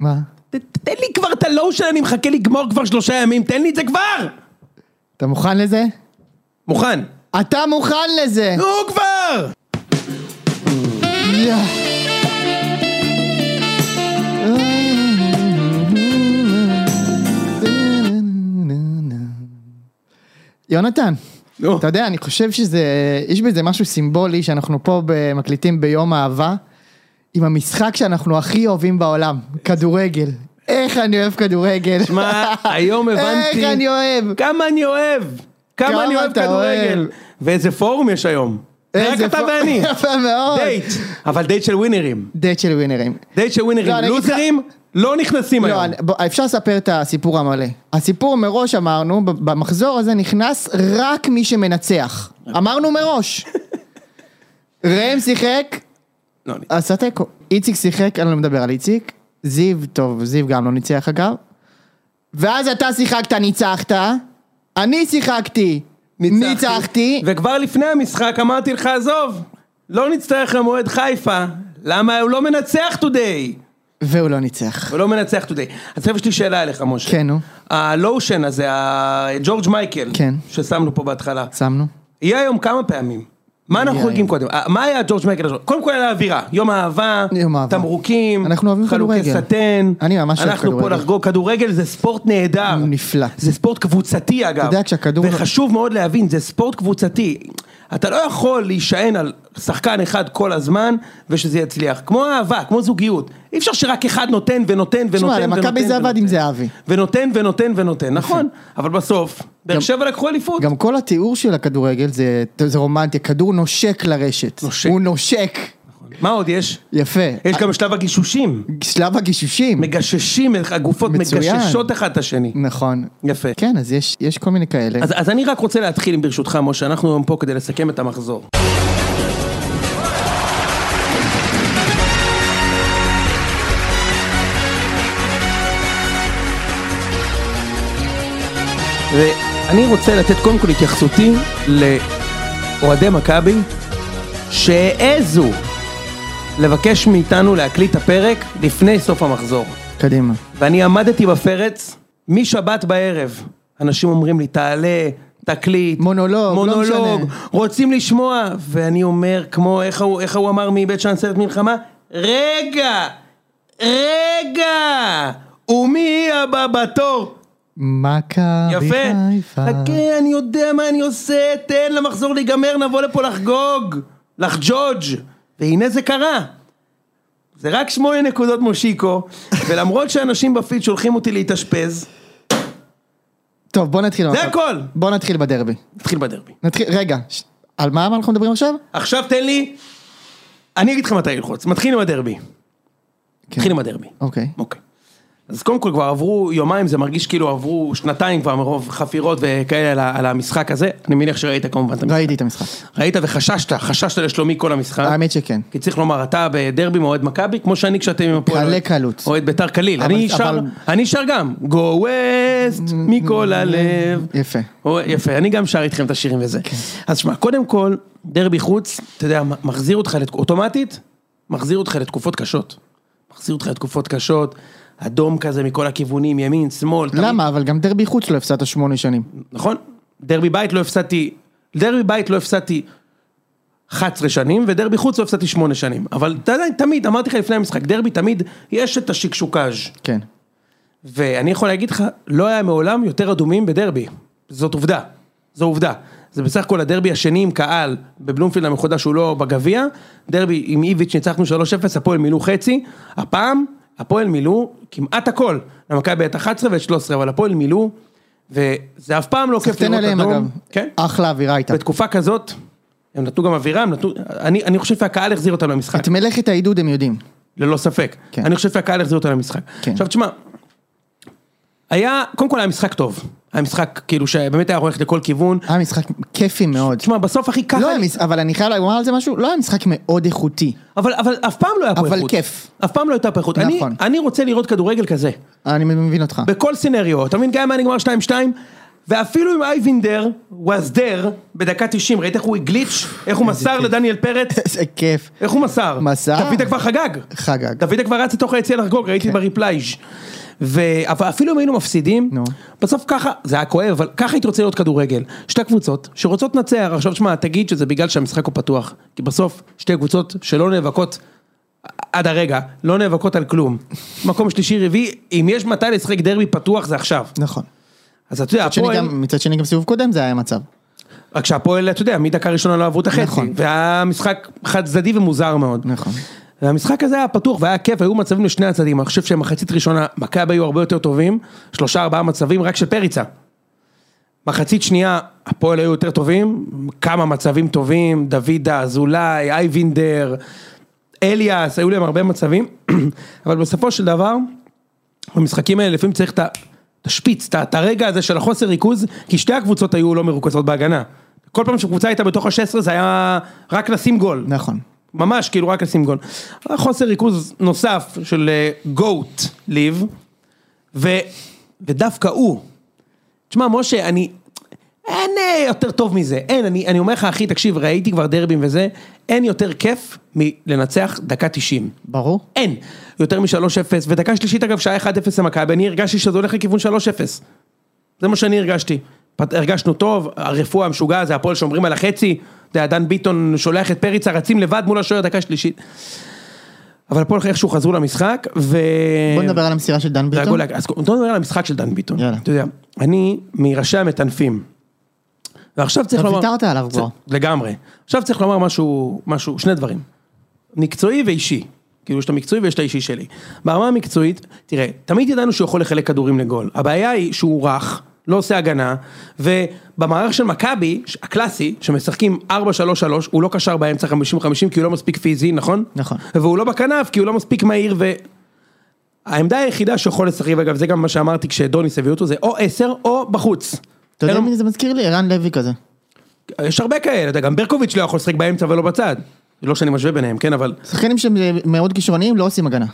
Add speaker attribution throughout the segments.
Speaker 1: מה?
Speaker 2: ת- תן לי כבר את הלושן, אני מחכה לגמור כבר שלושה ימים, תן לי את זה כבר!
Speaker 1: אתה מוכן לזה?
Speaker 2: מוכן.
Speaker 1: אתה מוכן לזה!
Speaker 2: נו כבר!
Speaker 1: יא. יונתן,
Speaker 2: נו.
Speaker 1: אתה יודע, אני חושב שזה, יש בזה משהו סימבולי שאנחנו פה ב- מקליטים ביום אהבה, עם המשחק שאנחנו הכי אוהבים בעולם, כדורגל. איך אני אוהב כדורגל.
Speaker 2: מה, היום הבנתי...
Speaker 1: איך אני אוהב.
Speaker 2: כמה אני אוהב!
Speaker 1: כמה
Speaker 2: כמה אני אוהב
Speaker 1: אתה אוהב.
Speaker 2: כדורגל! ואיזה פורום יש היום. זה רק
Speaker 1: איזה
Speaker 2: אתה
Speaker 1: פ-
Speaker 2: ואני.
Speaker 1: יפה מאוד.
Speaker 2: דייט. אבל דייט של ווינרים.
Speaker 1: דייט של ווינרים.
Speaker 2: דייט של
Speaker 1: לא, אני
Speaker 2: ווינרים.
Speaker 1: אגיד לך-
Speaker 2: לוזרים לא נכנסים
Speaker 1: לא,
Speaker 2: היום.
Speaker 1: אני- בוא, אפשר לספר את הסיפור המלא. הסיפור מראש אמרנו, ב- במחזור הזה נכנס רק מי שמנצח. אמרנו מראש. ראם שיחק,
Speaker 2: לא, אני-
Speaker 1: עשה תיקו. איציק שיחק, אני לא מדבר על איציק. זיו, טוב, זיו גם לא ניצח אגב. ואז אתה שיחקת, ניצחת. אני שיחקתי,
Speaker 2: ניצחתי.
Speaker 1: ניצחתי.
Speaker 2: וכבר לפני המשחק אמרתי לך, עזוב, לא נצטרך למועד חיפה. למה הוא לא מנצח today?
Speaker 1: והוא לא ניצח.
Speaker 2: הוא לא מנצח today. אז עכשיו יש לי שאלה אליך, משה.
Speaker 1: כן, נו.
Speaker 2: הלושן הזה, ה- ג'ורג' מייקל.
Speaker 1: כן.
Speaker 2: ששמנו פה בהתחלה.
Speaker 1: שמנו.
Speaker 2: יהיה היום כמה פעמים. מה אנחנו
Speaker 1: יהיה
Speaker 2: חוגגים קודם? אה, מה היה ג'ורג' מייקל? הזה? קודם כל היה האווירה. יום האהבה,
Speaker 1: יום האהבה.
Speaker 2: תמרוקים,
Speaker 1: אנחנו אוהבים
Speaker 2: חלוקי
Speaker 1: כדורגל.
Speaker 2: סטן.
Speaker 1: אני ממש אוהב
Speaker 2: אנחנו פה
Speaker 1: כדורגל.
Speaker 2: לחגוג כדורגל, זה ספורט נהדר.
Speaker 1: הוא נפלא.
Speaker 2: זה ספורט קבוצתי אגב.
Speaker 1: יודע, כשהכדור-
Speaker 2: וחשוב מאוד להבין, זה ספורט קבוצתי. אתה לא יכול להישען על שחקן אחד כל הזמן, ושזה יצליח. כמו אהבה, כמו זוגיות. אי אפשר שרק אחד נותן ונותן ונותן
Speaker 1: תשמע,
Speaker 2: ונותן.
Speaker 1: למכבי זה עבד
Speaker 2: ונותן.
Speaker 1: עם זהבי.
Speaker 2: ונותן ונותן ונותן, נכון. אבל בסוף, באר שבע לקחו אליפות.
Speaker 1: גם כל התיאור של הכדורגל זה, זה רומנטי, הכדור נושק לרשת.
Speaker 2: נושק.
Speaker 1: הוא נושק.
Speaker 2: מה עוד יש?
Speaker 1: יפה.
Speaker 2: יש גם שלב הגישושים,
Speaker 1: שלב הגישושים.
Speaker 2: מגששים, איך הגופות
Speaker 1: מצוין.
Speaker 2: מגששות אחד את השני.
Speaker 1: נכון.
Speaker 2: יפה.
Speaker 1: כן, אז יש, יש כל מיני כאלה.
Speaker 2: אז, אז אני רק רוצה להתחיל, אם ברשותך, משה, אנחנו היום פה כדי לסכם את המחזור. ואני רוצה לתת קודם כל התייחסותי לאוהדי מכבי שהעזו לבקש מאיתנו להקליט את הפרק לפני סוף המחזור.
Speaker 1: קדימה.
Speaker 2: ואני עמדתי בפרץ משבת בערב. אנשים אומרים לי, תעלה, תקליט,
Speaker 1: מונולוג, לא
Speaker 2: מונולוג
Speaker 1: משנה."
Speaker 2: רוצים לשמוע, ואני אומר, כמו, איך הוא, איך הוא אמר מבית שאן סרט מלחמה? רגע, רגע, ומי הבא בתור?
Speaker 1: מכבי
Speaker 2: יפה,
Speaker 1: חיפה.
Speaker 2: חכה, אני יודע מה אני עושה, תן למחזור להיגמר, נבוא לפה לחגוג, לחג'וג', והנה זה קרה. זה רק שמונה נקודות מושיקו, ולמרות שאנשים בפיד שולחים אותי להתאשפז,
Speaker 1: טוב, בוא נתחיל.
Speaker 2: זה
Speaker 1: במכבי.
Speaker 2: הכל.
Speaker 1: בוא נתחיל בדרבי.
Speaker 2: אוקיי. נתחיל בדרבי.
Speaker 1: נתחיל, רגע, ש... על מה אנחנו מדברים עכשיו?
Speaker 2: עכשיו תן לי, אני אגיד לך מתי ללחוץ, מתחיל עם הדרבי. נתחיל עם הדרבי.
Speaker 1: אוקיי.
Speaker 2: אוקיי. אז קודם כל כבר עברו יומיים, זה מרגיש כאילו עברו שנתיים כבר מרוב חפירות וכאלה על ה- על המשחק הזה. אני מניח שראית כמובן את המשחק.
Speaker 1: ראיתי את המשחק.
Speaker 2: ראית וחששת, חששת לשלומי כל המשחק.
Speaker 1: האמת שכן.
Speaker 2: כי צריך לומר, אתה בדרבי מאוהד מכבי, כמו שאני כשאתם עם הפועל.
Speaker 1: קלה
Speaker 2: אוהד-
Speaker 1: קלות.
Speaker 2: אוהד ביתר קליל.
Speaker 1: אבל-
Speaker 2: אני שר,
Speaker 1: אבל-
Speaker 2: אני שר גם. Go West, מכל הלב.
Speaker 1: יפה.
Speaker 2: או, יפה, אני גם שר איתכם את השירים וזה.
Speaker 1: כן.
Speaker 2: אז שמע, קודם כל, דרבי חוץ, אתה יודע, מ- מחזיר אותך לתק- אוטומטית, מחזיר אותך לתקופות קשות. מחזיר אותך לתקופות קשות, אדום כזה מכל הכיוונים, ימין, שמאל. תמיד-
Speaker 1: למה? אבל גם דרבי חוץ לא הפסדת שמונה שנים.
Speaker 2: נכון? דרבי בית לא הפסדתי, דרבי בית לא הפסדתי 11 שנים, ודרבי חוץ לא הפסדתי 8 שנים. אבל אתה יודע, תמיד, אמרתי לך לפני המשחק, דרבי תמיד יש את השקשוקאז'.
Speaker 1: כן.
Speaker 2: ואני יכול להגיד לך, לא היה מעולם יותר אדומים בדרבי. זאת עובדה. זו עובדה. זה בסך הכל הדרבי השני עם קהל בבלומפילד המחודש שהוא לא בגביע. דרבי עם איביץ' ניצחנו 3-0, הפועל מילאו חצי. הפעם, הפועל מילאו כמעט הכל. למכבי את 11 ואת 13, אבל הפועל מילאו, וזה אף פעם לא כיף
Speaker 1: סחטיין
Speaker 2: לראות
Speaker 1: עליהם
Speaker 2: אדום.
Speaker 1: אגב.
Speaker 2: כן.
Speaker 1: אחלה אווירה הייתה.
Speaker 2: בתקופה כזאת, הם נתנו גם אווירה, הם נתנו, אני, אני חושב שהקהל החזיר אותם למשחק.
Speaker 1: את מלאכת העידוד הם יודעים.
Speaker 2: ללא ספק.
Speaker 1: כן.
Speaker 2: כן. אני חושב שהקהל יחזיר אותה למשחק.
Speaker 1: כן.
Speaker 2: כן. עכשיו תשמע, היה, קודם כל היה משחק טוב. היה משחק כאילו שבאמת היה הולך לכל כיוון.
Speaker 1: היה משחק כיפי מאוד.
Speaker 2: תשמע, בסוף אחי ככה,
Speaker 1: לא היה
Speaker 2: אני...
Speaker 1: מש... אבל אני חייב לומר על זה משהו, לא היה משחק מאוד איכותי.
Speaker 2: אבל, אבל אף פעם לא היה פה
Speaker 1: אבל
Speaker 2: איכות.
Speaker 1: כיף.
Speaker 2: אף פעם לא הייתה פה איכות. אני,
Speaker 1: נכון.
Speaker 2: אני רוצה לראות כדורגל כזה.
Speaker 1: אני מבין אותך.
Speaker 2: בכל סינריו, אתה מבין? גם אם היה נגמר 2-2, ואפילו אם אייבינדר was there בדקה 90, ראית איך הוא הגליץ', איך הוא מסר לדניאל פרץ,
Speaker 1: איזה כיף.
Speaker 2: איך הוא מסר?
Speaker 1: מסר.
Speaker 2: דוידה כבר חגג.
Speaker 1: חגג.
Speaker 2: דוידה כבר רץ לתוך היציע לחגוג, ראיתי
Speaker 1: כן.
Speaker 2: בריפלייז'. ו- אבל אפילו אם היינו מפסידים,
Speaker 1: נו.
Speaker 2: בסוף ככה, זה היה כואב, אבל ככה הייתי רוצה להיות כדורגל. שתי קבוצות שרוצות לנצח, עכשיו שמע, תגיד שזה בגלל שהמשחק הוא פתוח. כי בסוף, שתי קבוצות שלא נאבקות עד הרגע, לא נאבקות על כלום. מקום שלישי רביעי, אם יש מתי לשחק דרבי פתוח זה עכשיו.
Speaker 1: נכון.
Speaker 2: אז אתה יודע,
Speaker 1: שני
Speaker 2: הפועל...
Speaker 1: גם- מצד שני גם סיבוב קודם זה היה מצב.
Speaker 2: רק שהפועל, אתה יודע, מדקה ראשונה לא עברו את החצי.
Speaker 1: נכון.
Speaker 2: והיה משחק חד צדדי ומוזר מאוד.
Speaker 1: נכון.
Speaker 2: והמשחק הזה היה פתוח והיה כיף, היו מצבים לשני הצדדים, אני חושב שמחצית ראשונה, מכבי היו הרבה יותר טובים, שלושה ארבעה מצבים רק של פריצה. מחצית שנייה, הפועל היו יותר טובים, כמה מצבים טובים, דוידה, אזולאי, אייבינדר, אליאס, היו להם הרבה מצבים, אבל בסופו של דבר, במשחקים האלה לפעמים צריך את ה- את השפיץ, את ה- את הרגע הזה של החוסר ריכוז, כי שתי הקבוצות היו לא מרוכזות בהגנה. כל פעם שקבוצה הייתה בתוך ה-16 זה היה רק לשים גול.
Speaker 1: נכון.
Speaker 2: ממש כאילו רק לשים גול. חוסר ריכוז נוסף של אה, גוט ליב, ו, ודווקא הוא. תשמע, משה, אני... אין אה, יותר טוב מזה, אין, אני, אני אומר לך, אחי, תקשיב, ראיתי כבר דרבים וזה, אין יותר כיף מלנצח דקה 90.
Speaker 1: ברור.
Speaker 2: אין. יותר מ-3-0, ודקה שלישית אגב, שעה 1-0 למכבי, אני הרגשתי שזה הולך לכיוון 3-0. זה מה שאני הרגשתי. פת- הרגשנו טוב, הרפואה המשוגע הזה, הפועל שומרים על החצי, אתה יודע, דן ביטון שולח את פריצה, רצים לבד מול השוער דקה שלישית. אבל הפועל איכשהו חזרו למשחק, ו... אמ,
Speaker 1: בוא נדבר על המסירה של דן ביטון.
Speaker 2: והגול היה- אז בוא נדבר על המשחק של דן ביטון.
Speaker 1: יאללה.
Speaker 2: אתה יודע, אני מראשי המטנפים. ועכשיו צריך
Speaker 1: אתה
Speaker 2: לומר...
Speaker 1: ויתרת עליו כבר.
Speaker 2: לגמרי. עכשיו צריך לומר משהו, משהו, שני דברים. מקצועי ואישי. כאילו יש את המקצועי ויש את האישי שלי. ברמה המקצועית, תראה, תמיד ידענו שהוא יכול לחלק כדורים לגול. הבעיה היא שהוא רך, לא עושה הגנה, ובמערך של מכבי, ש- הקלאסי, שמשחקים 4-3-3, הוא לא קשר באמצע 50-50 כי הוא לא מספיק פיזי, נכון?
Speaker 1: נכון.
Speaker 2: והוא לא בכנף כי הוא לא מספיק מהיר ו... העמדה היחידה שיכול לשחק, אגב, זה גם מה שאמרתי כשדוניס הביא אותו, זה או 10 או בחוץ.
Speaker 1: אתה יודע
Speaker 2: אין לו-
Speaker 1: מי זה מזכיר לי? ערן לוי כזה.
Speaker 2: יש הרבה כאלה, אתה יודע, גם ברקוביץ' לא יכול לשחק באמצע ולא בצד. לא שאני משווה ביניהם, כן, אבל...
Speaker 1: שחקנים שהם אה, מאוד כישרוניים לא עושים הגנה.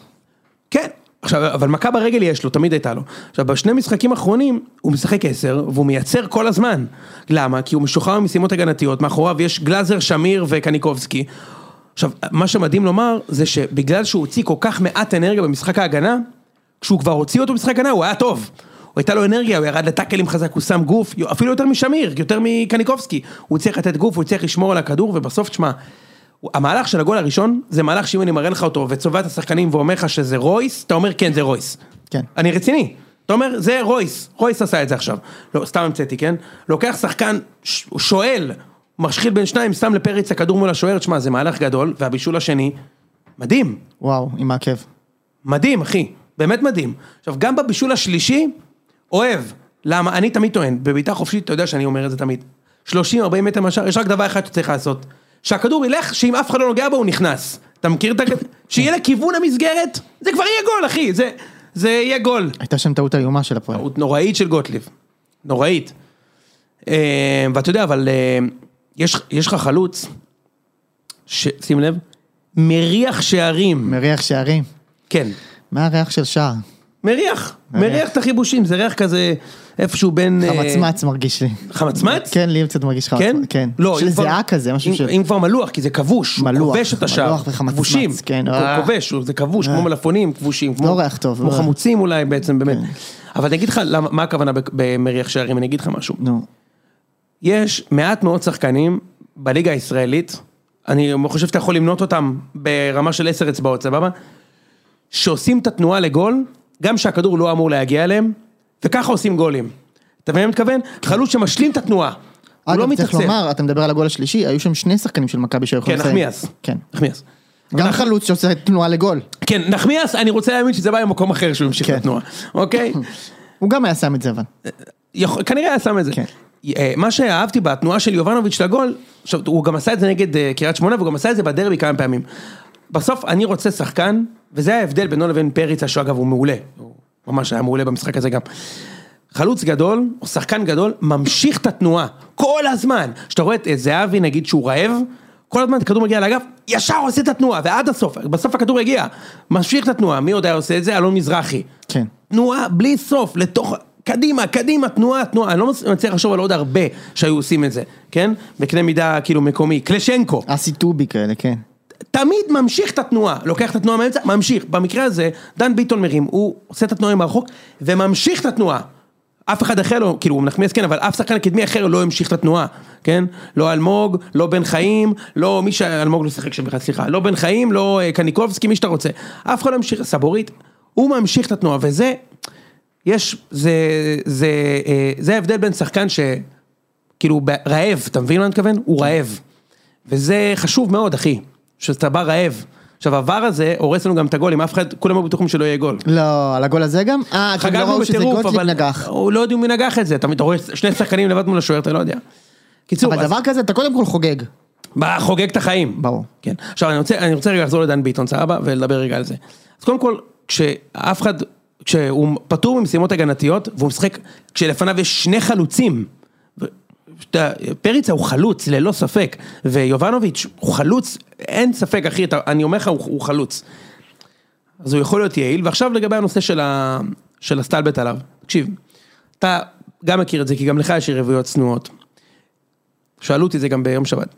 Speaker 2: כן. עכשיו, אבל מכה ברגל יש לו, תמיד הייתה לו. עכשיו, בשני משחקים האחרונים, הוא משחק עשר, והוא מייצר כל הזמן. למה? כי הוא משוחרר ממשימות הגנתיות, מאחוריו יש גלאזר, שמיר וקניקובסקי. עכשיו, מה שמדהים לומר, זה שבגלל שהוא הוציא כל כך מעט אנרגיה במשחק ההגנה, כשהוא כבר הוציא אותו במשחק ההגנה, הוא היה טוב. הוא הייתה לו אנרגיה, הוא ירד לטאקלים חזק, הוא שם גוף, אפילו יותר משמיר, יותר מקניקובסקי. הוא הצליח לתת גוף, הוא הצליח לשמור על הכדור, ובסוף, תשמע, המהלך של הגול הראשון, זה מהלך שאם אני מראה לך אותו וצובע את השחקנים ואומר לך שזה רויס, אתה אומר כן זה רויס.
Speaker 1: כן.
Speaker 2: אני רציני. אתה אומר זה רויס, רויס עשה את זה עכשיו. לא, סתם המצאתי, כן? לוקח שחקן, ש- הוא שואל, משחיל בין שניים, שם לפריץ הכדור מול השוער, תשמע זה מהלך גדול, והבישול השני, מדהים.
Speaker 1: וואו, עם העקב.
Speaker 2: מדהים, אחי, באמת מדהים. עכשיו, גם בבישול השלישי, אוהב. למה? אני תמיד טוען, בבעיטה חופשית, אתה יודע שאני אומר את זה תמיד. 30-40 מטר מהשאר, יש רק דבר אחד שצריך לעשות. שהכדור ילך, שאם אף אחד לא נוגע בו, הוא נכנס. אתה מכיר את ה... שיהיה לכיוון המסגרת, זה כבר יהיה גול, אחי, זה, זה יהיה גול.
Speaker 1: הייתה שם טעות איומה של הפועל.
Speaker 2: טעות נוראית של גוטליב. נוראית. אה, ואתה יודע, אבל אה, יש, יש לך חלוץ, ש... שים לב, מריח שערים.
Speaker 1: מריח שערים.
Speaker 2: כן.
Speaker 1: מה הריח של שער?
Speaker 2: אה. מריח, מריח את החיבושים, זה ריח כזה איפשהו בין... אה,
Speaker 1: חמצמץ מרגיש לי.
Speaker 2: חמצמץ?
Speaker 1: כן, לי קצת מרגיש חמצמץ.
Speaker 2: כן?
Speaker 1: כן.
Speaker 2: לא,
Speaker 1: של
Speaker 2: אם כבר-
Speaker 1: זיעה כזה, משהו
Speaker 2: אם-
Speaker 1: של...
Speaker 2: אם כבר מלוח, כי זה כבוש. הוא
Speaker 1: מלוח,
Speaker 2: כובש את השער.
Speaker 1: מלוח וחמצמץ,
Speaker 2: כבושים.
Speaker 1: כן,
Speaker 2: הוא
Speaker 1: אה.
Speaker 2: כובש, הוא- זה כבוש, כמו מלפונים, כבושים. כמו-
Speaker 1: ריח כן. טוב,
Speaker 2: כמו
Speaker 1: לא.
Speaker 2: חמוצים אולי בעצם, באמת. אבל אני אגיד לך למה- מה הכוונה ב- במריח שערים, אני אגיד לך משהו.
Speaker 1: נו.
Speaker 2: יש מעט מאוד שחקנים בליגה הישראלית, אני חושב שאתה יכול למנות אותם ברמה של עשר אצבעות, סבבה? שעושים את התנועה לגול, גם שהכדור לא אמור להגיע אליהם, וככה עושים גולים. אתה מבין מה אני מתכוון? חלוץ שמשלים את התנועה. הוא לא
Speaker 1: אגב, צריך
Speaker 2: מתעצב.
Speaker 1: לומר, אתה מדבר על הגול השלישי, היו שם שני שחקנים של מכבי שהיו
Speaker 2: כן,
Speaker 1: יכולים
Speaker 2: נחמיאס.
Speaker 1: כן.
Speaker 2: נחמיאס.
Speaker 1: גם חלוץ שעושה תנועה לגול.
Speaker 2: כן, נחמיאס, אני רוצה להאמין שזה בא ממקום אחר שהוא המשיך
Speaker 1: כן.
Speaker 2: לתנועה, אוקיי?
Speaker 1: הוא גם היה שם את זה אבל.
Speaker 2: יכול, כנראה היה שם את זה.
Speaker 1: כן.
Speaker 2: אה, מה שאהבתי בתנועה של יובנוביץ' לגול, עכשיו הוא גם עשה את זה נגד אה, קריית שמונה והוא גם עשה את זה בדרבי כמה פעמים. בסוף אני רוצה שחקן, וזה ההבדל בינו לבין פריצה, שאגב הוא מעולה, הוא ממש היה מעולה במשחק הזה גם. חלוץ גדול, או שחקן גדול, ממשיך את התנועה, כל הזמן. כשאתה רואה את אה, זהבי נגיד שהוא רעב, כל הזמן הכדור מגיע לאגף, ישר עושה את התנועה, ועד הסוף, בסוף הכדור הגיע. ממשיך את התנועה, מי עוד היה עושה את זה? אלון מזרחי.
Speaker 1: כן.
Speaker 2: תנועה בלי סוף לתוך, קדימה, קדימה, תנועה, תנועה, אני לא מצליח לחשוב על עוד הרבה שהיו עושים את זה, כן? בקנה מידה כאילו מקומי. קלשנקו,
Speaker 1: אסי טובי כאלה, כן.
Speaker 2: תמיד ממשיך את התנועה, לוקח את התנועה מהאמצע, ממשיך. במקרה הזה, דן ביטון מרים, הוא עושה את התנועה עם הרחוק, וממשיך את התנועה. אף אחד אחר לא, כאילו, הוא מנחמיאס כן, אבל אף שחקן קדמי אחר לא המשיך את התנועה, כן? לא אלמוג, לא בן חיים, לא מי ש... אלמוג לא שיחק שם בכלל, סליחה. לא בן חיים, לא אה, קניקובסקי, מי שאתה רוצה. אף אחד לא המשיך, סבורית. הוא ממשיך את התנועה, וזה... יש... זה... זה... אה, זה ההבדל בין שחקן ש... כאילו, ב- רעב, אתה מבין מה אני מתכוון? הוא רעב. וזה חשוב מאוד, אחי, שאתה בא רעב. עכשיו, הוואר הזה הורס לנו גם את הגולים, אף אחד, כולם היו בטוחים שלא יהיה גול.
Speaker 1: לא, על הגול הזה גם? אה, כי לא
Speaker 2: חגגנו
Speaker 1: ראו שזה
Speaker 2: בטירוף,
Speaker 1: גוטליב
Speaker 2: אבל
Speaker 1: נגח.
Speaker 2: הוא לא יודע מי נגח את זה, אתה אתה רואה שני שחקנים לבד מול השוער, אתה לא יודע. קיצור,
Speaker 1: אבל
Speaker 2: אז-
Speaker 1: דבר כזה אתה קודם כל חוגג.
Speaker 2: מה, חוגג את החיים.
Speaker 1: ברור.
Speaker 2: כן. עכשיו, אני רוצה, אני רוצה רגע לחזור לדן ביטון, סבבה, ולדבר רגע על זה. אז קודם כל, כשאף אחד, כשהוא פטור ממשימות הגנתיות, והוא משחק, כשלפניו יש שני חלוצים, ו- שאתה- פריצה הוא חלוץ, ללא ספק, ויובנוביץ' הוא חלוץ, אין ספק, אחי, אתה, אני אומר לך, הוא, הוא חלוץ. אז הוא יכול להיות יעיל, ועכשיו לגבי הנושא של, ה... של הסטלבט עליו. תקשיב, אתה גם מכיר את זה, כי גם לך יש יריבויות צנועות. שאלו אותי את זה גם ביום שבת.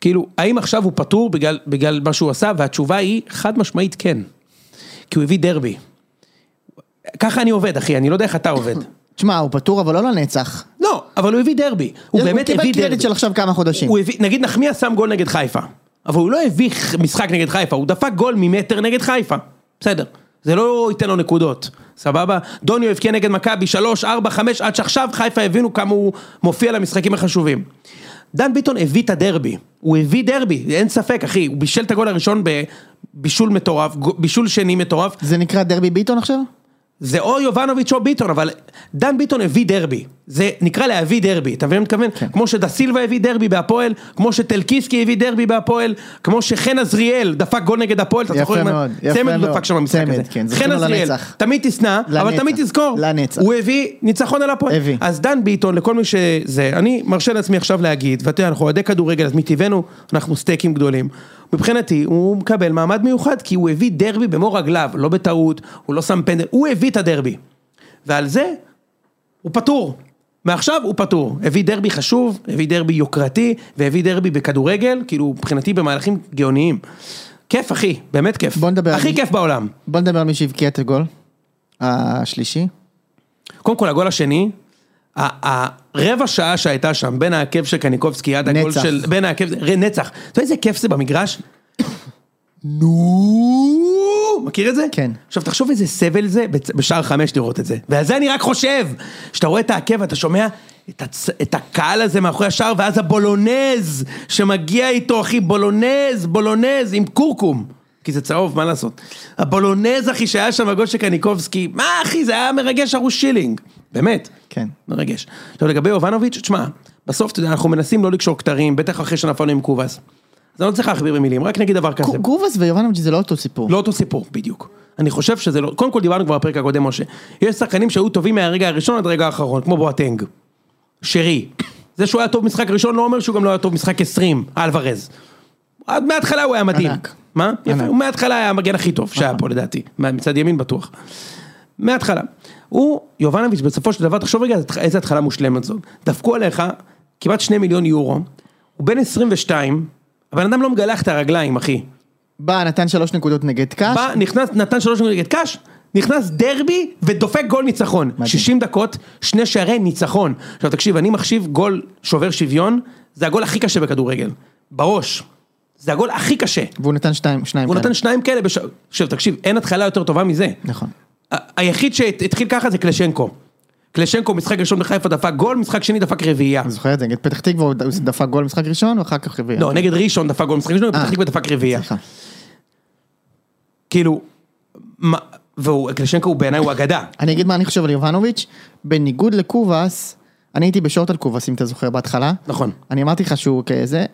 Speaker 2: כאילו, האם עכשיו הוא פטור בגלל, בגלל מה שהוא עשה? והתשובה היא חד משמעית כן. כי הוא הביא דרבי. ככה אני עובד, אחי, אני לא יודע איך אתה עובד.
Speaker 1: תשמע, הוא פטור אבל לא לנצח.
Speaker 2: לא, אבל הוא הביא דרבי. הוא באמת הביא דרבי.
Speaker 1: הוא קיבל קרדיט של עכשיו כמה חודשים.
Speaker 2: הוא הביא, נגיד נחמיאס שם גול נגד חיפה, אבל הוא לא הביא ח- משחק נגד חיפה, הוא דפק גול ממטר נגד חיפה, בסדר, זה לא ייתן לו נקודות, סבבה? דוניו הבקיע נגד מכבי 3, 4, 5, עד שעכשיו חיפה הבינו כמה הוא מופיע למשחקים החשובים. דן ביטון הביא את הדרבי, הוא הביא דרבי, אין ספק אחי, הוא בישל את הגול הראשון בבישול מטורף, גו- בישול שני מטורף,
Speaker 1: זה נקרא דרבי ביטון עכשיו?
Speaker 2: זה או יובנוביץ' או ביטון, אבל דן ביטון הביא דרבי. זה נקרא להביא דרבי, אתה מבין מה אני מתכוון? כן. כמו שדה סילבה הביא דרבי בהפועל, כמו שטלקיסקי הביא דרבי בהפועל, כמו שחן עזריאל דפק גול נגד הפועל, אתה
Speaker 1: יפה
Speaker 2: זוכר?
Speaker 1: מאוד, יפה
Speaker 2: צמד
Speaker 1: מאוד.
Speaker 2: דפק שם במשחק
Speaker 1: צמד,
Speaker 2: הזה.
Speaker 1: כן, זכינו
Speaker 2: חן עזריאל,
Speaker 1: לנצח.
Speaker 2: תמיד תשנא, אבל
Speaker 1: לנצח.
Speaker 2: תמיד תזכור.
Speaker 1: לנצח.
Speaker 2: הוא הביא ניצחון על הפועל.
Speaker 1: הביא.
Speaker 2: אז דן ביטון, לכל מי שזה, אני מרשה לעצמי עכשיו להגיד, ואתה יודע, אנחנו אוהדי כדורגל, אז מטבענו אנחנו סטייקים גדולים. מבחינתי, הוא מקבל מעמד מיוחד, כי הוא הביא דרבי במו רגליו, לא בטעות, הוא לא שם פנדל, הוא הביא את הדרבי. ועל זה, הוא פטור. מעכשיו הוא פטור. הביא דרבי חשוב, הביא דרבי יוקרתי, והביא דרבי בכדורגל, כאילו, מבחינתי במהלכים גאוניים. כיף, אחי, באמת כיף.
Speaker 1: בוא נדבר על
Speaker 2: הכי
Speaker 1: מי-
Speaker 2: כיף בעולם.
Speaker 1: בוא נדבר על מי שהבקיע את הגול. השלישי.
Speaker 2: קודם כל הגול השני, ה- ה- הרבע שעה שהייתה שם בין העקב של קניקובסקי עד הגול
Speaker 1: נצח.
Speaker 2: של... בין העקב... ר- נצח. אתה יודע איזה כיף זה במגרש? נו, מכיר את זה?
Speaker 1: כן.
Speaker 2: עכשיו תחשוב איזה סבל זה בצ- בשער חמש לראות את זה. ועל זה אני רק חושב, שאתה רואה את העקב ואתה שומע את, הצ... את הקהל הזה מאחורי השער, ואז הבולונז שמגיע איתו, אחי, בולונז, בולונז עם קורקום. כי זה צהוב, מה לעשות? הבולונז, אחי, שהיה שם הגול של קניקובסקי, מה אחי, זה היה מרגש ערוץ שילינג. באמת.
Speaker 1: כן.
Speaker 2: מרגש. עכשיו לגבי יובנוביץ', תשמע, בסוף, אתה יודע, אנחנו מנסים לא לקשור כתרים, בטח אחרי שנפלנו עם קובאס. אז אני לא צריך להכביר במילים, רק נגיד דבר כזה.
Speaker 1: גובס ויובנוביץ' זה לא אותו סיפור.
Speaker 2: לא אותו סיפור, בדיוק. אני חושב שזה לא, קודם כל דיברנו כבר בפרק הקודם, משה. יש שחקנים שהיו טובים מהרגע הראשון עד הרגע האחרון, כמו בואטנג. שרי. זה שהוא היה טוב משחק ראשון לא אומר שהוא גם לא היה טוב משחק 20, אלוורז. עד מההתחלה הוא היה מדהים.
Speaker 1: ענק.
Speaker 2: מה? יפה,
Speaker 1: ענק.
Speaker 2: הוא מההתחלה היה המגן הכי טוב שהיה פה לדעתי, מה- מצד ימין בטוח. מההתחלה. הוא, יובנוביץ', בסופו של דבר, תחשוב רגע איזה התחלה מושלמת זאת. דפקו עליך כמעט 2 מיליון יורו, הוא בן 22, הבן אדם לא מגלח את הרגליים, אחי.
Speaker 1: בא, נתן שלוש נקודות נגד קאש.
Speaker 2: בא, נכנס, נתן שלוש נגד קאש, נכנס דרבי ודופק גול ניצחון. 60 דקות, שני שערי ניצחון. עכשיו תקשיב, אני מחשיב גול שובר שוויון, זה הגול הכי קשה בכדורגל. בראש. זה הגול הכי קשה.
Speaker 1: והוא נתן שתיים, שניים.
Speaker 2: הוא
Speaker 1: כאלה.
Speaker 2: נתן שניים כאלה בש... עכשיו תקשיב, אין התחלה יותר טובה מזה.
Speaker 1: נכון.
Speaker 2: ה- היחיד שהתחיל ככה זה קלשנקו. קלשנקו משחק ראשון בחיפה דפק גול, משחק שני דפק רביעייה.
Speaker 1: אני זוכר את זה, נגד פתח תקווה הוא דפק גול משחק ראשון ואחר כך רביעי.
Speaker 2: לא, נגד ראשון דפק גול משחק ראשון,
Speaker 1: אה.
Speaker 2: פתח תקווה דפק רביעייה.
Speaker 1: סליחה.
Speaker 2: כאילו, מה, והוא, קלשנקו הוא בעיניי הוא אגדה.
Speaker 1: אני אגיד מה אני חושב על יובנוביץ', בניגוד לקובאס, אני הייתי בשורט על קובאס אם אתה זוכר בהתחלה.
Speaker 2: נכון.
Speaker 1: אני אמרתי לך שהוא כזה.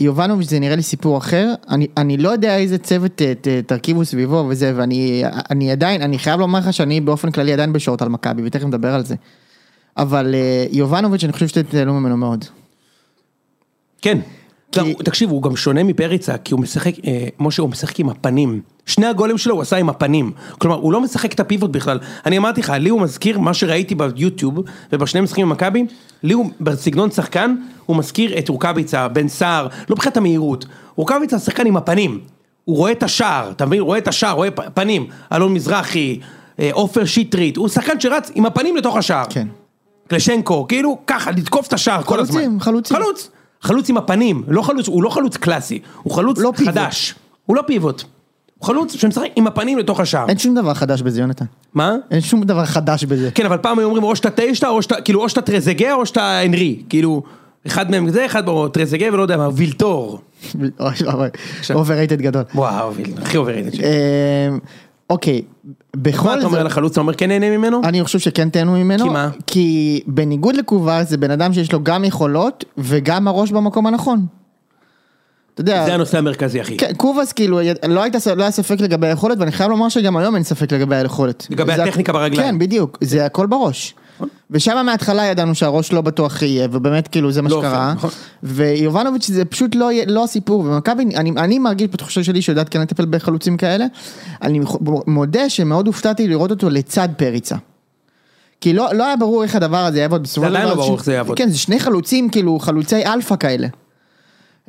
Speaker 1: יובנוביץ' זה נראה לי סיפור אחר, אני, אני לא יודע איזה צוות אה, ת- תרכיבו סביבו וזה, ואני אני עדיין, אני חייב לומר לך שאני באופן כללי עדיין בשורט על מכבי, ותכף נדבר על זה. אבל אה, יובנוביץ', אני חושב שתתעלו ממנו מאוד.
Speaker 2: כן. גם, תקשיב, הוא גם שונה מפריצה, כי הוא משחק, אה, משה, הוא משחק עם הפנים. שני הגולים שלו הוא עשה עם הפנים. כלומר, הוא לא משחק את הפיבוט בכלל. אני אמרתי לך, לי הוא מזכיר מה שראיתי ביוטיוב, ובשני משחקים עם מכבי, לי הוא, בסגנון שחקן, הוא מזכיר את רוקאביצה, בן סער, לא מבחינת המהירות. רוקאביצה שחקן עם הפנים. הוא רואה את השער, אתה מבין? הוא רואה את השער, רואה פ- פנים. אלון מזרחי, אה, עופר שטרית, הוא שחקן שרץ עם הפנים לתוך השער.
Speaker 1: כן.
Speaker 2: קלשנקו, כאילו ככה, לתקוף את השער כל הזמן.
Speaker 1: חלוצים, חלוצים.
Speaker 2: חלוץ, חלוץ עם הפנים, לא חלוץ, הוא לא חלוץ קלאסי, הוא חלוץ
Speaker 1: לא פיבוט.
Speaker 2: חדש. הוא לא פיבוט. הוא חלוץ שמשחק עם הפנים לתוך השער.
Speaker 1: אין שום דבר חדש בזה, יונתן.
Speaker 2: מה?
Speaker 1: אין שום דבר חדש בזה.
Speaker 2: כן, אבל פעם היו אומרים או שאתה טיישטה, או שאתה, כאילו, או שאתה טרזגה, או שאתה אנרי. כאילו, אחד מהם זה, אחד או טרזגה ולא יודע מה, וילטור.
Speaker 1: אוי ואבוי, אובררייטד גדול.
Speaker 2: וואו, וילטור, הכי אובררייטד שלי.
Speaker 1: אמ, אוקיי,
Speaker 2: מה
Speaker 1: בכל
Speaker 2: אתה אומר
Speaker 1: זאת,
Speaker 2: על החלוץ, אתה אומר כן נהנה ממנו?
Speaker 1: אני חושב שכן תהנו ממנו.
Speaker 2: כי מה?
Speaker 1: כי בניגוד לקובה זה בן אדם שיש לו גם יכולות וגם הראש במקום הנכון. אתה יודע,
Speaker 2: זה הנושא המרכזי, אחי.
Speaker 1: כן, קובאס כאילו, לא, היית, לא היה ספק לגבי היכולת, ואני חייב לומר שגם היום אין ספק לגבי היכולת.
Speaker 2: לגבי
Speaker 1: זה-
Speaker 2: הטכניקה ברגליים. נכון.
Speaker 1: כן, בדיוק, זה הכל בראש. ושם מההתחלה ידענו שהראש לא בטוח יהיה, ובאמת כאילו זה מה
Speaker 2: לא
Speaker 1: שקרה.
Speaker 2: אופן, נכון.
Speaker 1: ויובנוביץ' זה פשוט לא, יהיה- לא הסיפור, ומכבי, אני, אני מרגיש בתחושה שלי שיודעת כן לטפל בחלוצים כאלה, אני מודה שמאוד הופתעתי לראות אותו לצד פריצה. כי לא, לא היה ברור איך הדבר הזה יעבוד בסופו
Speaker 2: זה
Speaker 1: של דבר.
Speaker 2: עדיין לא ברור
Speaker 1: ש-
Speaker 2: איך זה יעבוד.
Speaker 1: כן, זה שני חלוצים, כאילו חלוצי אלפא כאלה.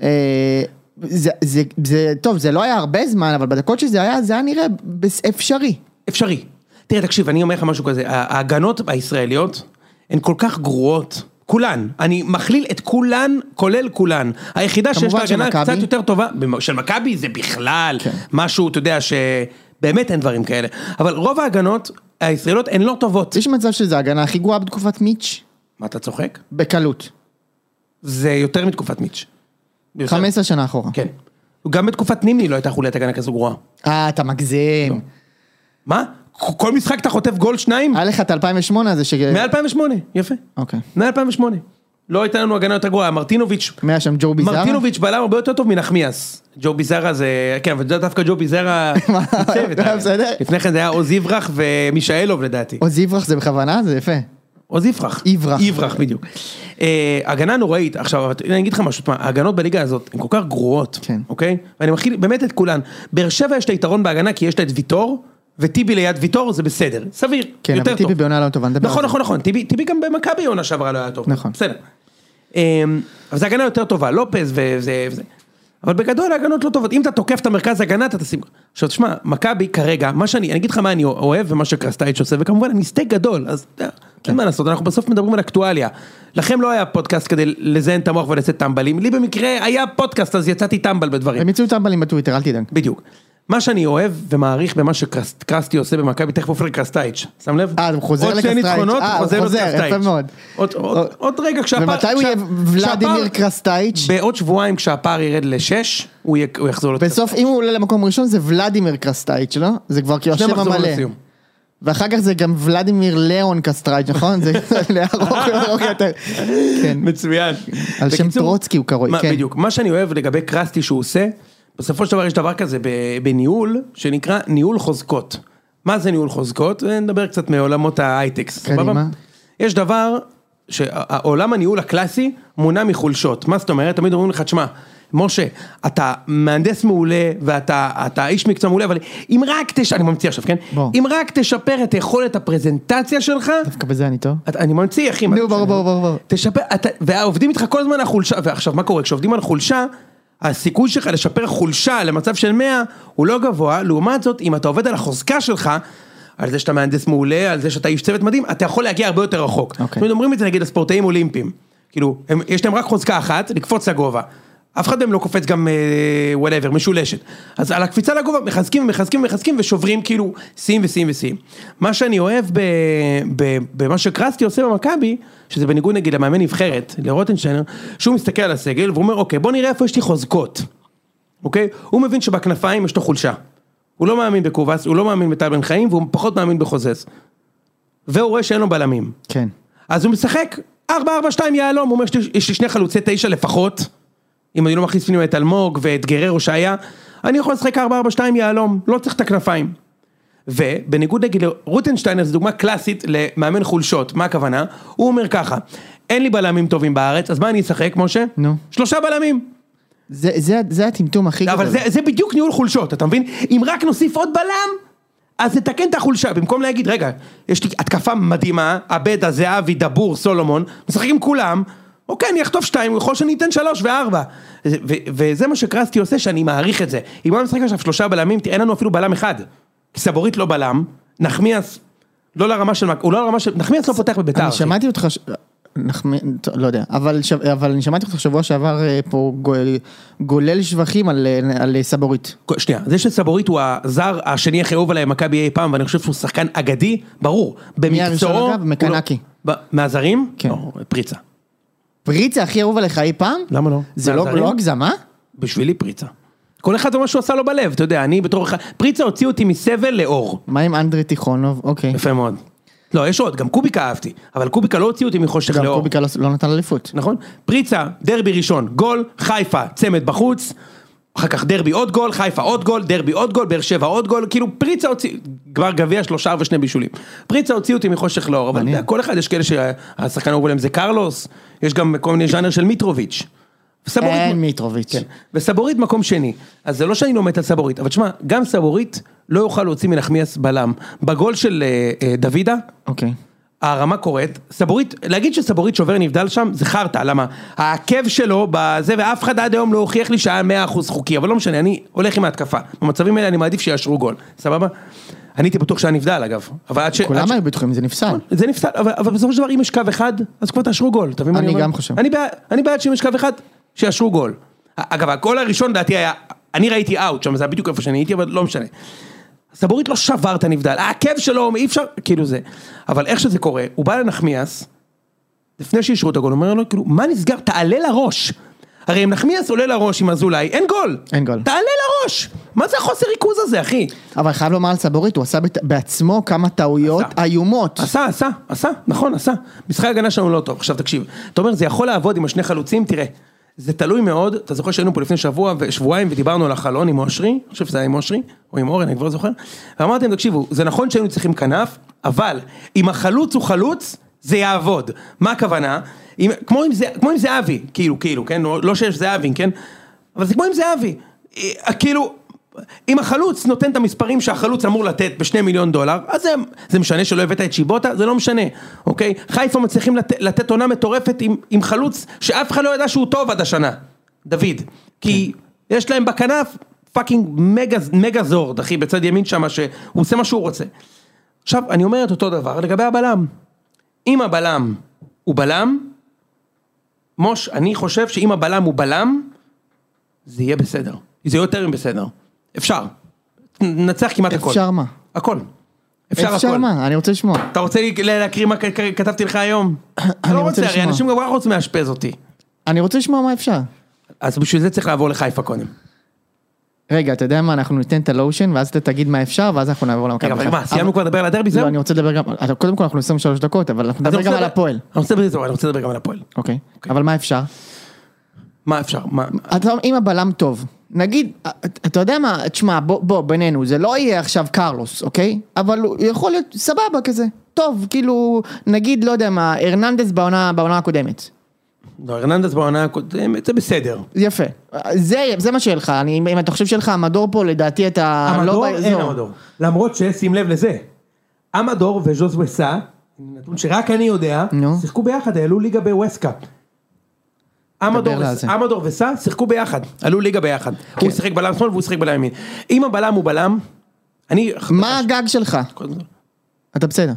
Speaker 1: אה, זה, זה, זה, טוב, זה לא היה הרבה זמן, אבל בדקות שזה היה, זה היה נראה בס- אפשרי.
Speaker 2: אפשרי. תראה, תקשיב, אני אומר לך משהו כזה, ההגנות הישראליות הן כל כך גרועות. כולן, אני מכליל את כולן, כולל כולן. היחידה שיש לה
Speaker 1: כמובן של
Speaker 2: הגנה
Speaker 1: מכבי.
Speaker 2: קצת יותר טובה, במ- של מכבי זה בכלל
Speaker 1: כן.
Speaker 2: משהו, אתה יודע, שבאמת אין דברים כאלה. אבל רוב ההגנות הישראליות הן לא טובות.
Speaker 1: יש מצב שזו ההגנה הכי גרועה בתקופת מיץ',
Speaker 2: מה, אתה צוחק?
Speaker 1: בקלות.
Speaker 2: זה יותר מתקופת מיץ'. יותר.
Speaker 1: 15 שנה אחורה.
Speaker 2: כן. גם בתקופת נימני לא הייתה חוליית הגנה כזו גרועה.
Speaker 1: אה, אתה מגזים.
Speaker 2: לא. מה? כל משחק אתה חוטף גול שניים?
Speaker 1: היה לך את 2008 הזה ש...
Speaker 2: מ-2008, יפה.
Speaker 1: אוקיי.
Speaker 2: מ-2008. לא הייתה לנו הגנה יותר גרועה, מרטינוביץ',
Speaker 1: מי היה שם ג'ו ביזארה?
Speaker 2: מרטינוביץ' בלם הרבה יותר טוב מנחמיאס. ג'ו ביזארה זה, כן, אבל דווקא ג'ו ביזארה,
Speaker 1: מה?
Speaker 2: צוות.
Speaker 1: היה בסדר?
Speaker 2: לפני כן זה היה עוז יברח ומישאלוב לדעתי.
Speaker 1: או זיברח זה בכוונה? זה יפה.
Speaker 2: עוז יברח.
Speaker 1: יברח.
Speaker 2: יברח, בדיוק. אה, הגנה נוראית, עכשיו, אני אגיד לך משהו, תשמע, ההגנות בליגה הזאת הן כל כך גרועות,
Speaker 1: כן.
Speaker 2: אוקיי? ואני מכיל באמת את כולן. באר שבע יש לה יתרון בהגנה כי יש לה את ויטור, וטיבי ליד ויטור זה בסדר, סביר,
Speaker 1: כן,
Speaker 2: יותר
Speaker 1: אבל טיבי
Speaker 2: טוב.
Speaker 1: בעונה לא טובה, נדבר על
Speaker 2: נכון,
Speaker 1: זה.
Speaker 2: נכון, נכון, טיבי, טיבי גם במכבי עונה שעברה לא היה טוב.
Speaker 1: נכון.
Speaker 2: בסדר. אמ, אבל זו הגנה יותר טובה, לופז וזה וזה. אבל בגדול ההגנות לא טובות, אם אתה תוקף את המרכז ההגנה אתה תשים... עכשיו תשמע, מכבי כרגע, מה שאני, אני אגיד לך מה אני אוהב ומה שקרסטייץ' עושה, וכמובן אני סטייק גדול, אז אתה יודע,
Speaker 1: כן.
Speaker 2: אין מה לעשות, אנחנו בסוף מדברים על אקטואליה. לכם לא היה פודקאסט כדי לזיין את המוח ולצאת טמבלים, לי במקרה היה פודקאסט אז יצאתי טמבל בדברים.
Speaker 1: הם יצאו טמבלים בטוויטר, אל תדאג.
Speaker 2: בדיוק. מה שאני אוהב ומעריך במה שקרסטי עושה במכבי, תכף עופר קרסטייץ', שם לב?
Speaker 1: אה, הוא חוזר
Speaker 2: עוד שני
Speaker 1: לקרסטייץ'.
Speaker 2: ניצחונות,
Speaker 1: אה, הוא
Speaker 2: חוזר
Speaker 1: חוזר,
Speaker 2: לקרסטייץ'.
Speaker 1: יפה מאוד. אה,
Speaker 2: עוד- עוד- עוד רגע, כשהפער...
Speaker 1: ומתי הוא
Speaker 2: כשה-
Speaker 1: יהיה
Speaker 2: כשהפער-
Speaker 1: ולדימיר קרסטייץ'?
Speaker 2: בעוד שבועיים כשהפער ירד לשש, הוא יהיה- הוא יחזור לקרסטייץ'.
Speaker 1: בסוף, אם הוא עולה למקום ראשון, זה ולדימיר קרסטייץ', לא? זה כבר כאילו
Speaker 2: שני
Speaker 1: השם
Speaker 2: מחזורים
Speaker 1: המלא.
Speaker 2: לסיום.
Speaker 1: ואחר כך זה גם ולדימיר ליאון קסטרייץ', נכון? זה לארוך לארוך יותר. כן.
Speaker 2: מצוין.
Speaker 1: על שם
Speaker 2: בקיצור,
Speaker 1: טרוצקי הוא קרוי,
Speaker 2: מה-
Speaker 1: כן.
Speaker 2: בדיוק. מה שאני אוהב לגבי קרסטי שהוא עושה, בסופו של דבר יש דבר כזה ב- בניהול, שנקרא ניהול חוזקות. מה זה ניהול חוזקות? אה, נדבר קצת מעולמות ההייטקס.
Speaker 1: קדימה.
Speaker 2: סבבה? יש דבר שהעולם הניהול הקלאסי מונע מחולשות. מה זאת אומרת? תמיד אומרים לך, תשמע, משה, אתה מהנדס מעולה ואתה אתה איש מקצוע מעולה, אבל אם רק תש... אני ממציא עכשיו, כן?
Speaker 1: בוא.
Speaker 2: אם רק תשפר את יכולת הפרזנטציה שלך,
Speaker 1: דווקא בזה אני טוב.
Speaker 2: אתה- אני ממציא, אחי. מה
Speaker 1: נו,
Speaker 2: אתה
Speaker 1: ברור,
Speaker 2: חושב?
Speaker 1: ברור, ברור, ברור.
Speaker 2: תשפר, אתה, ועובדים איתך כל הזמן על חולשה, ועכשיו מה קורה, כשעובדים על חולשה, הסיכוי שלך לשפר חולשה למצב של 100 הוא לא גבוה, לעומת זאת, אם אתה עובד על החוזקה שלך, על זה שאתה מהנדס מעולה, על זה שאתה איש צוות מדהים, אתה יכול להגיע הרבה יותר רחוק.
Speaker 1: אוקיי.
Speaker 2: תמיד אומרים את זה נגיד לספורטאים אולימפיים, כאילו, הם, יש להם רק חוזקה אחת, לקפוץ לגובה. אף אחד מהם לא קופץ גם וואטאבר, משולשת. אז על הקפיצה לגובה מחזקים ומחזקים ומחזקים ושוברים כאילו שיאים ושיאים ושיאים. מה שאני אוהב ב- ב- במה שקרסטי עושה במכבי, שזה בניגוד נגיד למאמן נבחרת, לרוטנשיינר, שהוא מסתכל על הסגל והוא אומר, אוקיי, בוא נראה איפה יש לי חוזקות. אוקיי? הוא מבין שבכנפיים יש לו חולשה. הוא לא מאמין בקובס, הוא לא מאמין בטל בן חיים, והוא פחות מאמין בחוזז. והוא רואה שאין לו בלמים.
Speaker 1: כן.
Speaker 2: אז הוא משחק 4-4-2 יהלום, הוא אומר שיש לי- יש לי שני חלוצי תשע לפחות, אם אני לא מכניס פנימה את אלמוג ואת גררו שהיה, אני יכול לשחק 4-4-2 יהלום, לא צריך את הכנפיים. ובניגוד נגיד לרוטנשטיינר זו דוגמה קלאסית למאמן חולשות, מה הכוונה? הוא אומר ככה, אין לי בלמים טובים בארץ, אז מה אני אשחק, משה?
Speaker 1: נו.
Speaker 2: שלושה בלמים.
Speaker 1: זה- זה זה הטמטום הכי גדול.
Speaker 2: אבל זה, זה בדיוק ניהול חולשות, אתה מבין? אם רק נוסיף עוד בלם, אז נתקן את החולשה, במקום להגיד, רגע, יש לי התקפה מדהימה, עבדה, זהבי, דבור, סולומון, משחקים כולם, אוקיי, אני אחטוף שתיים, יכול שאני אתן שלוש וארבע. ו- ו- וזה מה שקרסטי עושה, שאני מעריך את זה. אם היה משחק עכשיו שלושה בלמים, תראה, אין לנו אפילו בלם אחד. כי סבורית לא בלם, נחמיאס, לא לרמה של, מק- הוא לא לרמה של, נחמיאס לא פותח בביתר.
Speaker 1: אני
Speaker 2: אחי.
Speaker 1: שמעתי אותך, ש- נחמ- טוב, לא יודע, אבל ש- אבל אני שמעתי אותך שבוע שעבר אה, פה גול- גולל שבחים על, אה, על אה, סבורית.
Speaker 2: שנייה, זה שסבורית הוא הזר השני הכי אהוב עליי במכבי אי פעם, ואני חושב שהוא שחקן אגדי, ברור.
Speaker 1: הראשון,
Speaker 2: במקצועו...
Speaker 1: אגב?
Speaker 2: הוא
Speaker 1: מקנקי.
Speaker 2: לא- ב- מהזרים?
Speaker 1: כן.
Speaker 2: לא, פריצה.
Speaker 1: פריצה הכי אהוב עליך אי פעם?
Speaker 2: למה לא?
Speaker 1: זה לא
Speaker 2: מהזרים?
Speaker 1: לא הגזמה?
Speaker 2: בשבילי פריצה. כל אחד זה מה שהוא עשה לו בלב, אתה יודע, אני בתור אחד... פריצה הוציא אותי מסבל לאור.
Speaker 1: מה עם אנדרי תיכונוב? אוקיי.
Speaker 2: יפה מאוד. לא, יש עוד, גם קוביקה אהבתי, אבל קוביקה לא הוציא אותי מחושך
Speaker 1: גם
Speaker 2: לאור.
Speaker 1: קוביקה לא- לא נתן אליפות.
Speaker 2: נכון? פריצה, דרבי ראשון, גול, חיפה, צמד בחוץ, אחר כך דרבי עוד גול, חיפה עוד גול, דרבי עוד גול, באר שבע עוד גול, כאילו פריצה הוציא, כבר גביע שלושה ושני בישולים. פריצה הוציא אותי מחושך לאור, אבל אתה יודע, כל אחד יש כאלה שהשחקן האהוב עליהם זה קרלוס, יש גם כל מיני ז'אנר של מיטרוביץ'. וסבורית-
Speaker 1: אין מיטרוביץ'.
Speaker 2: כן. וסבורית מקום שני. אז זה לא שאני לא מת על סבורית, אבל תשמע, גם סבורית לא יוכל להוציא מנחמיאס בלם. בגול של אה, אה, דוידה,
Speaker 1: אוקיי.
Speaker 2: הרמה קורית, סבורית, להגיד שסבורית שובר נבדל שם זה חרטא, למה? העקב שלו בזה, ואף אחד עד היום לא הוכיח לי שהיה 100% חוקי, אבל לא משנה, אני הולך עם ההתקפה. במצבים האלה אני מעדיף שיאשרו גול, סבבה? אני הייתי בטוח שהיה נבדל אגב, אבל עד ש... עד
Speaker 1: כולם
Speaker 2: ש...
Speaker 1: היו בטוחים, זה נפסל.
Speaker 2: זה נפסל, אבל, אבל בסופו של דבר אם יש קו אחד, אז כבר תאשרו גול, אתה מבין מה
Speaker 1: אני
Speaker 2: אני אומר?
Speaker 1: גם חושב.
Speaker 2: אני בעד, אני בעד שאם יש קו אחד, שיאשרו גול. אגב, הגול הראשון דעתי היה, אני ראיתי אאוט שם, זה היה בדיוק איפה שאני הייתי, אבל לא משנה. סבורית לא שבר את הנבדל, העקב שלו, אי אפשר, כאילו זה. אבל איך שזה קורה, הוא בא לנחמיאס, לפני שאישרו את הגול, הוא אומר לו, כאילו, מה נסגר? תעלה לראש. הרי אם נחמיאס עולה לראש עם אזולאי, אין גול.
Speaker 1: אין גול.
Speaker 2: תעלה לראש! מה זה החוסר ריכוז הזה, אחי?
Speaker 1: אבל חייב לומר על סבורית, הוא עשה בת- בעצמו כמה טעויות
Speaker 2: עשה.
Speaker 1: איומות.
Speaker 2: עשה, עשה, עשה, נכון, עשה. משחק ההגנה שלנו לא טוב. עכשיו תקשיב, אתה אומר זה יכול לעבוד עם השני חלוצים, תראה. זה תלוי מאוד, אתה זוכר שהיינו פה לפני שבוע ושבועיים ודיברנו על החלון עם אושרי, אני חושב שזה היה עם אושרי, או עם אורן, אני כבר זוכר, ואמרתם, תקשיבו, זה נכון שהיינו צריכים כנף, אבל אם החלוץ הוא חלוץ, זה יעבוד. מה הכוונה? אם, כמו, עם זה, כמו עם זהבי, כאילו, כאילו, כן? לא, לא שיש זהבי, כן? אבל זה כמו עם זהבי. אה, כאילו, אם החלוץ נותן את המספרים שהחלוץ אמור לתת בשני מיליון דולר, אז זה, זה משנה שלא הבאת את שיבוטה? זה לא משנה, אוקיי? חיפה מצליחים לת, לתת עונה מטורפת עם, עם חלוץ שאף אחד לא ידע שהוא טוב עד השנה, דוד. כי יש להם בכנף פאקינג מגה, מגה זורד, אחי, בצד ימין שם, שהוא עושה מה שהוא רוצה. עכשיו, אני אומר את אותו דבר לגבי הבלם. אם הבלם הוא בלם, מוש, אני חושב שאם הבלם הוא בלם, זה יהיה בסדר. זה יהיה יותר מבסדר. אפשר. ננצח כמעט הכל.
Speaker 1: אפשר מה?
Speaker 2: הכל. אפשר הכל.
Speaker 1: אפשר מה? אני רוצה לשמוע.
Speaker 2: אתה רוצה לי- להקריא מה כ- כ- כתבתי לך היום? אתה לא
Speaker 1: רוצה
Speaker 2: רוצה, הרי
Speaker 1: לשמוע.
Speaker 2: אנשים גם ככה רוצים לאשפז אותי.
Speaker 1: אני רוצה לשמוע מה אפשר.
Speaker 2: אז בשביל זה צריך לעבור לחיפה קודם.
Speaker 1: כן, רגע, אתה יודע מה, אנחנו ניתן את הלושן, ואז אתה תגיד מה אפשר, ואז אנחנו נעבור למכבי
Speaker 2: רגע, אבל
Speaker 1: חיפה.
Speaker 2: מה, סיימנו כבר לדבר על הדרבי? זהו?
Speaker 1: לא, אני רוצה לדבר גם, אבל קודם כל אנחנו 23 דקות, אבל אנחנו
Speaker 2: אז
Speaker 1: נדבר
Speaker 2: אני
Speaker 1: גם
Speaker 2: רוצה
Speaker 1: על
Speaker 2: לדבר-
Speaker 1: הפועל.
Speaker 2: אני רוצה לדבר- אני רוצה לדבר גם על הפועל.
Speaker 1: אוקיי, אבל מה אפשר?
Speaker 2: מה אפשר? מה?
Speaker 1: אתה אומר, אם הבלם טוב, נגיד, אתה יודע מה, תשמע, בוא, בוא, בינינו, זה לא יהיה עכשיו קרלוס, אוקיי? אבל הוא יכול להיות סבבה כזה, טוב, כאילו, נגיד, לא יודע מה, ארננדס בעונה, בעונה הקודמת.
Speaker 2: לא, הרננדז בעונה הקודמת, זה בסדר.
Speaker 1: יפה. זה, זה מה שיהיה לך, אני, אם אתה חושב שלך, המדור פה, לדעתי אתה...
Speaker 2: המדור
Speaker 1: לא
Speaker 2: אין
Speaker 1: באזור.
Speaker 2: המדור. למרות ששים לב לזה. המדור וז'וז וסה, נתון שרק אני יודע,
Speaker 1: נו.
Speaker 2: שיחקו ביחד, העלו ליגה בווסטקאפ. המדור,
Speaker 1: לה על
Speaker 2: וס-
Speaker 1: זה.
Speaker 2: המדור וסה שיחקו ביחד, עלו ליגה ביחד.
Speaker 1: כן.
Speaker 2: הוא שיחק בלם שמאל והוא שיחק בלם ימין. אם הבלם הוא בלם, אני...
Speaker 1: מה הגג שלך? אתה בסדר.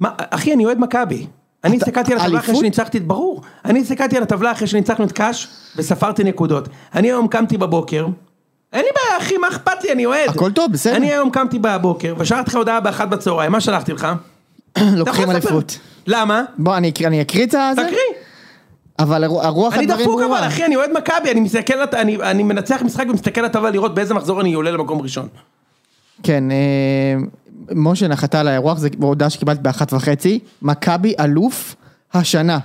Speaker 2: מה, אחי, אני אוהד מכבי. אני
Speaker 1: אתה-
Speaker 2: הסתכלתי על הטבלה אחרי
Speaker 1: אליפות?
Speaker 2: שניצחתי, ברור. אני הסתכלתי על הטבלה אחרי שניצחנו את קאש, וספרתי נקודות. אני היום קמתי בבוקר, אין לי בעיה, אחי, מה אכפת לי, אני אוהד.
Speaker 1: הכל טוב, בסדר.
Speaker 2: אני היום קמתי בבוקר, ושלחתי לך הודעה באחת בצהריים, מה שלחתי לך? אתה יכול
Speaker 1: לוקחים
Speaker 2: לספר?
Speaker 1: אליפות.
Speaker 2: למה?
Speaker 1: בוא, אני אקריא- אני אקריא את זה,
Speaker 2: תקריא.
Speaker 1: אבל הרו- הרוח
Speaker 2: אני
Speaker 1: הדברים
Speaker 2: דפוק
Speaker 1: ברורה.
Speaker 2: אבל, אחי, אני אוהד מכבי, אני מסתכל, על הת- אני- אני מנצח משחק ומסתכל על הטבלה לראות באיזה מחזור אני עולה למקום ראשון.
Speaker 1: כן, אה, משה נחתה על האירוח, זו הודעה שקיבלת באחת וחצי, מכבי אלוף השנה.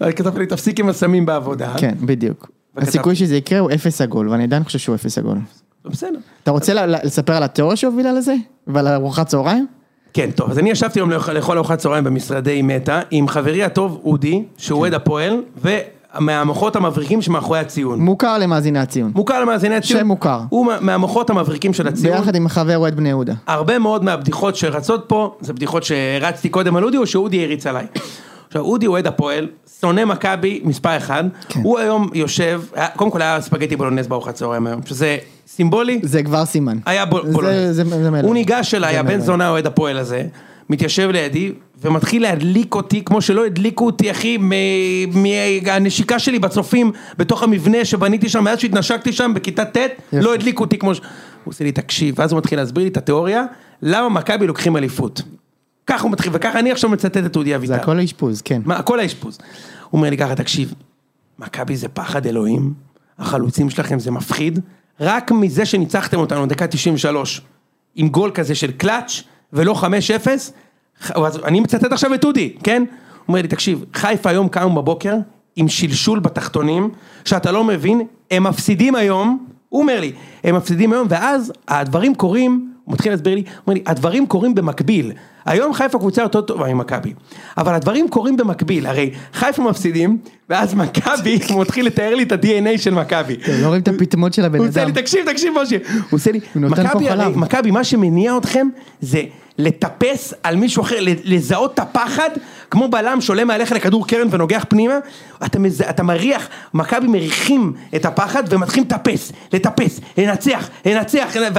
Speaker 2: אבל כתבתי לי, תפסיק עם הסמים בעבודה.
Speaker 1: כן, בדיוק.
Speaker 2: וכתבתי.
Speaker 1: הסיכוי שזה יקרה הוא אפס עגול, ואני עדיין חושב שהוא אפס עגול.
Speaker 2: בסדר.
Speaker 1: אתה רוצה ל- ל- לספר על התיאוריה שהובילה לזה? ועל ארוחת צהריים?
Speaker 2: כן, טוב, אז אני ישבתי היום לאכ- לאכול ארוחת צהריים במשרדי מטא, עם חברי הטוב אודי, שהוא אוהד הפועל, מהמוחות המבריקים שמאחורי הציון.
Speaker 1: מוכר למאזיני הציון.
Speaker 2: מוכר למאזיני הציון.
Speaker 1: שם מוכר.
Speaker 2: הוא מה- מהמוחות המבריקים של הציון.
Speaker 1: ביחד עם החבר אוהד בני יהודה.
Speaker 2: הרבה מאוד מהבדיחות שרצות פה, זה בדיחות שהרצתי קודם על אודי, או שאודי הריץ עליי. עכשיו, אודי אוהד הפועל, שונא מכבי, מספר אחד.
Speaker 1: כן.
Speaker 2: הוא היום יושב, היה- קודם כל היה ספגטי בולונז בארוחת צהריים היום, שזה סימבולי.
Speaker 1: זה כבר סימן.
Speaker 2: היה בול-
Speaker 1: זה-
Speaker 2: בולונז.
Speaker 1: זה- זה מלך.
Speaker 2: לא הוא ניגש אליי,
Speaker 1: זה
Speaker 2: הבן
Speaker 1: מלך.
Speaker 2: זונה אוהד הפועל הזה, מתיישב לידי, ומתחיל להדליק אותי כמו שלא הדליקו אותי, אחי, מ- מהנשיקה שלי בצופים, בתוך המבנה שבניתי שם, מאז שהתנשקתי שם בכיתה ט', לא הדליקו אותי כמו ש... הוא עושה לי, תקשיב, ואז הוא מתחיל להסביר לי את התיאוריה, למה מכבי לוקחים אליפות. כך הוא מתחיל, וככה אני עכשיו מצטט את אודי אביטל.
Speaker 1: זה הכל אשפוז, כן.
Speaker 2: מה, כל האשפוז. הוא אומר לי ככה, תקשיב, מכבי זה פחד אלוהים, החלוצים שלכם זה מפחיד, רק מזה שניצחתם אותנו דקה 93, עם גול כזה של קלאץ' ולא 5-0, ח- אז אני מצטט עכשיו את אודי, כן? הוא אומר לי, תקשיב, חיפה היום קמו בבוקר עם שלשול בתחתונים, שאתה לא מבין, הם מפסידים היום, הוא אומר לי, הם מפסידים היום, ואז הדברים קורים, הוא מתחיל להסביר לי, הוא אומר לי, הדברים קורים במקביל. היום חיפה קבוצה יותר טובה ממכבי, אבל הדברים קורים במקביל, הרי חיפה מפסידים, ואז מכבי, הוא מתחיל לתאר לי את ה-DNA של מכבי.
Speaker 1: כן, לא רואים את הפטמות של הבן
Speaker 2: הוא עושה
Speaker 1: אדם.
Speaker 2: לי, תקשיב, תקשיב, משה. הוא עושה לי,
Speaker 1: הוא נותן
Speaker 2: "מכבי,
Speaker 1: פה
Speaker 2: הרי-
Speaker 1: חלב."
Speaker 2: מכבי, מה שמניע אתכם זה לטפס על מישהו אחר, ל- לזהות את הפחד, כמו בלם שעולה מעליך לכדור קרן ונוגח פנימה, אתה, מז... אתה מריח, מכבי מריחים את הפחד ומתחילים לטפס, לטפס, לנצח, לנצח, ו-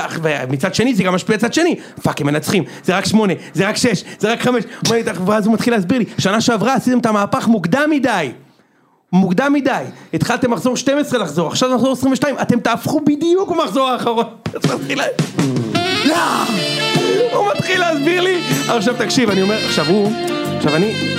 Speaker 2: ומצד שני זה גם משפיע צד שני, פאק הם מנצחים, זה רק שמונה, זה רק שש, זה רק חמש, אומר לי, ואז הוא מתחיל להסביר לי, שנה שעברה עשיתם את המהפך מוקדם מדי. מוקדם מדי, התחלתם מחזור 12 לחזור, עכשיו מחזור 22, אתם תהפכו בדיוק במחזור האחרון. אז מתחיל לה- לא! הוא מתחיל להסביר לי, עכשיו תקשיב, אני אומר, עכשיו הוא, עכשיו אני,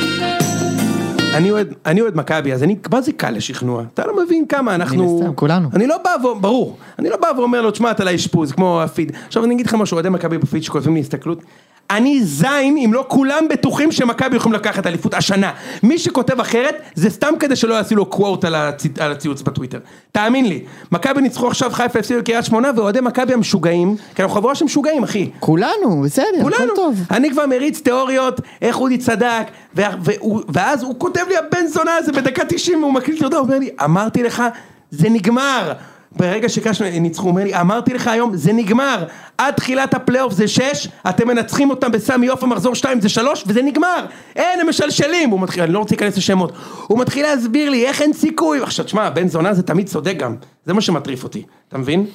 Speaker 2: אני אוהד, אני אוהד מכבי, אז אני, מה זה קל לשכנוע? אתה לא מבין כמה אנחנו...
Speaker 1: מן הסתם, כולנו.
Speaker 2: אני לא בא ואומר, ברור, אני לא בא ואומר לו, תשמע, אתה לאשפוז, כמו הפיד. עכשיו אני אגיד לך משהו, אוהדי מכבי בפיד שכותבים לי הסתכלות. אני זין אם לא כולם בטוחים שמכבי יכולים לקחת אליפות השנה. מי שכותב אחרת, זה סתם כדי שלא יעשו לו קוואט על, הצי, על הציוץ בטוויטר. תאמין לי, מכבי ניצחו עכשיו, חיפה הפסידו לקריית שמונה, ואוהדי מכבי המשוגעים, כי אנחנו חבורה של משוגעים, אחי.
Speaker 1: כולנו, בסדר, הכל
Speaker 2: כולנו.
Speaker 1: טוב.
Speaker 2: אני כבר מריץ תיאוריות, איך אודי צדק, ו- והוא- ואז הוא כותב לי הבן זונה הזה בדקה 90, והוא מקליט לי הודעה, הוא אומר לי, אמרתי לך, זה נגמר. ברגע שקשנו ניצחו, הוא אומר לי, אמרתי לך היום, זה נגמר. עד תחילת הפלייאוף זה 6, אתם מנצחים אותם בסמי עופר מחזור 2 זה 3, וזה נגמר. אין, הם משלשלים. הוא מתחיל, אני לא רוצה להיכנס לשמות. הוא מתחיל להסביר לי איך אין סיכוי. עכשיו, תשמע, בן זונה זה תמיד צודק גם. זה מה שמטריף אותי, אתה מבין?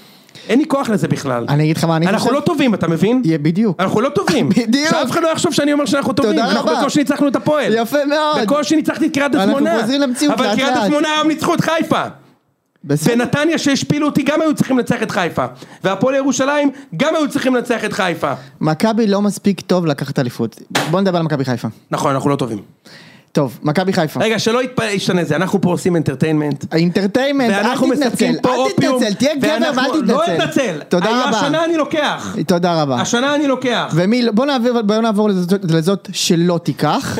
Speaker 2: אין לי כוח לזה בכלל.
Speaker 1: אני אגיד לך מה אני
Speaker 2: אנחנו
Speaker 1: חושב.
Speaker 2: לא טובים, אתה מבין?
Speaker 1: יהיה בדיוק.
Speaker 2: אנחנו לא טובים.
Speaker 1: בדיוק.
Speaker 2: שאף אחד לא יחשוב שאני אומר שאנחנו טובים.
Speaker 1: תודה
Speaker 2: אנחנו
Speaker 1: רבה.
Speaker 2: בקושי ניצחנו את הפועל.
Speaker 1: יפה מאוד.
Speaker 2: בקושי ניצחתי את קריית
Speaker 1: אנחנו
Speaker 2: שמונה.
Speaker 1: חוזרים למציאות,
Speaker 2: אבל
Speaker 1: לאט
Speaker 2: קריית
Speaker 1: לאט.
Speaker 2: שמונה היום ניצחו את חיפה.
Speaker 1: בסדר.
Speaker 2: ונתניה שהשפילו אותי גם היו צריכים לנצח את חיפה. והפועל ירושלים גם היו צריכים לנצח את חיפה.
Speaker 1: מכבי לא מספיק טוב לקחת אליפות. בוא נדבר על מכבי חיפה.
Speaker 2: נכון, אנחנו לא טובים.
Speaker 1: טוב, מכבי חיפה.
Speaker 2: רגע, שלא יתפ- ישתנה זה, אנחנו פה עושים אינטרטיינמנט.
Speaker 1: האינטרטיימנט, אל
Speaker 2: ואנחנו
Speaker 1: תתנצל,
Speaker 2: מספקים פה
Speaker 1: אל
Speaker 2: אופיום.
Speaker 1: תתנצל, תהיה גבר
Speaker 2: ואנחנו-
Speaker 1: ואל תתנצל.
Speaker 2: לא אתנצל.
Speaker 1: תודה
Speaker 2: השנה
Speaker 1: רבה.
Speaker 2: אני לוקח.
Speaker 1: תודה רבה.
Speaker 2: השנה אני לוקח.
Speaker 1: ומי, בוא נעבור, בוא נעבור לזאת, לזאת שלא תיקח.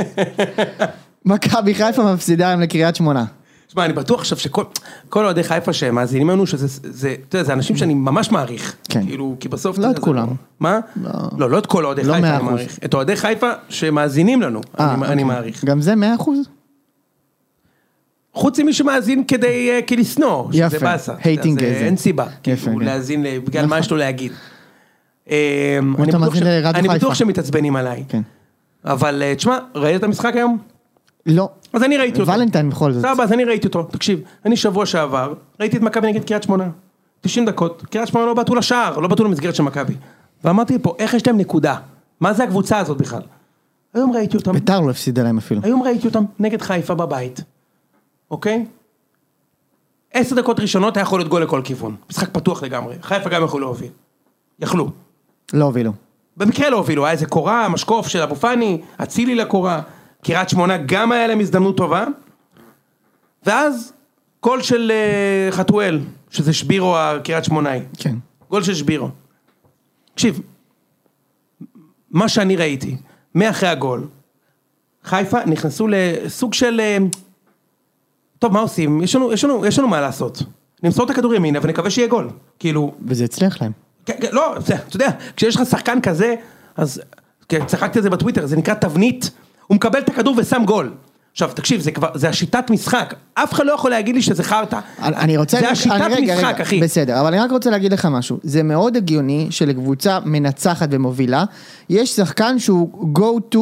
Speaker 1: מכבי חיפה מפסידה היום לקריית שמונה.
Speaker 2: תשמע, אני בטוח עכשיו שכל כל אוהדי חיפה שהם מאזינים לנו, שזה, זה, אתה יודע, זה אנשים שאני ממש מעריך.
Speaker 1: כן.
Speaker 2: כאילו, כי בסוף...
Speaker 1: לא
Speaker 2: אתה
Speaker 1: את
Speaker 2: יודע,
Speaker 1: כולם.
Speaker 2: זה לא- מה?
Speaker 1: לא.
Speaker 2: לא, לא את כל אוהדי
Speaker 1: לא
Speaker 2: חיפה
Speaker 1: מאה
Speaker 2: אני
Speaker 1: אחוז.
Speaker 2: מעריך. את אוהדי חיפה שמאזינים לנו,
Speaker 1: אה,
Speaker 2: אני, אני
Speaker 1: אוקיי.
Speaker 2: מעריך.
Speaker 1: גם זה 100 אחוז?
Speaker 2: חוץ ממי שמאזין כדי, אה, כי לשנוא, שזה
Speaker 1: יפה.
Speaker 2: באסה. אתה יודע,
Speaker 1: Hating
Speaker 2: זה-
Speaker 1: איזה.
Speaker 2: אין סיבה.
Speaker 1: יפה,
Speaker 2: כאילו,
Speaker 1: כן.
Speaker 2: להאזין, ל- בגלל מה יש לו להגיד. אמ,
Speaker 1: כמו
Speaker 2: אני
Speaker 1: שאתה
Speaker 2: בטוח
Speaker 1: מאזין
Speaker 2: ש-
Speaker 1: לרדיו
Speaker 2: אני בטוח
Speaker 1: חיפה.
Speaker 2: שמתעצבנים עליי.
Speaker 1: כן.
Speaker 2: אבל אה, תשמע, ראית את המשחק היום?
Speaker 1: לא.
Speaker 2: אז אני ראיתי אותו.
Speaker 1: ולנטיין בכל זאת.
Speaker 2: סבבה, אז אני ראיתי אותו. תקשיב, אני שבוע שעבר, ראיתי את מכבי נגד קריית שמונה. 90 דקות, קריית שמונה לא בעטו לשער, לא בעטו למסגרת של מכבי. ואמרתי פה, איך יש להם נקודה? מה זה הקבוצה הזאת בכלל? היום ראיתי אותם,
Speaker 1: ביתר לא הפסידה להם אפילו.
Speaker 2: היום ראיתי אותם נגד חיפה בבית, אוקיי? עשר דקות ראשונות היה יכול להיות גול לכל כיוון. משחק פתוח לגמרי. חיפה גם יכלו להוביל. יכלו.
Speaker 1: לא הובילו.
Speaker 2: במקרה לא הובילו, היה איזה קורה, משקוף של אבו פאני, אצילי לקורה, קריית שמונה גם היה להם הזדמנות טובה, ואז גול של אה, חתואל, שזה שבירו הקריית שמונאי,
Speaker 1: כן.
Speaker 2: גול של שבירו. תקשיב, מה שאני ראיתי, מאחרי הגול, חיפה נכנסו לסוג של... אה, טוב, מה עושים? יש לנו, יש לנו, יש לנו מה לעשות. נמסור את הכדור ימינה ונקווה שיהיה גול. כאילו,
Speaker 1: וזה הצליח להם.
Speaker 2: כן, כן, לא, זה- אתה יודע, כשיש לך שחקן כזה, אז כן, צחקתי על זה בטוויטר, זה נקרא תבנית, הוא מקבל את הכדור ושם גול. עכשיו, תקשיב, זה כבר, זה השיטת משחק. אף אחד לא יכול להגיד לי שזה חרטא.
Speaker 1: אני- אני רוצה...
Speaker 2: זה
Speaker 1: אני-
Speaker 2: השיטת
Speaker 1: אני- רגע,
Speaker 2: משחק,
Speaker 1: רגע,
Speaker 2: אחי.
Speaker 1: בסדר, אבל אני רק רוצה להגיד לך משהו. זה מאוד הגיוני שלקבוצה מנצחת ומובילה, יש שחקן שהוא go to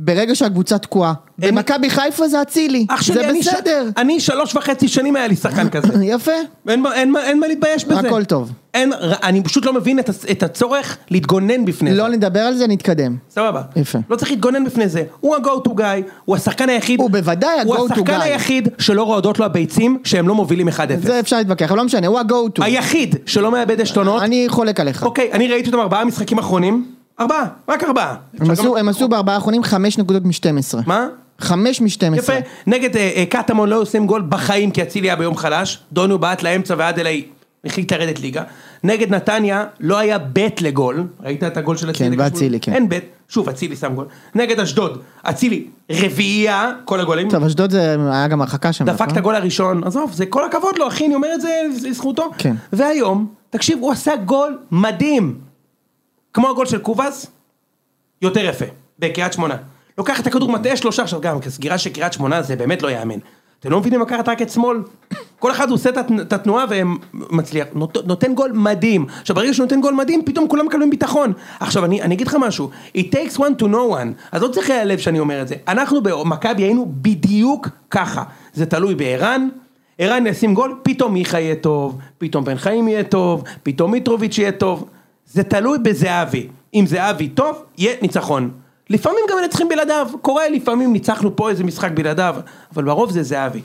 Speaker 1: ברגע שהקבוצה תקועה.
Speaker 2: אין-
Speaker 1: במכבי חיפה זה אצילי,
Speaker 2: אח שלי,
Speaker 1: זה
Speaker 2: אני ש-
Speaker 1: בסדר.
Speaker 2: אני שלוש וחצי שנים היה לי שחקן כזה.
Speaker 1: יפה.
Speaker 2: אין מה- אין מה- אין מה להתבייש בזה.
Speaker 1: הכל טוב.
Speaker 2: אין, ר- אני פשוט לא מבין את הצ- את הצורך להתגונן בפני זה.
Speaker 1: לא נדבר על זה, נתקדם.
Speaker 2: סבבה.
Speaker 1: יפה.
Speaker 2: לא צריך להתגונן בפני זה. הוא ה-go to guy, הוא השחקן היחיד.
Speaker 1: הוא בוודאי
Speaker 2: הוא
Speaker 1: ה-go to
Speaker 2: השחקן
Speaker 1: guy.
Speaker 2: היחיד שלא רועדות לו הביצים שהם לא מובילים 1-0.
Speaker 1: זה אפשר להתווכח, אבל לא משנה, הוא ה-go to.
Speaker 2: היחיד שלא מאבד עשתונות.
Speaker 1: אני חולק עליך.
Speaker 2: אוקיי, אני ראיתי אותם ארבעה משחקים אחרונים. ארבעה, רק ארבעה.
Speaker 1: הם
Speaker 2: אפשר
Speaker 1: עשו-
Speaker 2: גם-
Speaker 1: הם עשו בארבעה האחרונים חמש נקודות מ-12.
Speaker 2: מה?
Speaker 1: חמש
Speaker 2: יפה.
Speaker 1: מ-12.
Speaker 2: נגד אה, אה, קטמון לא עושים גול בחיים כי אצילי היה ביום חלש. דונו בעט לאמצע ועד אליי החליט לרדת ליגה. נגד נתניה לא היה בית לגול. ראית את הגול של אצילי?
Speaker 1: כן, ואצילי, כן.
Speaker 2: אין בית. שוב, אצילי שם גול. נגד אשדוד, אצילי רביעייה, כל הגולים.
Speaker 1: טוב, אשדוד זה היה גם הרחקה שם.
Speaker 2: דפק
Speaker 1: נכון?
Speaker 2: את הגול הראשון, עזוב, זה כל הכבוד לו אחי, אני אומר את זה לזכותו.
Speaker 1: כן.
Speaker 2: והיום, תקשיב, הוא עשה גול מדהים. כמו הגול של קובאס, יותר יפה, בקריית שמונה. לוקח את הכדור מטעה שלושה עכשיו גם, סגירה של קריית שמונה זה באמת לא יאמן. אתם לא מבינים מה קרה רק את שמאל? כל אחד עושה את התנ- את התנועה ומצליח, נות- נותן גול מדהים. עכשיו ברגע שהוא נותן גול מדהים, פתאום כולם מקבלים ביטחון. עכשיו אני, אני אגיד לך משהו, it takes one to know one, אז לא צריך להיעלב שאני אומר את זה. אנחנו במכבי היינו בדיוק ככה, זה תלוי בערן. ערן ישים גול, פתאום מיכה יהיה טוב, פתאום בן חיים יהיה טוב, פתאום מיטרוביץ' יהיה טוב. זה תלוי בזהבי. אם זהבי טוב, יהיה ניצחון. לפעמים גם מנצחים בלעדיו, קורה לפעמים ניצחנו פה איזה משחק בלעדיו, אבל ברוב זה זהבי.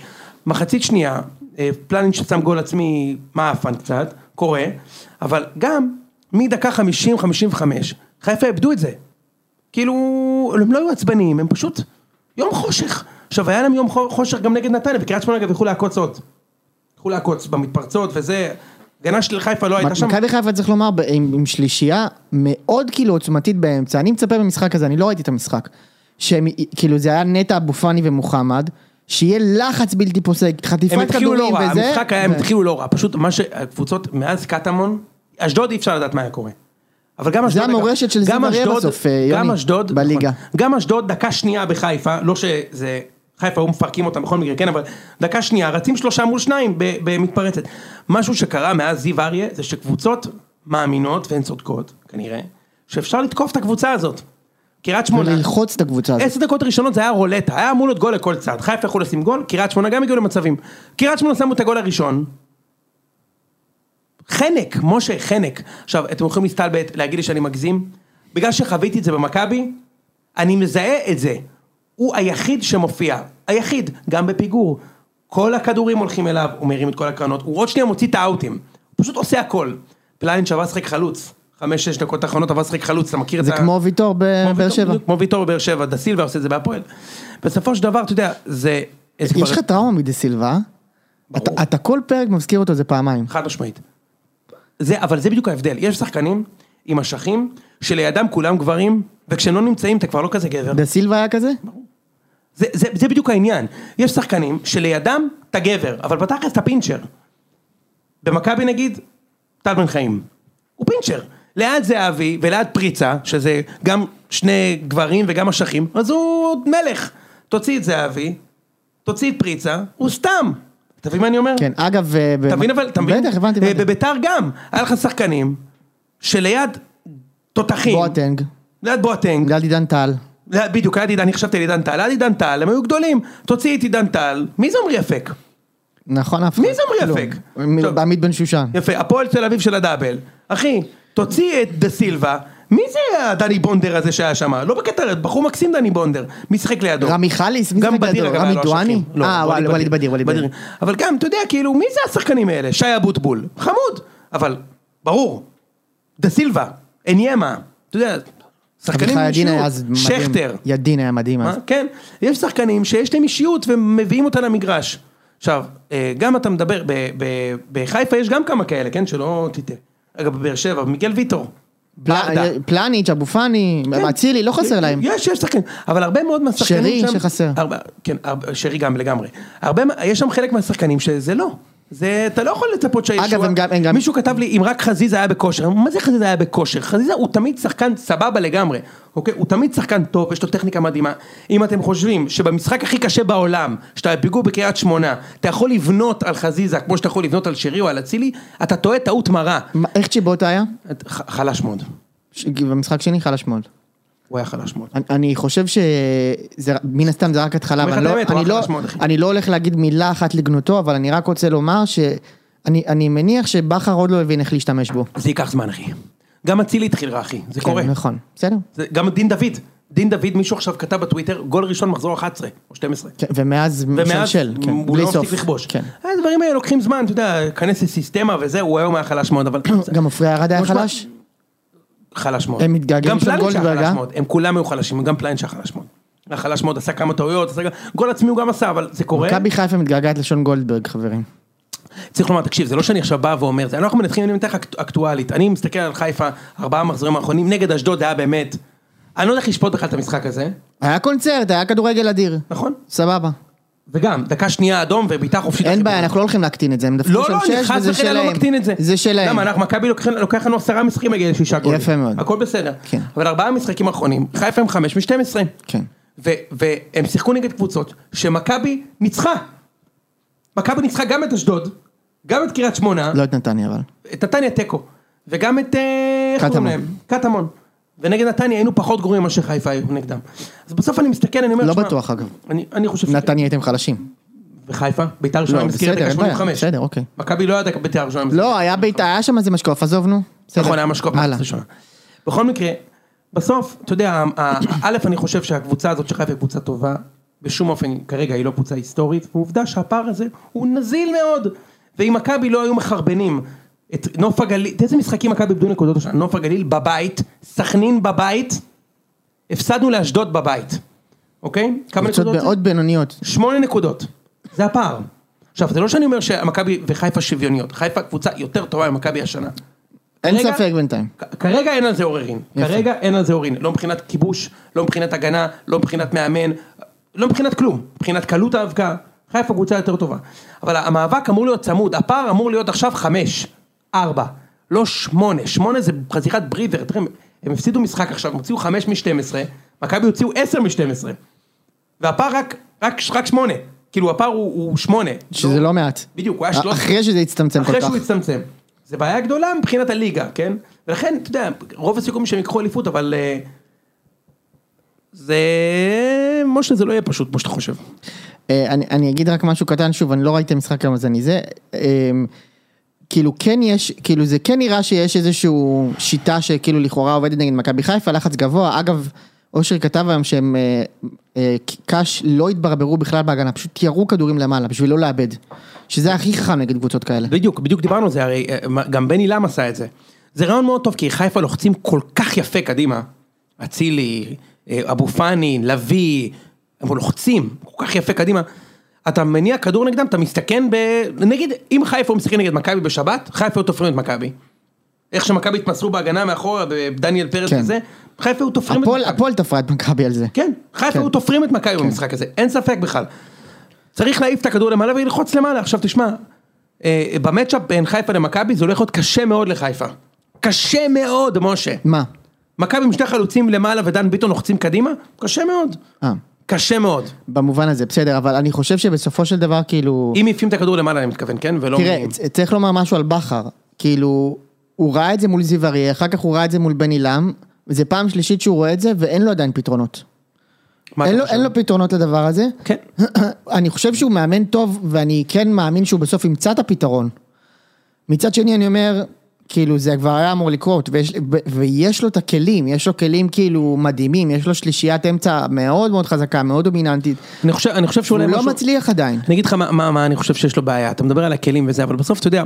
Speaker 2: מחצית שנייה, אה, פלניץ' ששם גול עצמי מעפן קצת, קורה, אבל גם מדקה 50-55, חיפה איבדו את זה. כאילו, הם לא היו עצבניים, הם פשוט יום חושך. עכשיו, היה להם יום חו- חושך גם נגד נתניה, בקריית שמונה אגב ילכו לעקוץ עוד. ילכו לעקוץ במתפרצות וזה, הגנה של חיפה לא הייתה שם.
Speaker 1: מכבי חיפה צריך לומר ב- עם, עם שלישייה מאוד כאילו עוצמתית באמצע, אני מצפה במשחק הזה, אני לא ראיתי את המשחק, שהם, כאילו זה היה נטע אבו פאני ומוחמד, שיהיה לחץ בלתי פוסק,
Speaker 2: הם
Speaker 1: חטיפת
Speaker 2: התחילו לא
Speaker 1: כדורים
Speaker 2: רע,
Speaker 1: וזה,
Speaker 2: המשחק היה,
Speaker 1: ו-
Speaker 2: הם התחילו לא רע, פשוט מה שהקבוצות מאז קטמון, אשדוד אי אפשר לדעת מה היה קורה. אבל גם אשדוד, אגב,
Speaker 1: המורשת של
Speaker 2: גם
Speaker 1: זיו אריה
Speaker 2: אשדוד-
Speaker 1: בסוף, אה,
Speaker 2: גם
Speaker 1: יוני,
Speaker 2: אשדוד,
Speaker 1: בליגה.
Speaker 2: נכון. גם אשדוד דקה שנייה בחיפה, לא שזה, חיפה היו מפרקים אותם בכל מקרה, כן, אבל דקה שנייה, רצים שלושה מול שניים ב- במתפרצת. משהו שקרה מאז זיו אריה, זה שקבוצות מאמינות, והן צודקות, כנראה, שאפשר לתקוף את הקבוצה הזאת. קריית שמונה,
Speaker 1: וללחוץ את הקבוצה הזאת.
Speaker 2: עשר דקות ראשונות זה היה רולטה, היה אמור להיות גול לכל צד, חיפה יכלו לשים גול, קריית שמונה גם הגיעו למצבים. קריית שמונה שמו את הגול הראשון. חנק, משה, חנק. עכשיו, אתם יכולים להסתלבט, להגיד לי שאני מגזים? בגלל שחוויתי את זה במכבי, אני מזהה את זה. הוא היחיד שמופיע, היחיד, גם בפיגור. כל הכדורים הולכים אליו, הוא מרים את כל הקרנות, הוא עוד שנייה מוציא את האאוטים. הוא פשוט עושה הכל. פלנינג' עבר לשחק חלוץ. חמש, שש דקות האחרונות עבר לשחק חלוץ, אתה מכיר את
Speaker 1: זה
Speaker 2: ה-
Speaker 1: כמו ויטור
Speaker 2: כמו
Speaker 1: בבאר
Speaker 2: ויטור,
Speaker 1: שבע.
Speaker 2: בדיוק, כמו ויטור בבאר שבע, דה סילבה עושה את זה בהפועל. בסופו של דבר, אתה יודע, זה... זה
Speaker 1: יש
Speaker 2: כבר-
Speaker 1: לך טראומה מדה סילבה?
Speaker 2: ברור.
Speaker 1: אתה- אתה כל פרק מזכיר אותו זה פעמיים.
Speaker 2: חד משמעית. זה, אבל זה בדיוק ההבדל. יש שחקנים עם אשכים, שלידם כולם גברים, וכשהם לא נמצאים אתה כבר לא כזה גבר.
Speaker 1: דה סילבה היה כזה?
Speaker 2: זה, זה, זה בדיוק העניין. יש שחקנים שלידם אתה גבר, אבל בתכלס אתה פינצ'ר. במכבי נגיד, טל בן חיים. הוא פינצ'ר. ליד זהבי וליד פריצה, שזה גם שני גברים וגם אשכים, אז הוא עוד מלך. תוציא את זהבי, תוציא את פריצה, הוא סתם. אתה מבין מה אני אומר?
Speaker 1: כן, אגב... אה, ב-
Speaker 2: אתה מבין אבל, אתה מבין?
Speaker 1: בטח, הבנתי.
Speaker 2: אה,
Speaker 1: הבנתי.
Speaker 2: בביתר גם, היה לך שחקנים שליד תותחים,
Speaker 1: בואטנג,
Speaker 2: ליד בואטנג,
Speaker 1: גל עידן טל.
Speaker 2: לא, בדיוק, ליד עידן, אני חשבתי על עידן טל, ליד עידן טל, הם היו גדולים. תוציא את עידן טל, מי זה עמרי אפק?
Speaker 1: נכון, אף אחד.
Speaker 2: מי זה עמרי
Speaker 1: כלום.
Speaker 2: אפק?
Speaker 1: מ-
Speaker 2: עכשיו-
Speaker 1: עמית בן שושן.
Speaker 2: יפה, הפועל תל אביב של הדאבל. אחי, תוציא את דה סילבה, מי זה הדני בונדר הזה שהיה שם? לא בקטע, בחור מקסים דני בונדר, מי שיחק לידו?
Speaker 1: רמי חליס? מי
Speaker 2: לא. גם
Speaker 1: שיחק
Speaker 2: בדיר,
Speaker 1: לידו?
Speaker 2: אגב,
Speaker 1: רמי
Speaker 2: היה לו
Speaker 1: דואני?
Speaker 2: אשכים. לא,
Speaker 1: אה, וואל- ווליד בדיר, ווליד בדיר.
Speaker 2: אבל גם, אתה יודע, כאילו, מי זה השחקנים האלה? שי אבוטבול, חמוד, אבל, ברור, דה סילבה, עניימה, אתה יודע, שחקנים
Speaker 1: אביחי
Speaker 2: עם
Speaker 1: ידין היה
Speaker 2: אישיות.
Speaker 1: אז מדהים.
Speaker 2: שכטר,
Speaker 1: ידין היה מדהים אז.
Speaker 2: מה? כן, יש שחקנים שיש להם אישיות ומביאים אותה למגרש. עכשיו, אה, גם אתה מדבר, ב- ב- בחיפה יש גם כמה כאלה, כן? שלא תטעה. אגב, בבאר שבע, מיגל ויטור. ברדה.
Speaker 1: פל- אה, פלניץ', אבו פאני,
Speaker 2: כן.
Speaker 1: אצילי, לא חסר להם.
Speaker 2: יש, יש שחקנים, אבל הרבה מאוד מהשחקנים
Speaker 1: שרי
Speaker 2: שם...
Speaker 1: שחסר.
Speaker 2: הרבה, כן, הרבה, שרי גם לגמרי. הרבה, מה- יש שם חלק מהשחקנים שזה לא. זה, אתה לא יכול לצפות שהישוע...
Speaker 1: אגב, הם גם- הם גם-
Speaker 2: מישהו כתב לי, אם רק חזיזה היה בכושר, מה זה חזיזה היה בכושר? חזיזה הוא תמיד שחקן סבבה לגמרי, אוקיי? הוא תמיד שחקן טוב, יש לו טכניקה מדהימה. אם אתם חושבים שבמשחק הכי קשה בעולם, שאתה בפיגור בקריית שמונה, אתה יכול לבנות על חזיזה כמו שאתה יכול לבנות על שרי או על אצילי, אתה טועה טעות מרה.
Speaker 1: מה- איך צ'יבוטה היה?
Speaker 2: את- ח- חלש מאוד.
Speaker 1: ש- במשחק שני חלש מאוד.
Speaker 2: הוא היה חלש מאוד.
Speaker 1: אני- אני חושב שזה מן הסתם זה רק התחלה,
Speaker 2: אומר לך
Speaker 1: ואני
Speaker 2: את
Speaker 1: לא-
Speaker 2: האמת, הוא
Speaker 1: אני לא-
Speaker 2: אחלה שמאל, אחי.
Speaker 1: אני לא הולך להגיד מילה אחת לגנותו, אבל אני רק רוצה לומר שאני אני מניח שבכר עוד לא הבין איך להשתמש בו.
Speaker 2: זה ייקח זמן, אחי. גם אצילי התחיל רע, אחי. זה קורה.
Speaker 1: כן, נכון, בסדר.
Speaker 2: זה- גם דין דוד. דין דוד, מישהו עכשיו כתב בטוויטר, גול ראשון מחזור 11 או 12.
Speaker 1: כן, ומאז
Speaker 2: ומאז
Speaker 1: משלשל, כן,
Speaker 2: הוא
Speaker 1: בלי
Speaker 2: לא
Speaker 1: סוף.
Speaker 2: מפסיק לכבוש.
Speaker 1: כן.
Speaker 2: הדברים האלה לוקחים זמן, אתה יודע, כנס לסיסטמה וזה, הוא היום היה חלש מאוד, אבל...
Speaker 1: גם עופרי ארד היה
Speaker 2: הוא שמע-
Speaker 1: חלש?
Speaker 2: חלש מאוד.
Speaker 1: הם מתגעגעים
Speaker 2: גם
Speaker 1: של
Speaker 2: פלניץ' היה
Speaker 1: גולדברג, אה?
Speaker 2: חלש מאוד, הם כולם היו חלשים, גם פלניץ' היה חלש מאוד. היה חלש מאוד, עשה כמה טעויות, עשה... גם- גול עצמי הוא גם עשה, אבל זה קורה.
Speaker 1: מכבי חיפה מתגעגעת לשון גולדברג, חברים.
Speaker 2: צריך לומר, תקשיב, זה לא שאני עכשיו בא ואומר, זה, אנחנו מנתחים, אני מתח אקטואלית, אני מסתכל על חיפה, ארבעה מחזורים האחרונים, נגד אשדוד זה היה באמת, אני לא יודע איך לשפוט בכלל את המשחק הזה,
Speaker 1: היה קונצרט, היה כדורגל אדיר.
Speaker 2: נכון?
Speaker 1: סבבה.
Speaker 2: וגם, דקה שנייה אדום ובעיטה חופשית.
Speaker 1: אין
Speaker 2: לכיוון.
Speaker 1: בעיה, אנחנו לא הולכים להקטין את זה, הם דפקו
Speaker 2: לא,
Speaker 1: שם
Speaker 2: לא, אני
Speaker 1: שש
Speaker 2: חס
Speaker 1: וזה
Speaker 2: וחלילה
Speaker 1: שלהם.
Speaker 2: לא מקטין את זה.
Speaker 1: זה שלהם.
Speaker 2: למה, אנחנו, מכבי לוקח- לוקח לנו עשרה משחקים להגיע לשישה גולים.
Speaker 1: יפה מאוד.
Speaker 2: הכל בסדר.
Speaker 1: כן.
Speaker 2: אבל ארבעה משחקים האחרונים, חיפה הם חמש משתים עשרה.
Speaker 1: כן.
Speaker 2: והם שיחקו נגד קבוצות שמכבי ניצחה. מכבי ניצחה גם את אשדוד, גם את קריית שמונה,
Speaker 1: לא את נתניה אבל.
Speaker 2: את נתניה תיקו, וגם את... אה, איך קוראים
Speaker 1: קטמון.
Speaker 2: להם? קטמון. ונגד נתניה היינו פחות גרועים ממה שחיפה היו נגדם. אז בסוף אני מסתכל, אני אומר,
Speaker 1: לא
Speaker 2: "שמע,
Speaker 1: בטוח, אגב."
Speaker 2: אני, אני חושב ש...
Speaker 1: נתניה הייתם חלשים.
Speaker 2: וחיפה? ביתר ראשונה
Speaker 1: לא,
Speaker 2: מזכיר
Speaker 1: בסדר,
Speaker 2: דקה
Speaker 1: אין בעיה,
Speaker 2: 85.
Speaker 1: בסדר, אוקיי.
Speaker 2: מכבי לא היה דקה ביתר ראשונה מזכיר.
Speaker 1: לא, היה ביתה, היה שם איזה משקוף, עזוב נו. לא, בסדר.
Speaker 2: נכון, היה משקוף
Speaker 1: הלאה.
Speaker 2: מחצית ראשונה. בכל מקרה, בסוף, אתה יודע, ה- ה- א', אני חושב שהקבוצה הזאת של חיפה היא קבוצה טובה, בשום אופן כרגע היא לא קבוצה היסטורית, ועובדה שהפער הזה הוא נזיל מאוד, ואם מכבי לא היו מחרבנים את נוף הגליל, איזה משחקים מכבי איבדו נקודות השנה? נוף הגליל בבית, סכנין בבית, הפסדנו לאשדוד בבית, אוקיי? כמה
Speaker 1: קבוצות
Speaker 2: נקודות זה?
Speaker 1: מאוד בינוניות.
Speaker 2: שמונה נקודות, זה הפער. עכשיו, זה לא שאני אומר שמכבי וחיפה שוויוניות, חיפה קבוצה יותר טובה ממכבי השנה.
Speaker 1: אין
Speaker 2: רגע. לא.
Speaker 1: ספק בינתיים.
Speaker 2: כ- כרגע אין על זה עוררין,
Speaker 1: כן. יפה.
Speaker 2: כרגע אין על זה עוררין, לא מבחינת כיבוש, לא מבחינת הגנה, לא מבחינת מאמן, לא מבחינת כלום, מבחינת קלות ההבקעה, חיפה קבוצה יותר טובה. אבל המאבק אמור להיות צמוד, הפער אמור להיות עכשיו חמש, ארבע, לא שמונה, שמונה זה חזיכת בריבר, תראה, הם- הם הפסידו משחק עכשיו, הם הוציאו חמש משתים עשרה, מכבי הוציאו עשר משתים עשרה, והפער רק, רק, רק שמונה, כאילו הפער הוא, הוא שמונה.
Speaker 1: שזה לא מעט.
Speaker 2: בדיוק, הוא היה שלוש...
Speaker 1: אחרי שזה הצטמצם כל
Speaker 2: אחרי
Speaker 1: כך.
Speaker 2: שהוא הצטמצם. זה בעיה גדולה מבחינת הליגה, כן? ולכן, אתה יודע, רוב הסיכויים שהם ייקחו אליפות, אבל... אה, זה... משה, זה לא יהיה פשוט, כמו שאתה חושב.
Speaker 1: אה, אני, אני אגיד רק משהו קטן שוב, אני לא ראיתי משחק היום אז אני זה. אה, כאילו כן יש, כאילו זה כן נראה שיש איזשהו שיטה שכאילו לכאורה עובדת נגד מכבי חיפה, לחץ גבוה. אגב, אושר כתב היום שהם, אה, אה, קאש לא התברברו בכלל בהגנה, פשוט ירו כדורים למעלה בשביל לא לאבד. שזה הכי חכם נגד קבוצות כאלה.
Speaker 2: בדיוק, בדיוק דיברנו על זה, הרי אה, מה- גם בני לם עשה את זה. זה רעיון מאוד טוב, כי חיפה לוחצים כל כך יפה קדימה. אצילי, אה, אבו פאני, לביא, הם לוחצים כל כך יפה קדימה. אתה מניע כדור נגדם, אתה מסתכן ב... נגיד, אם חיפה הוא משחק נגד מכבי בשבת, חיפה היו תופרים את מכבי. איך שמכבי התמסרו בהגנה מאחורה, דניאל פרץ
Speaker 1: כן.
Speaker 2: וזה, חיפה היו תופרים את
Speaker 1: הפועל
Speaker 2: מכבי.
Speaker 1: הפועל תפרה את מכבי על זה.
Speaker 2: כן, חיפה היו תופרים את מכבי
Speaker 1: כן.
Speaker 2: במשחק הזה, אין ספק בכלל. צריך להעיף את הכדור למעלה וללחוץ למעלה. עכשיו תשמע, אה, במצ'אפ בין חיפה למכבי זה הולך להיות קשה מאוד לחיפה. קשה מאוד, משה.
Speaker 1: מה?
Speaker 2: מכבי עם שני חלוצים למעלה ודן ביטון לוחצים קדימה, קשה מאוד.
Speaker 1: אה,
Speaker 2: קשה מאוד.
Speaker 1: במובן הזה, בסדר, אבל אני חושב שבסופו של דבר כאילו...
Speaker 2: אם מעיפים את הכדור למעלה אני מתכוון, כן? ולא...
Speaker 1: תראה, צ- צריך לומר משהו על בכר, כאילו, הוא ראה את זה מול זיו אריה, אחר כך הוא ראה את זה מול בני לם, וזה פעם שלישית שהוא רואה את זה, ואין לו עדיין פתרונות.
Speaker 2: מה אתה
Speaker 1: אין לו,
Speaker 2: חושב?
Speaker 1: אין לו פתרונות לדבר הזה.
Speaker 2: כן.
Speaker 1: אני חושב שהוא מאמן טוב, ואני כן מאמין שהוא בסוף ימצא את הפתרון. מצד שני, אני אומר, כאילו, זה כבר היה אמור לקרות, ויש, ו, ויש לו את הכלים, יש לו כלים כאילו מדהימים, יש לו שלישיית אמצע מאוד מאוד חזקה, מאוד דומיננטית.
Speaker 2: אני חושב- אני חושב
Speaker 1: הוא
Speaker 2: שאולי
Speaker 1: לא
Speaker 2: משהו...
Speaker 1: מצליח עדיין.
Speaker 2: אני אגיד לך מה, מה, מה אני חושב שיש לו בעיה, אתה מדבר על הכלים וזה, אבל בסוף אתה יודע,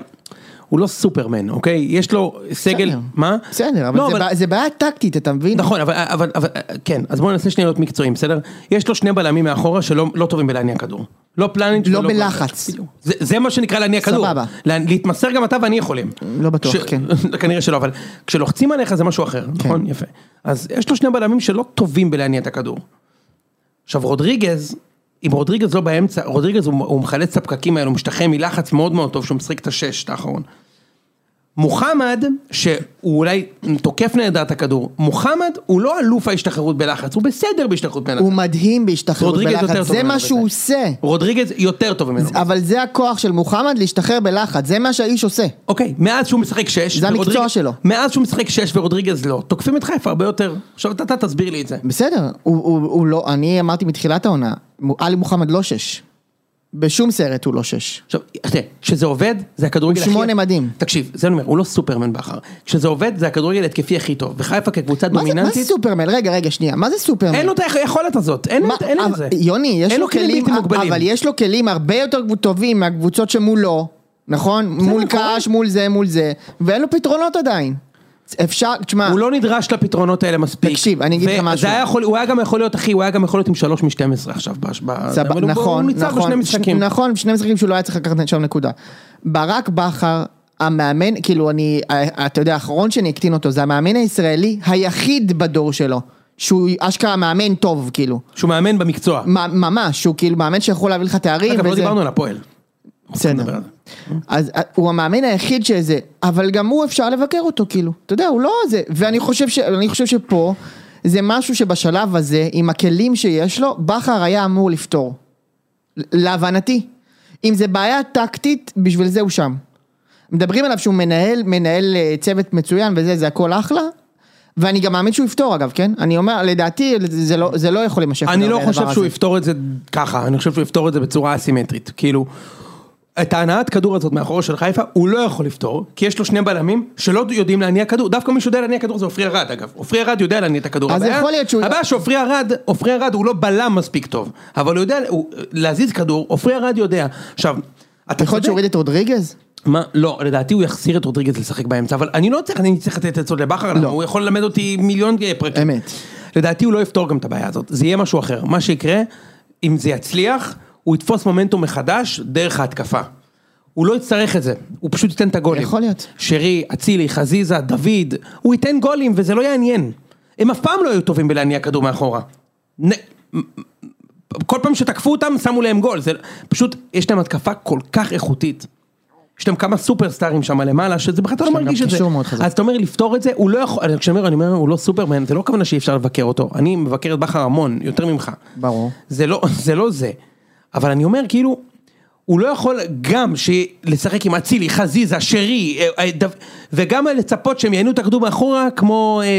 Speaker 2: הוא לא סופרמן, אוקיי? יש לו סגל,
Speaker 1: בסדר.
Speaker 2: מה?
Speaker 1: בסדר, אבל,
Speaker 2: לא,
Speaker 1: זה, בע- זה בעיה טקטית, אתה מבין?
Speaker 2: נכון, אבל, אבל, אבל כן, אז בואו ננסה שנייה להיות מקצועיים, בסדר? יש לו שני בלמים מאחורה שלא לא טובים בלהניע כדור. לא פלניץ'
Speaker 1: לא
Speaker 2: ולא
Speaker 1: בלחץ.
Speaker 2: בדיוק. זה, זה מה שנקרא להניע כדור.
Speaker 1: סבבה.
Speaker 2: לה, להתמסר גם אתה ואני יכולים.
Speaker 1: לא בטוח, כן.
Speaker 2: כנראה שלא, אבל כשלוחצים עליך זה משהו אחר, נכון? יפה. אז יש לו שני בלמים שלא טובים בלהניע את הכדור. עכשיו רודריגז, אם רודריגז לא באמצע, רודריגז הוא, הוא מחלץ את הפקקים האלו, הוא משתחרר מלחץ מאוד מאוד טוב שהוא משחק את השש, את האחרון. מוחמד, שהוא אולי תוקף נהדר את הכדור, מוחמד הוא לא אלוף ההשתחררות בלחץ, הוא בסדר בהשתחררות בלחץ.
Speaker 1: הוא מדהים בהשתחררות
Speaker 2: רודריגז יותר
Speaker 1: בלחץ,
Speaker 2: טוב
Speaker 1: זה
Speaker 2: ממנו
Speaker 1: מה שהוא
Speaker 2: בזה.
Speaker 1: עושה.
Speaker 2: רודריגז יותר טוב ממנו.
Speaker 1: אבל זה הכוח של מוחמד להשתחרר בלחץ, זה מה שהאיש עושה.
Speaker 2: אוקיי, מאז שהוא משחק 6,
Speaker 1: זה המקצוע שלו.
Speaker 2: מאז שהוא משחק 6 ורודריגז לא, תוקפים את חיפה הרבה יותר. עכשיו אתה- אתה תסביר לי את זה.
Speaker 1: בסדר, הוא, הוא, הוא לא, אני אמרתי מתחילת העונה, מו- עלי מוחמד לא שש. בשום סרט הוא לא שש.
Speaker 2: עכשיו, תראה, כשזה עובד, זה הכדורגל
Speaker 1: הוא
Speaker 2: הכי...
Speaker 1: שמונה מדהים.
Speaker 2: תקשיב, זה אני אומר, הוא לא סופרמן בכר. כשזה עובד, זה הכדורגל ההתקפי הכי טוב. וחיפה כקבוצה
Speaker 1: מה זה, מה זה
Speaker 2: דומיננטית,
Speaker 1: סופרמן? רגע, רגע, שנייה, מה זה סופרמן?
Speaker 2: אין לו את היכולת הזאת, אין לו
Speaker 1: מה-
Speaker 2: את- אין לו את
Speaker 1: אבל-
Speaker 2: זה.
Speaker 1: יוני, יש
Speaker 2: אין
Speaker 1: לו
Speaker 2: כלים
Speaker 1: כלים,
Speaker 2: בלתי מוגבלים.
Speaker 1: אבל יש לו כלים הרבה יותר טובים מהקבוצות שמולו, נכון? מול
Speaker 2: קורה.
Speaker 1: קאש, מול זה, מול זה, ואין לו פתרונות עדיין. אפשר, תשמע,
Speaker 2: הוא לא נדרש לפתרונות האלה מספיק.
Speaker 1: תקשיב, אני אגיד לך
Speaker 2: וזה
Speaker 1: משהו.
Speaker 2: היה יכול- הוא היה גם יכול להיות, אחי, הוא היה גם יכול להיות עם 3 מ-12 עכשיו. בש- ב-
Speaker 1: סבבה,
Speaker 2: אבל הוא- הוא
Speaker 1: נכון,
Speaker 2: ניצח
Speaker 1: נכון,
Speaker 2: בשני משחקים.
Speaker 1: ש- נכון, שני משחקים שהוא לא היה צריך לקחת שם נקודה. ברק בכר, המאמן, כאילו אני, ה- אתה יודע, האחרון שאני אקטין אותו, זה המאמן הישראלי היחיד בדור שלו, שהוא אשכרה מאמן טוב, כאילו.
Speaker 2: שהוא מאמן במקצוע.
Speaker 1: מ- ממש, שהוא כאילו מאמן שיכול להביא לך תארים.
Speaker 2: אגב, לא
Speaker 1: וזה-
Speaker 2: דיברנו על הפועל. נדבר
Speaker 1: בסדר.
Speaker 2: על זה.
Speaker 1: אז אה, הוא המאמן היחיד של זה, אבל גם הוא אפשר לבקר אותו, כאילו. אתה יודע, הוא לא זה. ואני חושב, ש... אני חושב שפה, זה משהו שבשלב הזה, עם הכלים שיש לו, בכר היה אמור לפתור. להבנתי. אם זה בעיה טקטית, בשביל זה הוא שם. מדברים עליו שהוא מנהל, מנהל אה, צוות מצוין וזה, זה הכל אחלה. ואני גם מאמין שהוא יפתור אגב, כן? אני אומר, לדעתי זה לא, זה לא יכול להימשך.
Speaker 2: אני
Speaker 1: הרבה,
Speaker 2: לא
Speaker 1: הדבר
Speaker 2: חושב שהוא
Speaker 1: הזה.
Speaker 2: יפתור את זה ככה, אני חושב שהוא יפתור את זה בצורה אסימטרית. כאילו, את ההנעת כדור הזאת מאחורו של חיפה, הוא לא יכול לפתור, כי יש לו שני בלמים שלא יודעים להניע כדור. דווקא מי שיודע להניע כדור זה עופרי ארד, אגב. עופרי ארד יודע להניע את הכדור.
Speaker 1: אז
Speaker 2: הבעיה-
Speaker 1: יכול להיות שהוא-
Speaker 2: הבעיה שעופרי ארד, עופרי ארד הוא לא בלם מספיק טוב, אבל הוא יודע הוא- להזיז כדור, עופרי ארד יודע. עכשיו,
Speaker 1: יכול
Speaker 2: אתה
Speaker 1: להיות
Speaker 2: צודק.
Speaker 1: שהוא יוריד את רודריגז?
Speaker 2: מה? לא, לדעתי הוא יחזיר את רודריגז לשחק באמצע, אבל אני לא צריך, אני צריך לתת עצות לבכר,
Speaker 1: לא.
Speaker 2: למה? הוא יכול ללמד אותי מיליון אה, פרקים.
Speaker 1: אמת.
Speaker 2: לדעתי הוא לא יפתור גם את הבעיה הזאת, זה יהיה משהו אחר. מה שיקרה, אם זה יצליח, הוא יתפוס מומנטום מחדש דרך ההתקפה. הוא לא יצטרך את זה, הוא פשוט ייתן את הגולים.
Speaker 1: יכול להיות.
Speaker 2: שרי, אצילי, חזיזה, דוד, הוא ייתן גולים וזה לא יעניין. הם אף פעם לא היו טובים בלהניע כדור מאחורה. נ... כל פעם שתקפו אותם, שמו להם גול. זה פשוט, יש להם התקפה כל כך איכותית. יש להם כמה סופרסטארים שם למעלה, שזה בכלל אתה לא
Speaker 1: יש להם
Speaker 2: מרגיש
Speaker 1: גם
Speaker 2: את זה.
Speaker 1: קישור מאוד חזק.
Speaker 2: אז אתה אומר לפתור את זה, הוא לא יכול, אני- כשאני אומר, אני אומר, הוא לא סופרמן, זה לא הכוונה שאי אפשר לבקר אותו. אני מבקר את בכר המון, יותר ממך.
Speaker 1: ברור.
Speaker 2: זה לא זה. לא זה. אבל אני אומר, כאילו, הוא לא יכול גם ש... לשחק עם אצילי, חזיזה, שרי, אה, אה, דו- וגם לצפות שהם יענו את הכדור מאחורה, כמו אה, אה,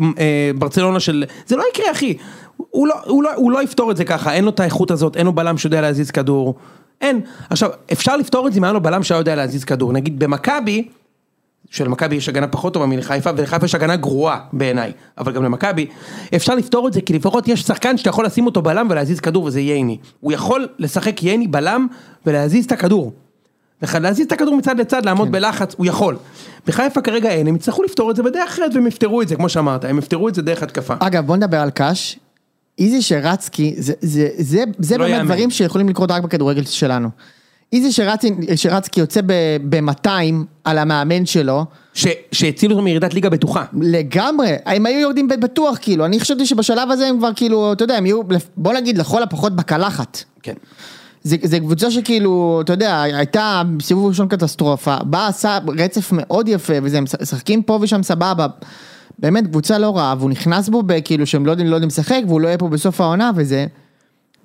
Speaker 2: אה, אה, ברצלונה של... זה לא יקרה, אחי. הוא לא, הוא, לא, הוא לא יפתור את זה ככה, אין לו את האיכות הזאת, אין לו בלם שיודע להזיז כדור. אין. עכשיו, אפשר לפתור את זה אם היה לו בלם שהיה יודע להזיז כדור. נגיד במכבי, שלמכבי יש הגנה פחות טובה מלחיפה, ולחיפה יש הגנה גרועה בעיניי, אבל גם למכבי, אפשר לפתור את זה, כי לפחות יש שחקן שאתה יכול לשים אותו בלם ולהזיז כדור וזה ייני. הוא יכול לשחק ייני בלם ולהזיז את הכדור. לך- להזיז את הכדור מצד לצד, לעמוד בלחץ, הוא יכול. בחיפה כרגע אין, הם יצטרכו לפתור את זה בדרך אחרת והם יפתרו את זה, כמו שאמרת, הם יפתרו את זה דרך התקפה.
Speaker 1: אגב, בוא נדבר על קאש. איזי שרצקי, זה, זה, זה, זה
Speaker 2: לא
Speaker 1: באמת
Speaker 2: יאמן.
Speaker 1: דברים שיכולים לקרות רק בכדורגל שלנו. איזי שרצקי, שרצקי יוצא ב-200 על המאמן שלו,
Speaker 2: ש- שהצילו אותו מירידת ליגה בטוחה.
Speaker 1: לגמרי, הם היו יורדים בטוח כאילו, אני חשבתי שבשלב הזה הם כבר כאילו, אתה יודע, הם יהיו, בוא נגיד לכל הפחות בקלחת.
Speaker 2: כן.
Speaker 1: זה, זה קבוצה שכאילו, אתה יודע, הייתה בסיבוב ראשון קטסטרופה, באה עשה רצף מאוד יפה, וזה, הם משחקים פה ושם סבבה. באמת, קבוצה לא רעה, והוא נכנס בו בכאילו שהם לא יודעים, לא יודעים לשחק, והוא לא יהיה פה בסוף העונה וזה.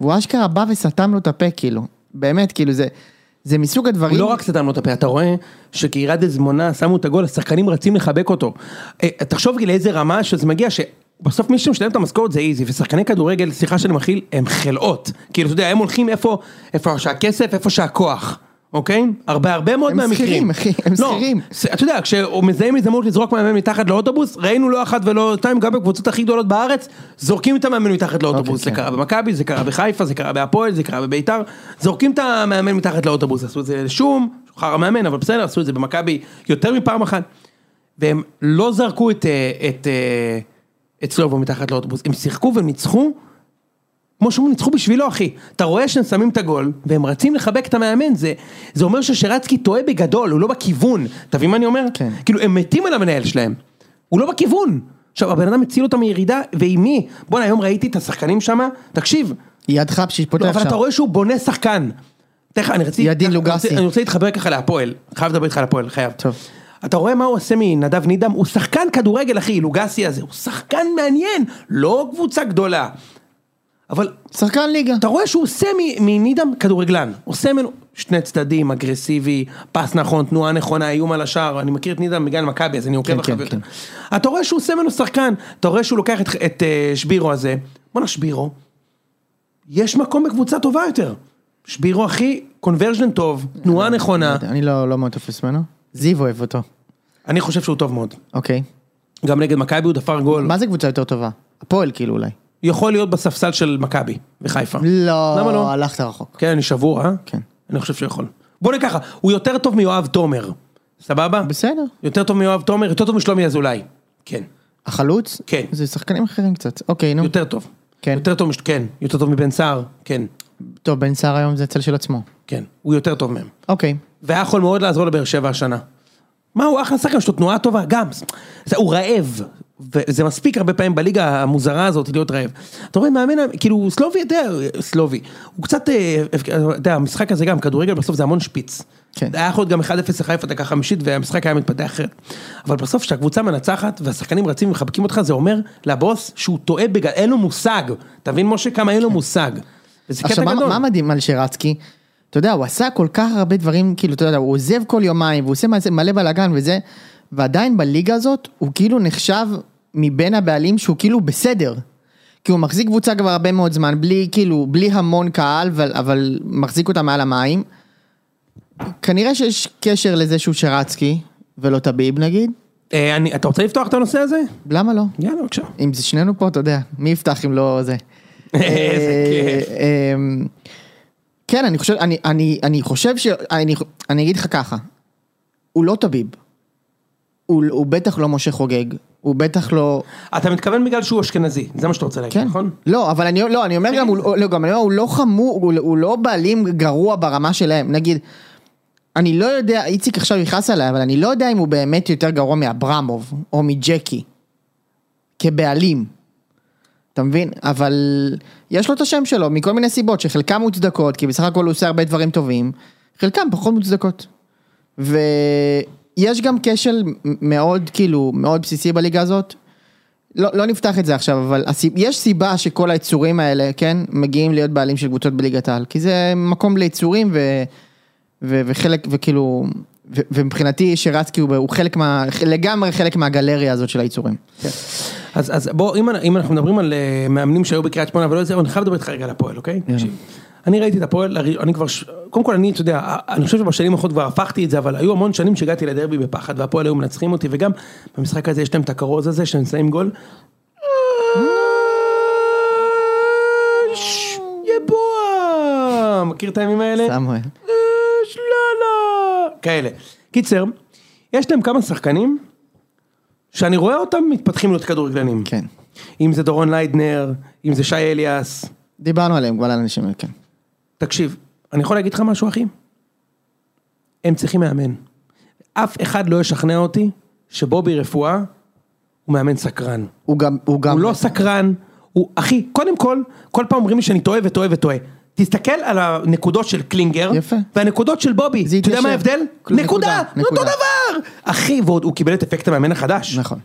Speaker 1: והוא אשכרה בא וסתם לו את הפה, כאילו. באמת, כאילו זה, זה מסוג הדברים...
Speaker 2: לא רק סתם לו את הפה, אתה רואה שקירד זמונה שמו את הגול, השחקנים רצים לחבק אותו. אה, תחשוב גיל, לאיזה רמה שזה מגיע, שבסוף מי שמשלם את המשכורת זה איזי, ושחקני כדורגל, סליחה שאני מכיל, הם חלאות. כאילו, אתה יודע, הם הולכים איפה, איפה שהכסף, איפה שהכוח. אוקיי? הרבה הרבה מאוד
Speaker 1: הם
Speaker 2: מהמקרים.
Speaker 1: שכירים, אחי, הם
Speaker 2: לא,
Speaker 1: שכירים.
Speaker 2: ס- אתה יודע, כשמזהים הזדמנות לזרוק מאמן מתחת לאוטובוס, ראינו לא אחת ולא שתיים, גם בקבוצות הכי גדולות בארץ, זורקים את המאמן מתחת לאוטובוס. זה
Speaker 1: אוקיי, כן.
Speaker 2: קרה במכבי, זה קרה בחיפה, זה קרה בהפועל, זה קרה בביתר, זורקים את המאמן מתחת לאוטובוס, עשו את זה לשום, חרא מאמן, אבל בסדר, עשו את זה במכבי יותר מפעם אחת. והם לא זרקו את, אה, את, אה, את סלובו מתחת לאוטובוס, הם שיחקו והם ניצחו, כמו שהם ניצחו בשבילו אחי. אתה רואה שהם שמים את הגול, והם רצים לחבק את המאמן, זה, זה אומר ששרצקי טועה בגדול, הוא לא בכיוון, אתה מבין מה אני אומר?
Speaker 1: כן.
Speaker 2: כאילו הם מתים על המנהל שלהם, הוא לא בכיוון. עכשיו הבן אדם הציל אותם מירידה, ועם מי? בואנה היום ראיתי את השחקנים שם, תקשיב.
Speaker 1: יד חפשי
Speaker 2: לא,
Speaker 1: פותח
Speaker 2: אבל
Speaker 1: שם.
Speaker 2: אתה רואה שהוא בונה שחקן. תכף, אני רציתי...
Speaker 1: ידין
Speaker 2: אני
Speaker 1: לוגסי.
Speaker 2: רוצה- אני רוצה להתחבר ככה להפועל. חייב לדבר איתך על הפועל, חייב.
Speaker 1: טוב.
Speaker 2: אתה רואה מה הוא עושה מנדב נידם? הוא שחקן כדורגל, אחי, לוגסי הזה. הוא שחקן מעניין, לא קבוצה גדולה. אבל
Speaker 1: שחקן ליגה.
Speaker 2: אתה רואה שהוא עושה מ- מנידם כדורגלן, עושה ממנו שני צדדים, אגרסיבי, פס נכון, תנועה נכונה, איום על השער, אני מכיר את נידם בגלל מכבי, אז אני עוקב
Speaker 1: כן,
Speaker 2: אחריו
Speaker 1: כן,
Speaker 2: יותר. אתה רואה שהוא עושה ממנו שחקן, אתה רואה שהוא לוקח את, את אה, שבירו הזה, בואנה שבירו, יש מקום בקבוצה טובה יותר. שבירו אחי, קונברג'ן טוב, תנועה נכונה,
Speaker 1: אני לא לא מאוד תופס ממנו. זיו אוהב אותו.
Speaker 2: אני חושב שהוא טוב מאוד.
Speaker 1: אוקיי.
Speaker 2: גם נגד מכבי הוא דפר גול,
Speaker 1: מה זה קבוצה יותר טובה? הפועל כאילו אולי.
Speaker 2: יכול להיות בספסל של מכבי וחיפה. למה
Speaker 1: לא,
Speaker 2: לא?
Speaker 1: הלכת רחוק.
Speaker 2: כן, אני שבור, אה?
Speaker 1: כן.
Speaker 2: אני חושב שהוא יכול. בוא נגיד ככה, הוא יותר טוב מיואב תומר, סבבה?
Speaker 1: בסדר.
Speaker 2: יותר טוב מיואב תומר, יותר טוב משלומי אזולאי. כן.
Speaker 1: החלוץ?
Speaker 2: כן.
Speaker 1: זה שחקנים אחרים קצת. אוקיי, נו.
Speaker 2: יותר טוב.
Speaker 1: כן.
Speaker 2: יותר טוב, מש- כן. יותר טוב מבן סער, כן.
Speaker 1: טוב, בן סער היום זה צל של עצמו.
Speaker 2: כן. הוא יותר טוב מהם.
Speaker 1: אוקיי.
Speaker 2: והיה יכול מאוד לעזור לבאר שבע השנה. מה, הוא אחלה שחקן, יש לו תנועה טובה, גם. זה, הוא רעב. וזה מספיק הרבה פעמים בליגה המוזרה הזאת להיות רעב. אתה רואה, מאמן, כאילו, סלובי, אתה יודע, סלובי. הוא קצת, אה, אתה יודע, המשחק הזה גם, כדורגל בסוף זה המון שפיץ.
Speaker 1: כן.
Speaker 2: היה יכול להיות גם 1-0 לחיפה דקה חמישית והמשחק היה מתפתח אחרת. אבל בסוף כשהקבוצה מנצחת והשחקנים רצים ומחבקים אותך, זה אומר לבוס שהוא טועה בגלל, אין לו מושג. אתה מבין, משה, כמה אין לו מושג. וזה קטע
Speaker 1: כן. עכשיו, מה-
Speaker 2: גדול.
Speaker 1: מה מדהים על שרצקי? אתה יודע, הוא עשה כל כך הרבה דברים, כאילו, אתה יודע, הוא עוזב כל יומיים, והוא עושה מזה- מלא בלאגן וזה, ועדיין בליגה הזאת, הוא כאילו נחשב מבין הבעלים שהוא כאילו בסדר. כי הוא מחזיק קבוצה כבר הרבה מאוד זמן, בלי, כאילו, בלי המון קהל, אבל, אבל מחזיק אותה מעל המים. כנראה שיש קשר לזה שהוא שרצקי, ולא טביב נגיד,
Speaker 2: אה, אני- אתה רוצה לפתוח את הנושא הזה?
Speaker 1: למה לא?
Speaker 2: יאללה, בבקשה.
Speaker 1: אם זה שנינו פה, אתה יודע, מי יפתח אם לא זה.
Speaker 2: איזה כיף.
Speaker 1: אה, אמ, כן, אני חושב, אני, אני, אני חושב ש... אני, אני אגיד לך ככה, הוא לא טביב. הוא, הוא בטח לא משה חוגג, הוא בטח לא...
Speaker 2: אתה מתכוון בגלל שהוא אשכנזי, זה מה שאתה רוצה להגיד,
Speaker 1: כן.
Speaker 2: נכון?
Speaker 1: לא, אבל אני, לא, אני אומר גם, הוא, לא, גם אני אומר, הוא לא חמור, הוא, הוא לא בעלים גרוע ברמה שלהם. נגיד, אני לא יודע, איציק עכשיו יכעס עליי, אבל אני לא יודע אם הוא באמת יותר גרוע מאברמוב, או מג'קי. כבעלים. אתה מבין? אבל יש לו את השם שלו מכל מיני סיבות שחלקם מוצדקות, כי בסך הכל הוא עושה הרבה דברים טובים, חלקם פחות מוצדקות. ויש גם כשל מאוד כאילו, מאוד בסיסי בליגה הזאת. לא, לא נפתח את זה עכשיו, אבל הסיב... יש סיבה שכל היצורים האלה, כן, מגיעים להיות בעלים של קבוצות בליגת העל, כי זה מקום ליצורים ו... ו... וחלק, וכאילו, ו... ומבחינתי שרצקי הוא, הוא חלק מה... לגמרי חלק מהגלריה הזאת של היצורים.
Speaker 2: כן. אז, אז בוא, אם, אם אנחנו מדברים על אה, מאמנים שהיו בקריית שמונה ולא זה, אני חייב לדבר איתך רגע על הפועל, אוקיי? תקשיב. אני ראיתי את הפועל, הרי- אני כבר, ש- קודם כל אני, אתה יודע, אה, אני חושב שבשנים האחרונות כבר הפכתי את זה, אבל היו המון שנים שהגעתי לדרבי בפחד, והפועל היו מנצחים אותי, וגם במשחק הזה יש להם את הכרוז הזה, שהם שמים גול. אה, ש- יבואה! מכיר את הימים האלה?
Speaker 1: סמואל.
Speaker 2: אה, שללה, כאלה. קיצר, יש להם כמה שחקנים שאני רואה אותם מתפתחים להיות כדורגלנים.
Speaker 1: כן.
Speaker 2: אם זה דורון ליידנר, אם זה שי אליאס.
Speaker 1: דיברנו עליהם כבר על האנשים האלה, כן.
Speaker 2: תקשיב, אני יכול להגיד לך משהו אחי? הם צריכים מאמן. אף אחד לא ישכנע אותי שבובי רפואה הוא מאמן סקרן.
Speaker 1: הוא גם, הוא גם,
Speaker 2: הוא לא סקרן, הוא, אחי, קודם כל, כל פעם אומרים לי שאני טועה וטועה וטועה. תסתכל על הנקודות של קלינגר,
Speaker 1: יפה.
Speaker 2: והנקודות של בובי,
Speaker 1: זה
Speaker 2: אתה יודע
Speaker 1: התיישב.
Speaker 2: מה ההבדל?
Speaker 1: נקודה,
Speaker 2: נקודה, זה אותו
Speaker 1: נקודה.
Speaker 2: דבר! אחי, ועוד הוא קיבל את אפקט המאמן החדש.
Speaker 1: נכון.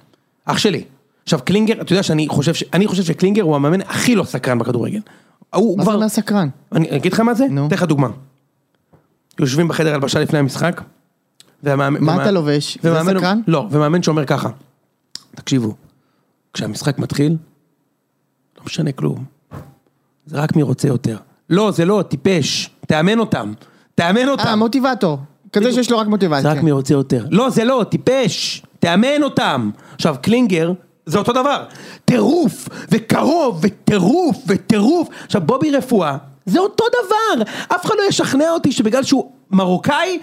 Speaker 2: אח שלי. עכשיו קלינגר, אתה יודע שאני חושב, ש... אני חושב שקלינגר הוא המאמן הכי לא סקרן בכדורגל. הוא
Speaker 1: מה זה
Speaker 2: כבר,
Speaker 1: אומר סקרן?
Speaker 2: אני אגיד לך מה זה?
Speaker 1: נו.
Speaker 2: אתן לך דוגמה. יושבים בחדר הלבשה לפני המשחק, והמאמן...
Speaker 1: מה
Speaker 2: ומה-
Speaker 1: אתה לובש? זה
Speaker 2: ומאמן-
Speaker 1: סקרן?
Speaker 2: לא, ומאמן שאומר ככה, תקשיבו, כשהמשחק מתחיל, לא משנה כלום, זה רק מי רוצה יותר. לא, זה לא, טיפש, תאמן אותם, תאמן
Speaker 1: אה,
Speaker 2: אותם,
Speaker 1: מוטיבטור. כזה שיש לו רק
Speaker 2: כאילו- זה
Speaker 1: מוטיבציה.
Speaker 2: רק מי רוצה יותר. לא, זה לא, טיפש, תאמן אותם. עכשיו, קלינגר, זה אותו דבר, טירוף, וקרוב, וטירוף, וטירוף. עכשיו, בובי רפואה, זה אותו דבר, אף אחד לא ישכנע אותי שבגלל שהוא מרוקאי,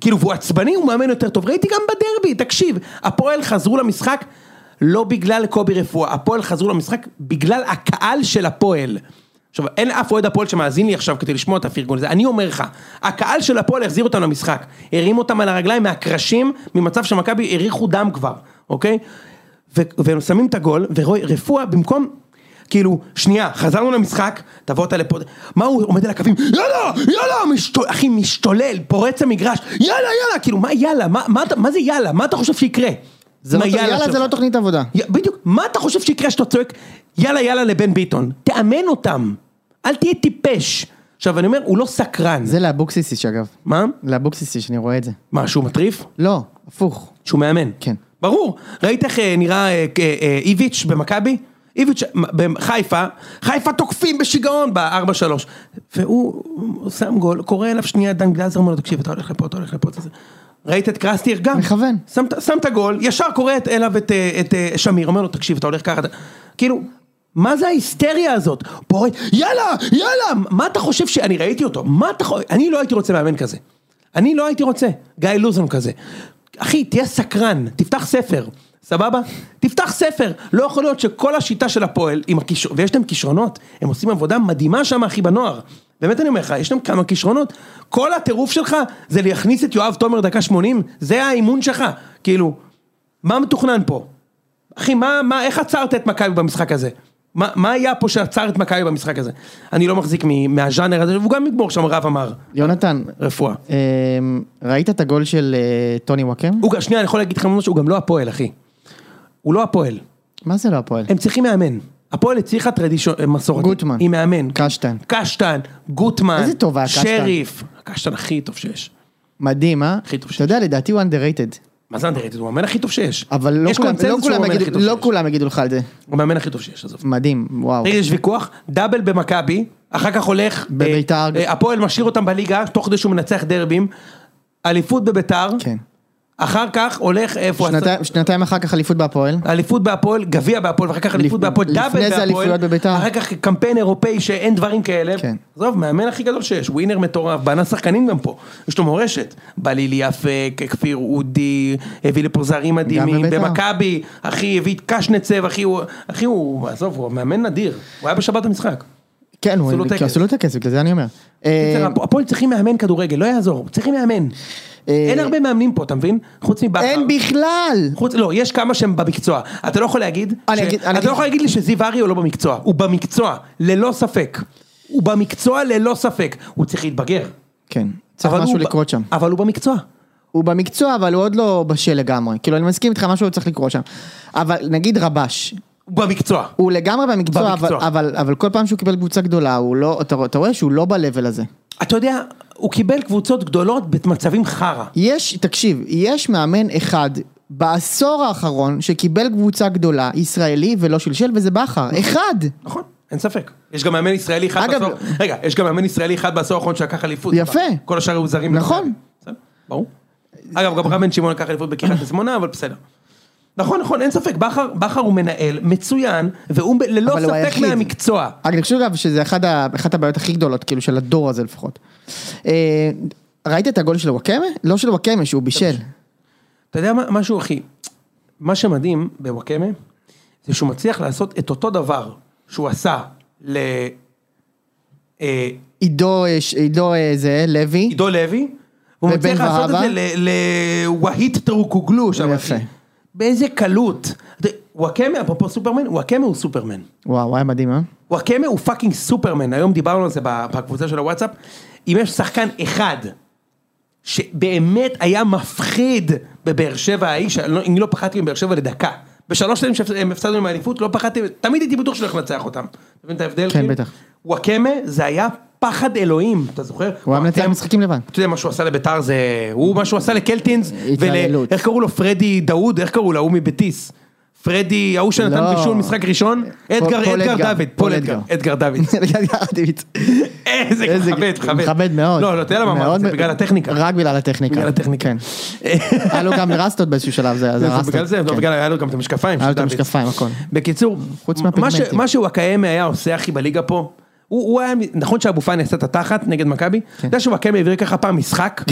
Speaker 2: כאילו, והוא עצבני, הוא מאמן יותר טוב. ראיתי גם בדרבי, תקשיב, הפועל חזרו למשחק. לא בגלל קובי רפואה, הפועל חזרו למשחק בגלל הקהל של הפועל. עכשיו, אין אף אוהד הפועל שמאזין לי עכשיו כדי לשמוע את הפרגון הזה, אני אומר לך, הקהל של הפועל החזיר אותנו למשחק, הרים אותם על הרגליים מהקרשים, ממצב שמכבי הריחו דם כבר, אוקיי? ו- והם שמים את הגול, ורפואה במקום, כאילו, שנייה, חזרנו למשחק, תבוא אותה לפה, מה הוא עומד על הקווים, יאללה, יאללה, משתול, אחי, משתולל, פורץ המגרש, יאללה, יאללה, כאילו, מה יאללה, מה, מה, אתה- מה זה יאללה, מה אתה חושב שיקרה?
Speaker 1: זה
Speaker 2: מה
Speaker 1: לא- יאללה זה
Speaker 2: שלך?
Speaker 1: לא תוכנית עבודה.
Speaker 2: י- בדיוק, מה אתה חושב שיקרה שאתה צועק יאללה יאללה לבן ביטון? תאמן אותם, אל תהיה טיפש. עכשיו אני אומר, הוא לא סקרן.
Speaker 1: זה לאבוקסיסיש אגב.
Speaker 2: מה?
Speaker 1: לאבוקסיסיש, שאני רואה את זה.
Speaker 2: מה, שהוא מטריף?
Speaker 1: לא, הפוך.
Speaker 2: שהוא מאמן.
Speaker 1: כן.
Speaker 2: ברור. ראית איך אה, נראה אה, אה, אה, איביץ' במכבי? איביץ' מ- בחיפה, חיפה תוקפים בשיגעון ב-4-3. והוא הוא שם גול, קורא אליו שנייה דן גלאזר, אומר לו, תקשיב, אתה הולך לפה, אתה הולך לפה, אתה זה. ראית את קרסטיר גם?
Speaker 1: מכוון.
Speaker 2: שם, את- שם את הגול, ישר קורא את, אליו את, אה, את אה, שמיר, אומר לו, תקשיב, אתה הולך ככה, אתה... כאילו, מה זה ההיסטריה הזאת? פורט, יאללה, יאללה, מה אתה חושב ש... אני ראיתי אותו, מה אתה חושב? אני לא הייתי רוצה מאמן כזה. אני לא הייתי רוצה, גיא לוזון כזה. אחי, תהיה סקרן, תפתח ספר, סבבה? תפתח ספר. לא יכול להיות שכל השיטה של הפועל, עם הכיש... ויש להם כישרונות, הם עושים עבודה מדהימה שם, אחי, בנוער. באמת אני אומר לך, יש להם כמה כישרונות. כל הטירוף שלך זה להכניס את יואב תומר דקה 80, זה האימון שלך. כאילו, מה מתוכנן פה? אחי, מה, מה, איך עצרת את מכבי במשחק הזה? מה, מה היה פה שעצר את מכבי במשחק הזה? אני לא מחזיק מ- מהז'אנר הזה, והוא גם יגמור שם רב אמר,
Speaker 1: יונתן,
Speaker 2: רפואה.
Speaker 1: אמ, ראית את הגול של אה, טוני וואקם?
Speaker 2: הוא, גם- שנייה, אני יכול להגיד לך משהו, הוא גם לא הפועל, אחי. הוא לא הפועל.
Speaker 1: מה זה לא הפועל?
Speaker 2: הם צריכים מאמן. הפועל הצליחה טרדישון, מסורת.
Speaker 1: גוטמן.
Speaker 2: היא מאמן.
Speaker 1: קשטן.
Speaker 2: קשטן, גוטמן.
Speaker 1: איזה טוב היה קשטן.
Speaker 2: שריף. קשטן הכי טוב שיש.
Speaker 1: מדהים, אה?
Speaker 2: הכי טוב שיש.
Speaker 1: אתה יודע, לדעתי הוא underrated.
Speaker 2: מה זה אנדרטד? הוא המאמן הכי טוב שיש.
Speaker 1: אבל לא
Speaker 2: יש
Speaker 1: כולם-
Speaker 2: קונצנזוס
Speaker 1: לא
Speaker 2: שהוא
Speaker 1: כולם
Speaker 2: המאמן
Speaker 1: יגידו-
Speaker 2: הכי טוב
Speaker 1: לא
Speaker 2: שיש.
Speaker 1: כולם יגידו לך על זה.
Speaker 2: הוא המאמן הכי טוב שיש, עזוב.
Speaker 1: מדהים, וואו.
Speaker 2: תגיד, יש ויכוח, דאבל במכבי, אחר כך הולך...
Speaker 1: בביתר.
Speaker 2: אה, אה, הפועל משאיר אותם בליגה, תוך כדי שהוא מנצח דרבים. אליפות בביתר.
Speaker 1: כן.
Speaker 2: אחר כך הולך, איפה... הוא
Speaker 1: שנתיים- שנתיים אחר כך אליפות בהפועל.
Speaker 2: עשה? אליפות בהפועל, גביע בהפועל, ואחר כך אליפות
Speaker 1: לפ-
Speaker 2: בהפועל,
Speaker 1: לפני
Speaker 2: דאבל בהפועל.
Speaker 1: זה אליפויות בביתר.
Speaker 2: אחר כך קמפיין אירופאי שאין דברים כאלה.
Speaker 1: כן.
Speaker 2: עזוב, מאמן הכי גדול שיש, ווינר מטורף, בנה שחקנים גם פה. יש לו מורשת. בלילי יפק, כפיר אודי, הביא לפה זרים מדהימים.
Speaker 1: בביתר.
Speaker 2: במכבי, אחי, הביא את קשנצב, אחי, הוא... אחי, הוא... עזוב, הוא מאמן נדיר. הוא היה בשבת המשחק.
Speaker 1: כן, הוא-
Speaker 2: עשו לו
Speaker 1: כי
Speaker 2: טקס.
Speaker 1: עשו לו טקס, בגלל זה אני אומר.
Speaker 2: קיצר,
Speaker 1: אה,
Speaker 2: הפ- הפועל צריכים מאמן כדורגל, לא יעזור, צריכים מאמן.
Speaker 1: אה,
Speaker 2: אין הרבה מאמנים פה, אתה מבין? חוץ מבכר.
Speaker 1: אין בכלל!
Speaker 2: חוץ, לא, יש כמה שהם במקצוע. אתה לא יכול להגיד,
Speaker 1: אני אגיד- אני
Speaker 2: אתה
Speaker 1: אגיד-
Speaker 2: לא יכול להגיד לי שזיו ארי הוא לא במקצוע. הוא במקצוע, ללא ספק. הוא במקצוע ללא ספק. הוא צריך להתבגר.
Speaker 1: כן, צריך
Speaker 2: אבל
Speaker 1: משהו
Speaker 2: הוא ב-
Speaker 1: לקרות שם.
Speaker 2: אבל הוא במקצוע.
Speaker 1: הוא במקצוע, אבל הוא עוד לא בשל לגמרי. כאילו, אני מסכים איתך, משהו צריך לקרות שם. אבל נגיד רבש,
Speaker 2: הוא במקצוע.
Speaker 1: הוא לגמרי במקצוע, אבל,
Speaker 2: במקצוע.
Speaker 1: אבל, אבל כל פעם שהוא קיבל קבוצה גדולה, הוא לא, אתה, אתה רואה שהוא לא ב-level הזה.
Speaker 2: אתה יודע, הוא קיבל קבוצות גדולות במצבים חרא.
Speaker 1: יש, תקשיב, יש מאמן אחד בעשור האחרון שקיבל קבוצה גדולה, ישראלי, ולא שלשל, וזה בכר. אחד!
Speaker 2: נכון, אין ספק. יש גם מאמן ישראלי אחד
Speaker 1: אגב-
Speaker 2: בעשור, רגע, יש גם מאמן ישראלי אחד בעשור האחרון שלקח אליפות.
Speaker 1: יפה.
Speaker 2: כל השאר היו זרים.
Speaker 1: נכון.
Speaker 2: בסדר, ברור. אגב, גם רם בן שמעון לקח אליפות בקריית שמונה, אבל בסדר. נכון, נכון, אין ספק, בכר בכר הוא מנהל מצוין, והוא ב- ללא
Speaker 1: אבל הוא
Speaker 2: ספק
Speaker 1: היחיד.
Speaker 2: מהמקצוע.
Speaker 1: רק אני חושב אגב שזה אחד ה, אחת הבעיות הכי גדולות, כאילו, של הדור הזה לפחות. אה, ראית את הגול של וואקמה? לא של וואקמה, שהוא בישל.
Speaker 2: אתה יודע מה, משהו אחי, מה שמדהים בוואקמה, זה שהוא מצליח לעשות את אותו דבר שהוא עשה ל... אה,
Speaker 1: עידו, אה, ש- עידו אה, זה, לוי.
Speaker 2: עידו לוי, הוא
Speaker 1: ובן
Speaker 2: מצליח לעשות את
Speaker 1: והבה.
Speaker 2: זה לווהיט טרוקוגלו שם.
Speaker 1: יפה.
Speaker 2: אחי. באיזה קלות. אתה- וואקמה, אפרופו סופרמן, וואקמה הוא סופרמן.
Speaker 1: וואו, היה מדהים, אה?
Speaker 2: וואקמה הוא פאקינג סופרמן, היום דיברנו על זה ב- בקבוצה של הוואטסאפ. אם יש שחקן אחד שבאמת היה מפחיד בבאר שבע האיש, אני לא- אני לא פחדתי מבאר שבע לדקה. בשלוש שנים שהם הפסדנו עם האליפות, לא פחדתי, תמיד הייתי בטוח שאני הולך לנצח אותם. אתה מבין את ההבדל?
Speaker 1: כן,
Speaker 2: כאילו?
Speaker 1: בטח.
Speaker 2: וואקמה זה היה פחד אלוהים, אתה זוכר?
Speaker 1: הוא היה מנצח
Speaker 2: וואקמה-
Speaker 1: משחקים לבד.
Speaker 2: אתה יודע מה שהוא עשה לביתר זה, הוא מה שהוא עשה לקלטינס, ול...
Speaker 1: התעללות.
Speaker 2: איך קראו לו פרדי דאוד, איך קראו לו, ההוא מביטיס. פרדי, ההוא שנתן
Speaker 1: לא.
Speaker 2: בישול משחק ראשון,
Speaker 1: פול-
Speaker 2: אדגר,
Speaker 1: פול
Speaker 2: אדגר
Speaker 1: אדגר,
Speaker 2: דוד,
Speaker 1: פול
Speaker 2: פול אדגר,
Speaker 1: אדגר.
Speaker 2: אדגר דוד. איזה
Speaker 1: איזה-
Speaker 2: מכבד, מכבד.
Speaker 1: מכבד מאוד.
Speaker 2: לא, לא, אתה יודע למה אמרתי,
Speaker 1: מאוד
Speaker 2: את זה
Speaker 1: מ-
Speaker 2: בגלל הטכניקה.
Speaker 1: רק בגלל הטכניקה.
Speaker 2: בגלל הטכניקה.
Speaker 1: כן. היה לו גם רסטות באיזשהו שלב, זה זה
Speaker 2: זה
Speaker 1: רסטות.
Speaker 2: בגלל זה, לא,
Speaker 1: כן.
Speaker 2: בגלל היה לו גם את המשקפיים.
Speaker 1: היה לו
Speaker 2: של
Speaker 1: את
Speaker 2: דוד.
Speaker 1: המשקפיים, הכל.
Speaker 2: בקיצור,
Speaker 1: חוץ
Speaker 2: מה
Speaker 1: מהפיגמנטים.
Speaker 2: ש- מה שוואקאמה היה עושה אחי בליגה פה, הוא הוא היה, נכון שאבו פאני עשה את התחת נגד מכבי, אתה יודע שוואקאמה העביר ככה פעם משחק?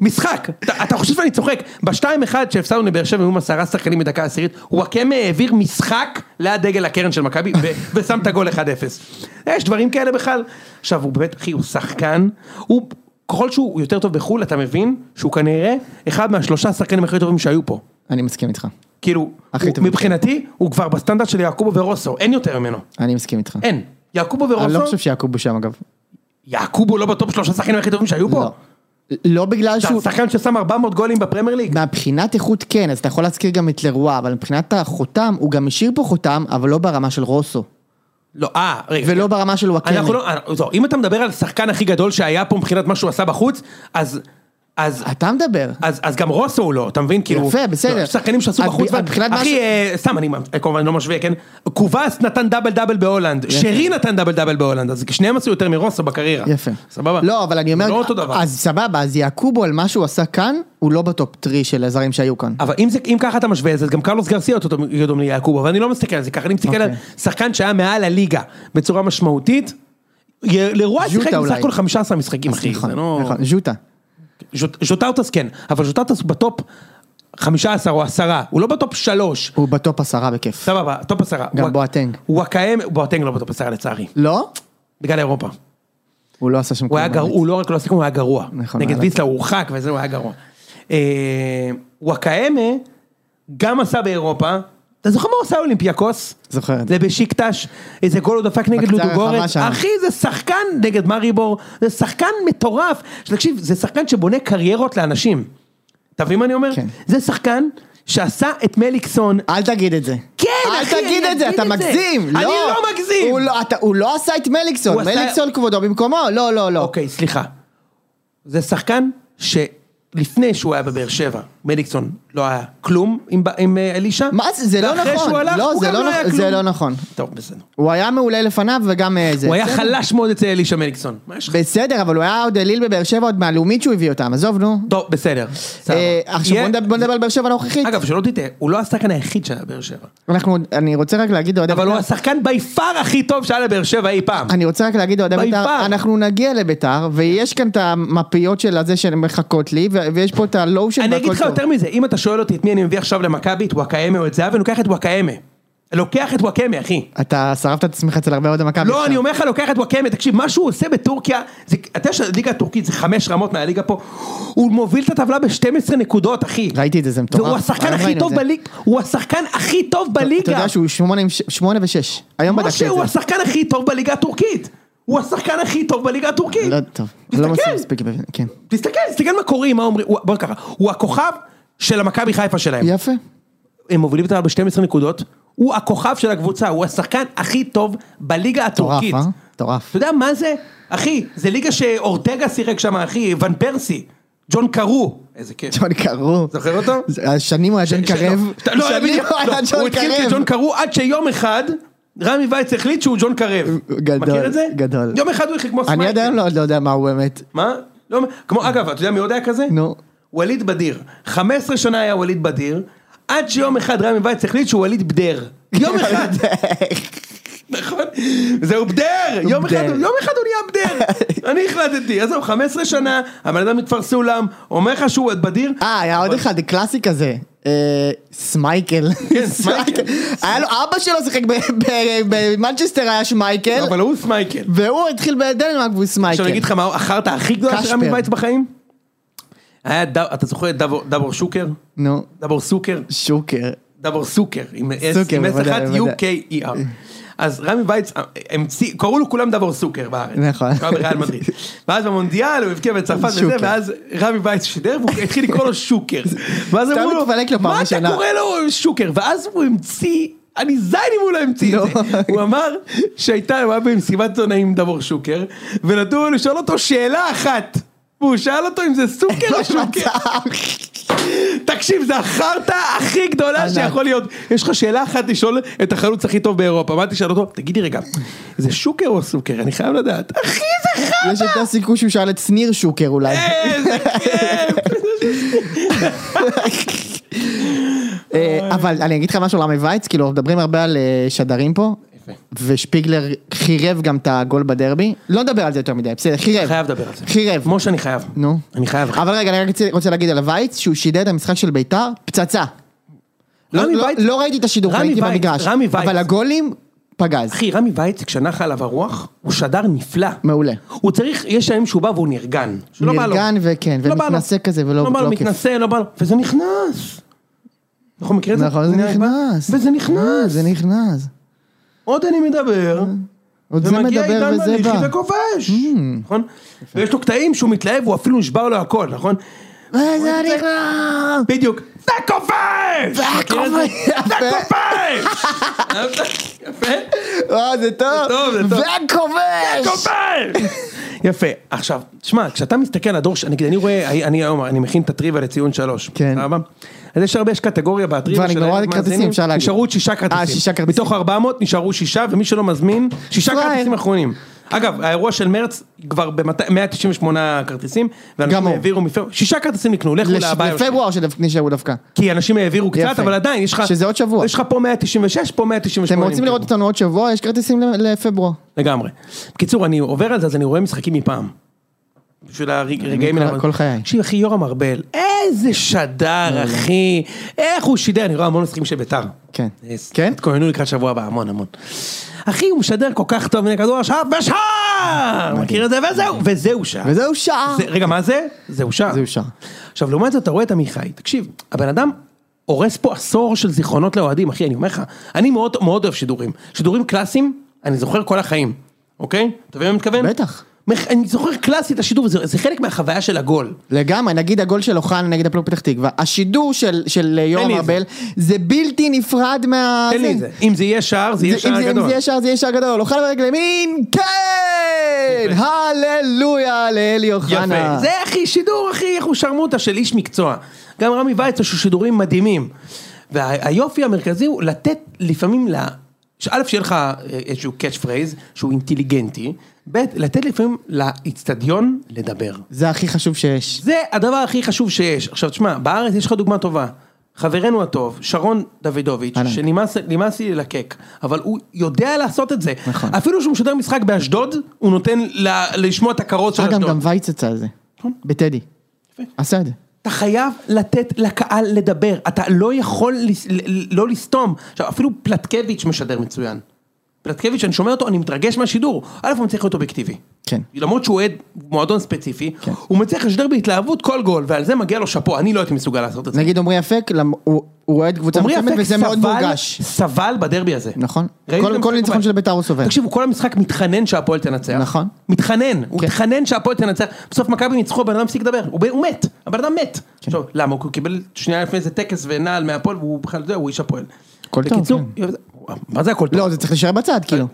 Speaker 2: משחק, אתה- אתה חושב שאני צוחק, בשתיים אחד שהפסדנו לבאר שבע היו עשרה שחקנים בדקה עשירית, וואקאמה העביר משחק ליד דגל הקרן של מכבי ו- ושם את הגול 1-0. יש דברים כאלה בכלל. עכשיו הוא באמת, אחי, הוא שחקן, הוא, ככל שהוא יותר טוב בחו"ל אתה מבין שהוא כנראה אחד מהשלושה השחקנים הכי טובים שהיו פה.
Speaker 1: אני מסכים איתך.
Speaker 2: כאילו,
Speaker 1: הכי
Speaker 2: הוא-
Speaker 1: טוב.
Speaker 2: מבחינתי, הוא כבר בסטנדרט של יעקובו ורוסו, אין יותר ממנו.
Speaker 1: אני מסכים איתך.
Speaker 2: אין. יעקובו
Speaker 1: אני לא
Speaker 2: ורוסו,
Speaker 1: חושב שיעקובו שם אגב.
Speaker 2: יעקובו לא בטופ שלושה שחקנים הכי טובים שהיו פה.
Speaker 1: לא. לא בגלל
Speaker 2: אתה
Speaker 1: שהוא...
Speaker 2: שחקן ששם 400 גולים בפרמייר ליג.
Speaker 1: מבחינת איכות כן, אז אתה יכול להזכיר גם את לרואה, אבל מבחינת החותם, הוא גם השאיר פה חותם, אבל לא ברמה של רוסו.
Speaker 2: לא, אה, רגע.
Speaker 1: ולא ברמה של וואקמה.
Speaker 2: אנחנו לא, אה, זו, אם אתה מדבר על השחקן הכי גדול שהיה פה מבחינת מה שהוא עשה בחוץ, אז, אז,
Speaker 1: אתה מדבר.
Speaker 2: אז, אז גם רוסו הוא לא, אתה מבין? כאילו,
Speaker 1: יפה, בסדר.
Speaker 2: לא, יש שחקנים שעשו
Speaker 1: אז
Speaker 2: בחוץ,
Speaker 1: ב- אז מבחינת מה ש-
Speaker 2: אחי, אה, סתם, אני כמובן לא משווה, כן? קובאס נתן דאבל דאבל בהולנד, שרי נתן דאבל דאבל בהולנד, אז שניהם עשו יותר מרוסו בקריירה.
Speaker 1: יפה.
Speaker 2: סבבה?
Speaker 1: לא, אבל אני אומר,
Speaker 2: לא אותו דבר.
Speaker 1: אז סבבה, אז יעקובו על מה שהוא עשה כאן, הוא לא בטופ טרי של הזרים שהיו כאן.
Speaker 2: אבל אם, זה, אם ככה אתה משווה את זה, אז גם קרלוס גרסיה אותו קדום ליעקוב, אבל אני לא מסתכל על זה ככה, אני מסתכל על
Speaker 1: אוקיי.
Speaker 2: שחקן שהיה מעל הליגה בצורה משמעותית. י- לרוע
Speaker 1: ז'וטה
Speaker 2: שיחק בסך
Speaker 1: אולי.
Speaker 2: הכל 15 משחקים, אחי.
Speaker 1: נכון,
Speaker 2: זה לא-
Speaker 1: נכון, ז'וטה.
Speaker 2: ז'וט- ז'וטאוטס כן, אבל ז'וטאוטס בטופ 15 או 10, הוא לא בטופ 3.
Speaker 1: הוא בטופ עשרה בכיף.
Speaker 2: סבבה, טופ 10.
Speaker 1: גם בואטנג.
Speaker 2: וואקאם, בואטנג לא בטופ 10 לצערי,
Speaker 1: לא?
Speaker 2: בגלל אירופה.
Speaker 1: הוא לא עשה שם
Speaker 2: הוא היה
Speaker 1: כלום,
Speaker 2: גרוע,
Speaker 1: באמת.
Speaker 2: הוא לא רק לא עשה כלום, הוא היה גרוע.
Speaker 1: נכון,
Speaker 2: נגד
Speaker 1: היה
Speaker 2: ויסלה הוא הורחק וזה, הוא היה גרוע. אה, וואקאמה גם עשה באירופה, אתה זוכר מה הוא עשה באולימפיאקוס?
Speaker 1: זוכר.
Speaker 2: זה בשיקטש, איזה גול הוא דפק נגד
Speaker 1: בקצה
Speaker 2: לודוגורץ,
Speaker 1: הרחבה שם.
Speaker 2: אחי זה שחקן נגד מריבור, זה שחקן מטורף, תקשיב, זה שחקן שבונה קריירות לאנשים, אתה מבין מה אני אומר?
Speaker 1: כן.
Speaker 2: זה שחקן שעשה את מליקסון,
Speaker 1: אל תגיד את זה.
Speaker 2: כן,
Speaker 1: אל
Speaker 2: אחי,
Speaker 1: תגיד
Speaker 2: אני
Speaker 1: את זה,
Speaker 2: אגיד
Speaker 1: אתה
Speaker 2: את זה.
Speaker 1: מגזים.
Speaker 2: אני לא מגזים.
Speaker 1: הוא לא- אתה- הוא לא עשה את
Speaker 2: הוא
Speaker 1: מליקסון,
Speaker 2: עשה-
Speaker 1: מליקסון כבודו במקומו, לא, לא, לא.
Speaker 2: אוקיי, סליחה. זה שחקן שלפני שהוא היה בבאר שבע, מליקסון לא היה כלום עם, ב- עם אה, אלישע.
Speaker 1: מה זה, זה לא
Speaker 2: ואחרי
Speaker 1: נכון.
Speaker 2: שהוא הלך,
Speaker 1: לא,
Speaker 2: הוא
Speaker 1: זה
Speaker 2: גם
Speaker 1: לא
Speaker 2: לא היה
Speaker 1: נכון-
Speaker 2: כלום.
Speaker 1: זה לא נכון.
Speaker 2: טוב, בסדר.
Speaker 1: הוא היה מעולה לפניו וגם אה, זה.
Speaker 2: הוא היה
Speaker 1: בסדר.
Speaker 2: חלש מאוד אצל אלישע מליקסון. מה יש לך?
Speaker 1: בסדר, אבל הוא היה עוד אליל בבאר שבע עוד מהלאומית שהוא הביא אותם, עזוב נו.
Speaker 2: טוב, בסדר. סבבה.
Speaker 1: אה, עכשיו
Speaker 2: יהיה-
Speaker 1: בוא נדבר- בוא נדבר על באר שבע הנוכחית.
Speaker 2: אגב, שלא תטעה, הוא לא השחקן היחיד שהיה בבאר שבע.
Speaker 1: אנחנו, אני רוצה רק להגיד לאוהדי
Speaker 2: אבל הוא
Speaker 1: בית"ר,
Speaker 2: השחקן בי פאר הכי טוב שהיה לבאר שבע אי פעם.
Speaker 1: אני רוצה רק להגיד לאוהדי
Speaker 2: by
Speaker 1: בית"ר,
Speaker 2: far.
Speaker 1: אנחנו נגיע לבית"ר, ויש כאן את המפיות של הזה שמחכות לי, ו- ויש פה את הלושן
Speaker 2: אני אגיד לך יותר מזה, אם אתה שואל אותי את מי אני מביא עכשיו למכבי, את וואקאמה או את זהבי, אני לוקח את וואקאמה. לוקח את וואקאמה, אחי.
Speaker 1: אתה שרפת את עצמך אצל הרבה אוהדי מכבי.
Speaker 2: לא,
Speaker 1: עכשיו.
Speaker 2: אני אומר לך, לוקח את וואקמה, תקשיב, מה שהוא עושה בטורקיה, זה- אתה יודע שהליגה הטורקית זה חמש רמות מהליגה פה, הוא מוביל את הטבלה ב-12 נקודות, אחי.
Speaker 1: ראיתי את זה, זה מטורף.
Speaker 2: והוא השחקן
Speaker 1: היום
Speaker 2: הכי
Speaker 1: ראינו
Speaker 2: טוב
Speaker 1: את זה.
Speaker 2: בליגה, הוא השחקן הכי טוב בליגה.
Speaker 1: אתה יודע שהוא שמונה עם ש- שמונה ושש. היום בדקתי
Speaker 2: משה הוא
Speaker 1: את זה.
Speaker 2: השחקן הכי טוב בליגה הטורקית. הוא השחקן הכי טוב בליגה הטורקית.
Speaker 1: לא, טוב. לא
Speaker 2: תסתכל,
Speaker 1: מספיק, כן.
Speaker 2: תסתכל, תסתכל מה קוראים, מה אומרים, הוא- בוא ככה, הוא הכוכב של המכבי חיפה שלהם.
Speaker 1: יפה.
Speaker 2: הם מובילים את הטבלה ב-12 נקודות, הוא הכוכב של הקבוצה, הוא השחקן הכי טוב בליגה
Speaker 1: מטורף,
Speaker 2: הטורקית.
Speaker 1: אה? מטורף.
Speaker 2: אתה יודע מה זה? אחי, זה ליגה שאורטגה שיחק שם, אחי, ון פרסי, ג'ון קארו. איזה כיף.
Speaker 1: ג'ון קרוב.
Speaker 2: זוכר אותו?
Speaker 1: זה- שנים הוא היה ג'ון קרב.
Speaker 2: לא, לא, היה
Speaker 1: שנים
Speaker 2: בדיוק,
Speaker 1: הוא
Speaker 2: לא,
Speaker 1: היה
Speaker 2: הוא
Speaker 1: ג'ון
Speaker 2: התחיל כג'ון
Speaker 1: קרב.
Speaker 2: קארו עד שיום אחד, רמי וייץ החליט שהוא ג'ון קרב.
Speaker 1: גדול,
Speaker 2: מכיר את זה?
Speaker 1: גדול.
Speaker 2: יום אחד הוא החליט כמו
Speaker 1: אני עד היום לא לא יודע מה הוא באמת.
Speaker 2: מה? לא, כמו, אגב, אתה יודע מי עוד היה כזה?
Speaker 1: נו.
Speaker 2: ווליד בדיר. 15 שנה היה ווליד בדיר, עד שיום אחד רמי וייץ החליט שהוא ווליד בדר. יום אחד.
Speaker 1: לא
Speaker 2: נכון? זהו בדר! יום אחד
Speaker 1: בדר.
Speaker 2: הוא- יום אחד הוא נהיה בדר! אני החלטתי, עזוב, 15 שנה, הבן אדם מכפר סולם, אומר לך שהוא עוד בדיר.
Speaker 1: אה, היה עוד
Speaker 2: אבל-
Speaker 1: אחד, קלאסי כזה. אה, סמייקל.
Speaker 2: כן, סמייקל.
Speaker 1: היה לו, אבא שלו שיחק ב- ב- במנצ'סטר היה שמייקל,
Speaker 2: אבל הוא סמייקל.
Speaker 1: והוא התחיל בדנמרק והוא סמייקל.
Speaker 2: עכשיו אני אגיד לך מה החרטא הכי גדולה של
Speaker 1: קשפר.
Speaker 2: רמי וייץ בחיים? היה, דב- אתה זוכר את דבור- דבור שוקר?
Speaker 1: נו,
Speaker 2: דבור סוקר?
Speaker 1: שוקר.
Speaker 2: דבור סוקר, עם S
Speaker 1: סוקר,
Speaker 2: עם S אחת
Speaker 1: בוודאי, בוודאי.
Speaker 2: UKER. אז רמי וייץ, אה, המציא, קראו לו כולם דבור סוקר בארץ.
Speaker 1: נכון.
Speaker 2: הוא היה בריאל מדריד. ואז במונדיאל הוא הבקיע בצרפת וזה,
Speaker 1: שוקר.
Speaker 2: ואז רמי וייץ שידר והוא התחיל לקרוא לו שוקר. ואז
Speaker 1: סתם
Speaker 2: אמרו לו,
Speaker 1: התפלק לו פעם
Speaker 2: מה אתה
Speaker 1: ראשונה."
Speaker 2: קורא לו שוקר? ואז הוא המציא, אני זין אם הוא לא המציא את
Speaker 1: לא.
Speaker 2: זה. הוא אמר שהייתה, הוא היה במסיבת עיתונאים עם דבור שוקר, ונתנו לו לשאול אותו שאלה אחת. והוא שאל אותו אם זה סוקר
Speaker 1: לא
Speaker 2: או כן, שוקר. תקשיב, זה החרטא הכי גדולה
Speaker 1: ענק.
Speaker 2: שיכול להיות. יש לך שאלה אחת לשאול את החלוץ הכי טוב באירופה, מה תשאל אותו? תגידי רגע, זה שוקר או סוקר? אני חייב לדעת. אחי, זה חרטא!
Speaker 1: יש יותר סיכוי שהוא שאל את שניר שוקר אולי.
Speaker 2: איזה כיף!
Speaker 1: אה, אבל אני אגיד לך משהו על עמי וייץ, כאילו מדברים הרבה על אה, שדרים פה,
Speaker 2: יפה.
Speaker 1: ושפיגלר חירב גם את הגול בדרבי, לא נדבר על זה יותר מדי, בסדר, חירב.
Speaker 2: חייב לדבר על זה.
Speaker 1: חירב.
Speaker 2: משה, אני חייב.
Speaker 1: נו.
Speaker 2: אני חייב.
Speaker 1: אבל רגע, אני רק רוצה- רוצה להגיד על וייץ, שהוא שידר את המשחק של ביתר, פצצה.
Speaker 2: רמי
Speaker 1: לא-
Speaker 2: וייץ-
Speaker 1: לא ראיתי את השידור,
Speaker 2: רמי
Speaker 1: ראיתי
Speaker 2: וייץ,
Speaker 1: במגרש.
Speaker 2: רמי וייץ.
Speaker 1: אבל הגולים, פגז.
Speaker 2: אחי, רמי וייץ, כשנחה עליו הרוח, הוא שדר נפלא.
Speaker 1: מעולה.
Speaker 2: הוא צריך, יש ימים שהוא בא והוא נרגן. שלא בא לו.
Speaker 1: נרגן וכן,
Speaker 2: לא בא לו.
Speaker 1: ומתנשא כזה ולא-
Speaker 2: לא בא
Speaker 1: לא
Speaker 2: לו,
Speaker 1: כיף.
Speaker 2: מתנשא, לא בא לו, וזה נכנס. נכון, מכיר את זה?
Speaker 1: נכון, זה
Speaker 2: בני עקיבא?
Speaker 1: נכנס.
Speaker 2: וזה
Speaker 1: אה,
Speaker 2: נכנס.
Speaker 1: זה אה. נכנס.
Speaker 2: עוד אני מדבר.
Speaker 1: עוד זה מדבר וזה
Speaker 2: ומגיע עידן
Speaker 1: בא. Mm.
Speaker 2: מליש וכובש, נכון? ויש לו קטעים שהוא מתלהב, הוא אפילו נשבר לו הכל, נכון?
Speaker 1: וזה אה, נכנס.
Speaker 2: בדיוק. וכובש!
Speaker 1: וכובש!
Speaker 2: וכובש! יפה.
Speaker 1: אה, זה טוב.
Speaker 2: טוב, זה טוב.
Speaker 1: והכובש!
Speaker 2: כובש! יפה, עכשיו, תשמע, כשאתה מסתכל על הדור, ש- נגיד, אני רואה, אני- אני היום, אני מכין את הטריוויה לציון שלוש.
Speaker 1: כן.
Speaker 2: סבבה? אז יש הרבה, יש קטגוריה בטריוויה
Speaker 1: כבר
Speaker 2: של
Speaker 1: נגמרו
Speaker 2: המאזינים,
Speaker 1: הכרטיסים, אפשר להגיד.
Speaker 2: נשארו עוד שישה כרטיסים.
Speaker 1: אה, שישה כרטיסים.
Speaker 2: מתוך 400 נשארו שישה, ומי שלא מזמין, שישה
Speaker 1: פראייר.
Speaker 2: כרטיסים אחרונים. אגב, האירוע של מרץ כבר ב-198 כרטיסים, ואנשים
Speaker 1: גמור.
Speaker 2: העבירו מפברואר, שישה כרטיסים נקנו, לכו
Speaker 1: לש-
Speaker 2: להביו שלי.
Speaker 1: לפברואר שדווקא נשארו דווקא.
Speaker 2: כי אנשים העבירו קצת,
Speaker 1: יפה.
Speaker 2: אבל עדיין, יש לך...
Speaker 1: שזה עוד שבוע.
Speaker 2: יש לך פה 196, פה 198.
Speaker 1: אתם רוצים
Speaker 2: נמכרו.
Speaker 1: לראות אותנו עוד שבוע? יש כרטיסים ל- לפברואר.
Speaker 2: לגמרי. בקיצור, אני עובר על זה, אז אני רואה משחקים מפעם. בשביל הרגעים
Speaker 1: כל-
Speaker 2: האלה.
Speaker 1: כל חיי.
Speaker 2: תקשיב, אחי, יורם ארבל, איזה שדר, אחי. איך הוא שידר, אני רואה המון משחקים של ביתר.
Speaker 1: כן.
Speaker 2: אז
Speaker 1: כן?
Speaker 2: התכוננו לקראת שבוע הבא, המון המון. אחי, הוא משדר כל כך טוב מן הכדור השער, ושער! מכיר את זה? וזהו, וזהו שער.
Speaker 1: וזהו שעה.
Speaker 2: זה- רגע, מה זה? זהו שער.
Speaker 1: זהו שער.
Speaker 2: עכשיו, לעומת זאת, אתה רואה את עמיחי, תקשיב, הבן אדם הורס פה עשור של זיכרונות לאוהדים, אחי, אני אומר לך, אני מאוד מאוד אוהב שידורים. שידורים קלאסיים, אני זוכר כל החיים, אוקיי? אתה מבין מה אני מתכוון?
Speaker 1: בטח.
Speaker 2: מח- אני זוכר קלאסי את השידור, זה, זה חלק מהחוויה של הגול.
Speaker 1: לגמרי, נגיד הגול של אוחנה נגד הפועל פתח תקווה, השידור של, של אה, יורם
Speaker 2: לי את זה.
Speaker 1: ארבל, זה בלתי נפרד מה...
Speaker 2: תן לי את זה. אם זה יהיה שער, זה יהיה
Speaker 1: זה- אם
Speaker 2: שער
Speaker 1: זה- אם
Speaker 2: גדול.
Speaker 1: זה יהיה שער, זה יהיה שער גדול, אוחנה ברגל ימין, כן!
Speaker 2: יפה.
Speaker 1: הללויה לאלי אוחנה.
Speaker 2: יפה. זה אחי, שידור אחי, איך הוא שרמוטה של איש מקצוע. גם רמי וייץ יש לו שידורים מדהימים. והיופי המרכזי הוא לתת לפעמים ל... שא' שיהיה לך אה, איזשהו קאץ' פרייז שהוא אינטליגנטי, ב' לתת לפעמים לאיצטדיון לדבר.
Speaker 1: זה הכי חשוב שיש.
Speaker 2: זה הדבר הכי חשוב שיש. עכשיו תשמע, בארץ יש לך דוגמה טובה. חברנו הטוב, שרון דוידוביץ',
Speaker 1: אהלן.
Speaker 2: שנמאס נמאס לי ללקק, אבל הוא יודע לעשות את זה.
Speaker 1: נכון.
Speaker 2: אפילו שהוא משדר משחק באשדוד, הוא נותן ל- לשמוע את הקרות של
Speaker 1: אגב,
Speaker 2: אשדוד.
Speaker 1: גם וייץ יצא על זה. בטדי.
Speaker 2: נכון. יפה.
Speaker 1: עשה את זה.
Speaker 2: אתה חייב לתת לקהל לדבר, אתה לא יכול לס- ל- ל- לא לסתום. עכשיו, אפילו פלטקביץ' משדר מצוין. פלטקביץ', אני שומע אותו, אני מתרגש מהשידור. א', הוא מצליח להיות אובייקטיבי.
Speaker 1: כן.
Speaker 2: למרות שהוא אוהד מועדון ספציפי,
Speaker 1: כן.
Speaker 2: הוא מצליח לשדר בהתלהבות כל גול, ועל זה מגיע לו שאפו, אני לא הייתי מסוגל לעשות את זה.
Speaker 1: נגיד עמרי אפק, למ- הוא הוא אוהד קבוצה
Speaker 2: עמרי
Speaker 1: מסוימת
Speaker 2: אפק
Speaker 1: וזה מאוד
Speaker 2: סבל-
Speaker 1: מורגש.
Speaker 2: סבל בדרבי הזה.
Speaker 1: נכון.
Speaker 2: ראיתם
Speaker 1: כל-
Speaker 2: את
Speaker 1: כל
Speaker 2: המשחק
Speaker 1: ניצחון
Speaker 2: בבית?
Speaker 1: של בית"ר הוא סובל.
Speaker 2: תקשיבו, כל המשחק מתחנן שהפועל תנצח.
Speaker 1: נכון.
Speaker 2: מתחנן, הוא
Speaker 1: כן.
Speaker 2: התחנן שהפועל תנצח. בסוף מכבי ניצחו, הבן אדם הפסיק לדבר, הוא ב- הוא מת, הבן אדם מת.
Speaker 1: כן.
Speaker 2: עכשיו, למה? הוא קיבל שנייה לפני זה טקס ונעל מהפועל, והוא בכלל, זה, הוא איש הפועל.
Speaker 1: הכל טוב, כן.
Speaker 2: בקיצור, מה זה הכל טוב?
Speaker 1: לא, זה צריך להישאר בצד, כאילו.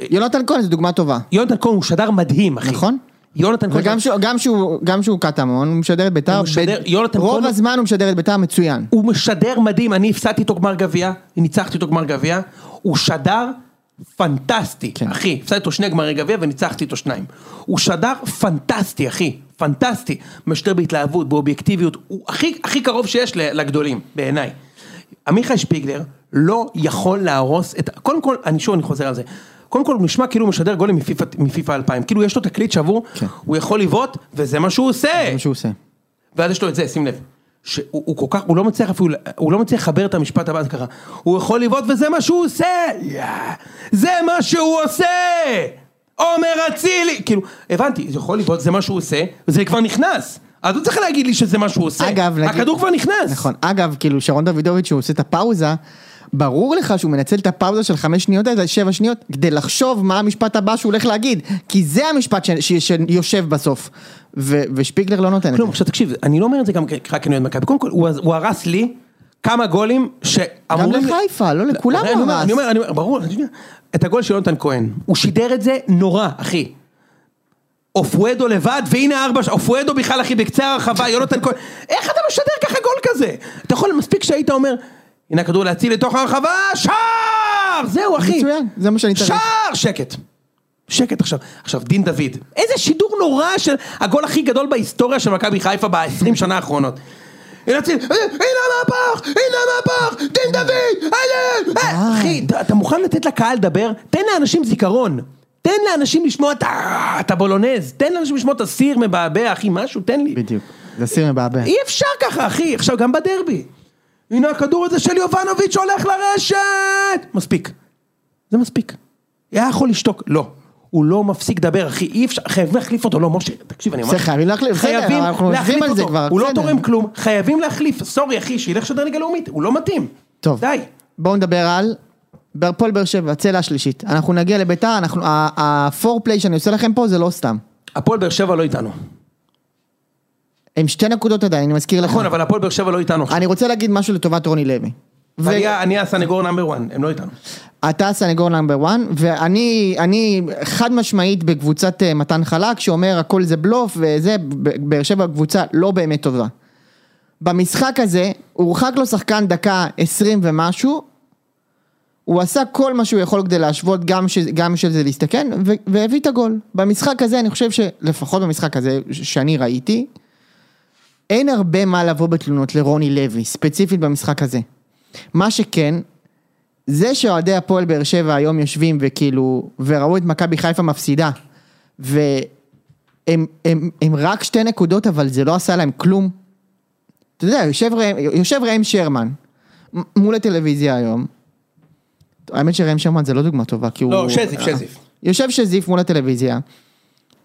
Speaker 2: אה,
Speaker 1: יונתן כהן זו דוגמה טובה.
Speaker 2: יונתן כהן הוא שדר מדהים, אחי.
Speaker 1: נכון.
Speaker 2: יונתן כהן,
Speaker 1: וגם שהוא- גם שהוא- גם שהוא קטמון, הוא משדר את ביתר,
Speaker 2: הוא משדר-
Speaker 1: ב-
Speaker 2: יונתן
Speaker 1: רוב
Speaker 2: כהן-
Speaker 1: הזמן הוא משדר את ביתר מצוין.
Speaker 2: הוא משדר מדהים, אני הפסדתי אותו גמר גביע, ניצחתי אותו גמר גביע, הוא שדר פנטסטי,
Speaker 1: כן.
Speaker 2: כן. אחי, הפסדתי אותו שני גמרי גביע וניצחתי אותו שניים. הוא שדר פנטסטי, אחי, פנטסטי, משדר בהתלהבות, באובייקטיביות, הוא הכי, הכי קרוב שיש ל- לגדולים, בעיניי. עמיחי שפיגלר לא יכול להרוס את, קודם כל, אני שוב, אני חוזר על זה. קודם כל הוא נשמע כאילו הוא משדר גולים מפיפא- מפיפא 2000, כאילו יש לו תקליט שבור,
Speaker 1: כן.
Speaker 2: הוא יכול לבעוט, וזה מה שהוא עושה.
Speaker 1: זה מה שהוא עושה.
Speaker 2: ואז יש לו את זה, שים לב. שהוא הוא כל כך, הוא לא מצליח אפילו, הוא לא מצליח לחבר את המשפט הבא, זה ככה. הוא יכול לבעוט וזה מה שהוא עושה! יא, זה מה שהוא עושה! עומר אצילי! כאילו, הבנתי, זה יכול לבעוט, זה מה שהוא עושה, וזה כבר נכנס. אז לא צריך להגיד לי שזה מה שהוא עושה.
Speaker 1: אגב, נגיד-
Speaker 2: הכדור כבר נכנס.
Speaker 1: נכון. אגב, כאילו, שרון דוידוביץ', שהוא עושה את הפאוזה, ברור לך שהוא מנצל את הפאוזה של חמש שניות, עד שבע שניות, כדי לחשוב מה המשפט הבא שהוא הולך להגיד. כי זה המשפט ש- ש- שיושב בסוף. ו- ושפיגלר לא נותן את זה.
Speaker 2: כלום, עכשיו תקשיב, אני לא אומר את זה גם כ- רק כנראה מכבי, קודם כל, הוא, הוא הרס לי כמה גולים
Speaker 1: גם
Speaker 2: שאמורים...
Speaker 1: לחיפה, לא לכולם
Speaker 2: אני
Speaker 1: הוא
Speaker 2: אומר,
Speaker 1: הרס.
Speaker 2: אני אומר, אני אומר, ברור, אני שנייה. את הגול של יונתן כהן, הוא שידר את זה נורא, אחי. אופואדו לבד, והנה ארבע, ש- אופואדו בכלל אחי בקצה הרחבה, יונתן כהן, איך אתה משדר ככה גול כזה? אתה יכול, מספיק שהיית אומר, הנה הכדור להציל לתוך הרחבה, שער! זהו אחי.
Speaker 1: מצוין, זה מה שאני צריך.
Speaker 2: שער! שקט. שקט עכשיו. עכשיו, דין דוד, איזה שידור נורא של הגול הכי גדול בהיסטוריה של מכבי חיפה ב-20 שנה האחרונות. הנה הציל, הנה המהפך, הנה המהפך, דין דוד, אהלן, אה,
Speaker 1: די.
Speaker 2: אחי, אתה- אתה מוכן לתת לקהל לדבר? תן לאנשים זיכרון. תן לאנשים לשמוע את ה- את הבולונז, תן לאנשים לשמוע את הסיר מבעבע, אחי, משהו, תן לי.
Speaker 1: בדיוק. זה סיר מבעבע.
Speaker 2: אי אפשר ככה, אחי, עכשיו גם בדרבי. הנה הכדור הזה של יובנוביץ' הולך לרשת! מספיק. זה מספיק. היה יכול לשתוק, לא. הוא לא מפסיק לדבר, אחי, אי אפשר, חייבים להחליף אותו, לא, משה, תקשיב, אני אומר,
Speaker 1: בסדר, חייבים להחליף, בסדר, אבל
Speaker 2: חייבים
Speaker 1: אנחנו יושבים
Speaker 2: להחליף
Speaker 1: על זה
Speaker 2: אותו.
Speaker 1: כבר,
Speaker 2: הוא לא
Speaker 1: בסדר.
Speaker 2: תורם כלום, חייבים להחליף, סורי אחי, שילך שדר ליגה לאומית, הוא לא מתאים,
Speaker 1: טוב.
Speaker 2: די,
Speaker 1: בואו נדבר על הפועל באר שבע, צלע השלישית. אנחנו נגיע לביתר, אנחנו, ה- הפורפליי שאני עושה לכם פה זה לא סתם.
Speaker 2: הפועל באר שבע לא איתנו,
Speaker 1: הם שתי נקודות עדיין, אני מזכיר לך.
Speaker 2: נכון, אבל הפועל באר שבע לא איתנו, עכשיו.
Speaker 1: אני רוצה להגיד משהו לטובת רוני לוי. ו-
Speaker 2: אני ה- אני הסנגור נאמבר 1, הם לא איתנו,
Speaker 1: אתה סנגור נאמבר 1, ואני אני חד משמעית בקבוצת אה, מתן חלק, שאומר הכל זה בלוף וזה, ב- באר שבע קבוצה לא באמת טובה. במשחק הזה, הורחק לו שחקן דקה 20 ומשהו, הוא עשה כל מה שהוא יכול כדי להשוות גם, ש, גם שזה להסתכן, ו- והביא את הגול. במשחק הזה, אני חושב שלפחות במשחק הזה ש- שאני ראיתי, אין הרבה מה לבוא בתלונות לרוני לוי, ספציפית במשחק הזה. מה שכן, זה שאוהדי הפועל באר שבע היום יושבים וכאילו, וראו את מכבי חיפה מפסידה, והם הם, הם רק שתי נקודות, אבל זה לא עשה להם כלום. אתה יודע, יושב, ראם- יושב ראם שרמן מ- מול הטלוויזיה היום. האמת שראם שרמן זה לא דוגמה טובה, כי הוא...
Speaker 2: לא, שזיף,
Speaker 1: אה,
Speaker 2: שזיף.
Speaker 1: יושב שזיף מול הטלוויזיה,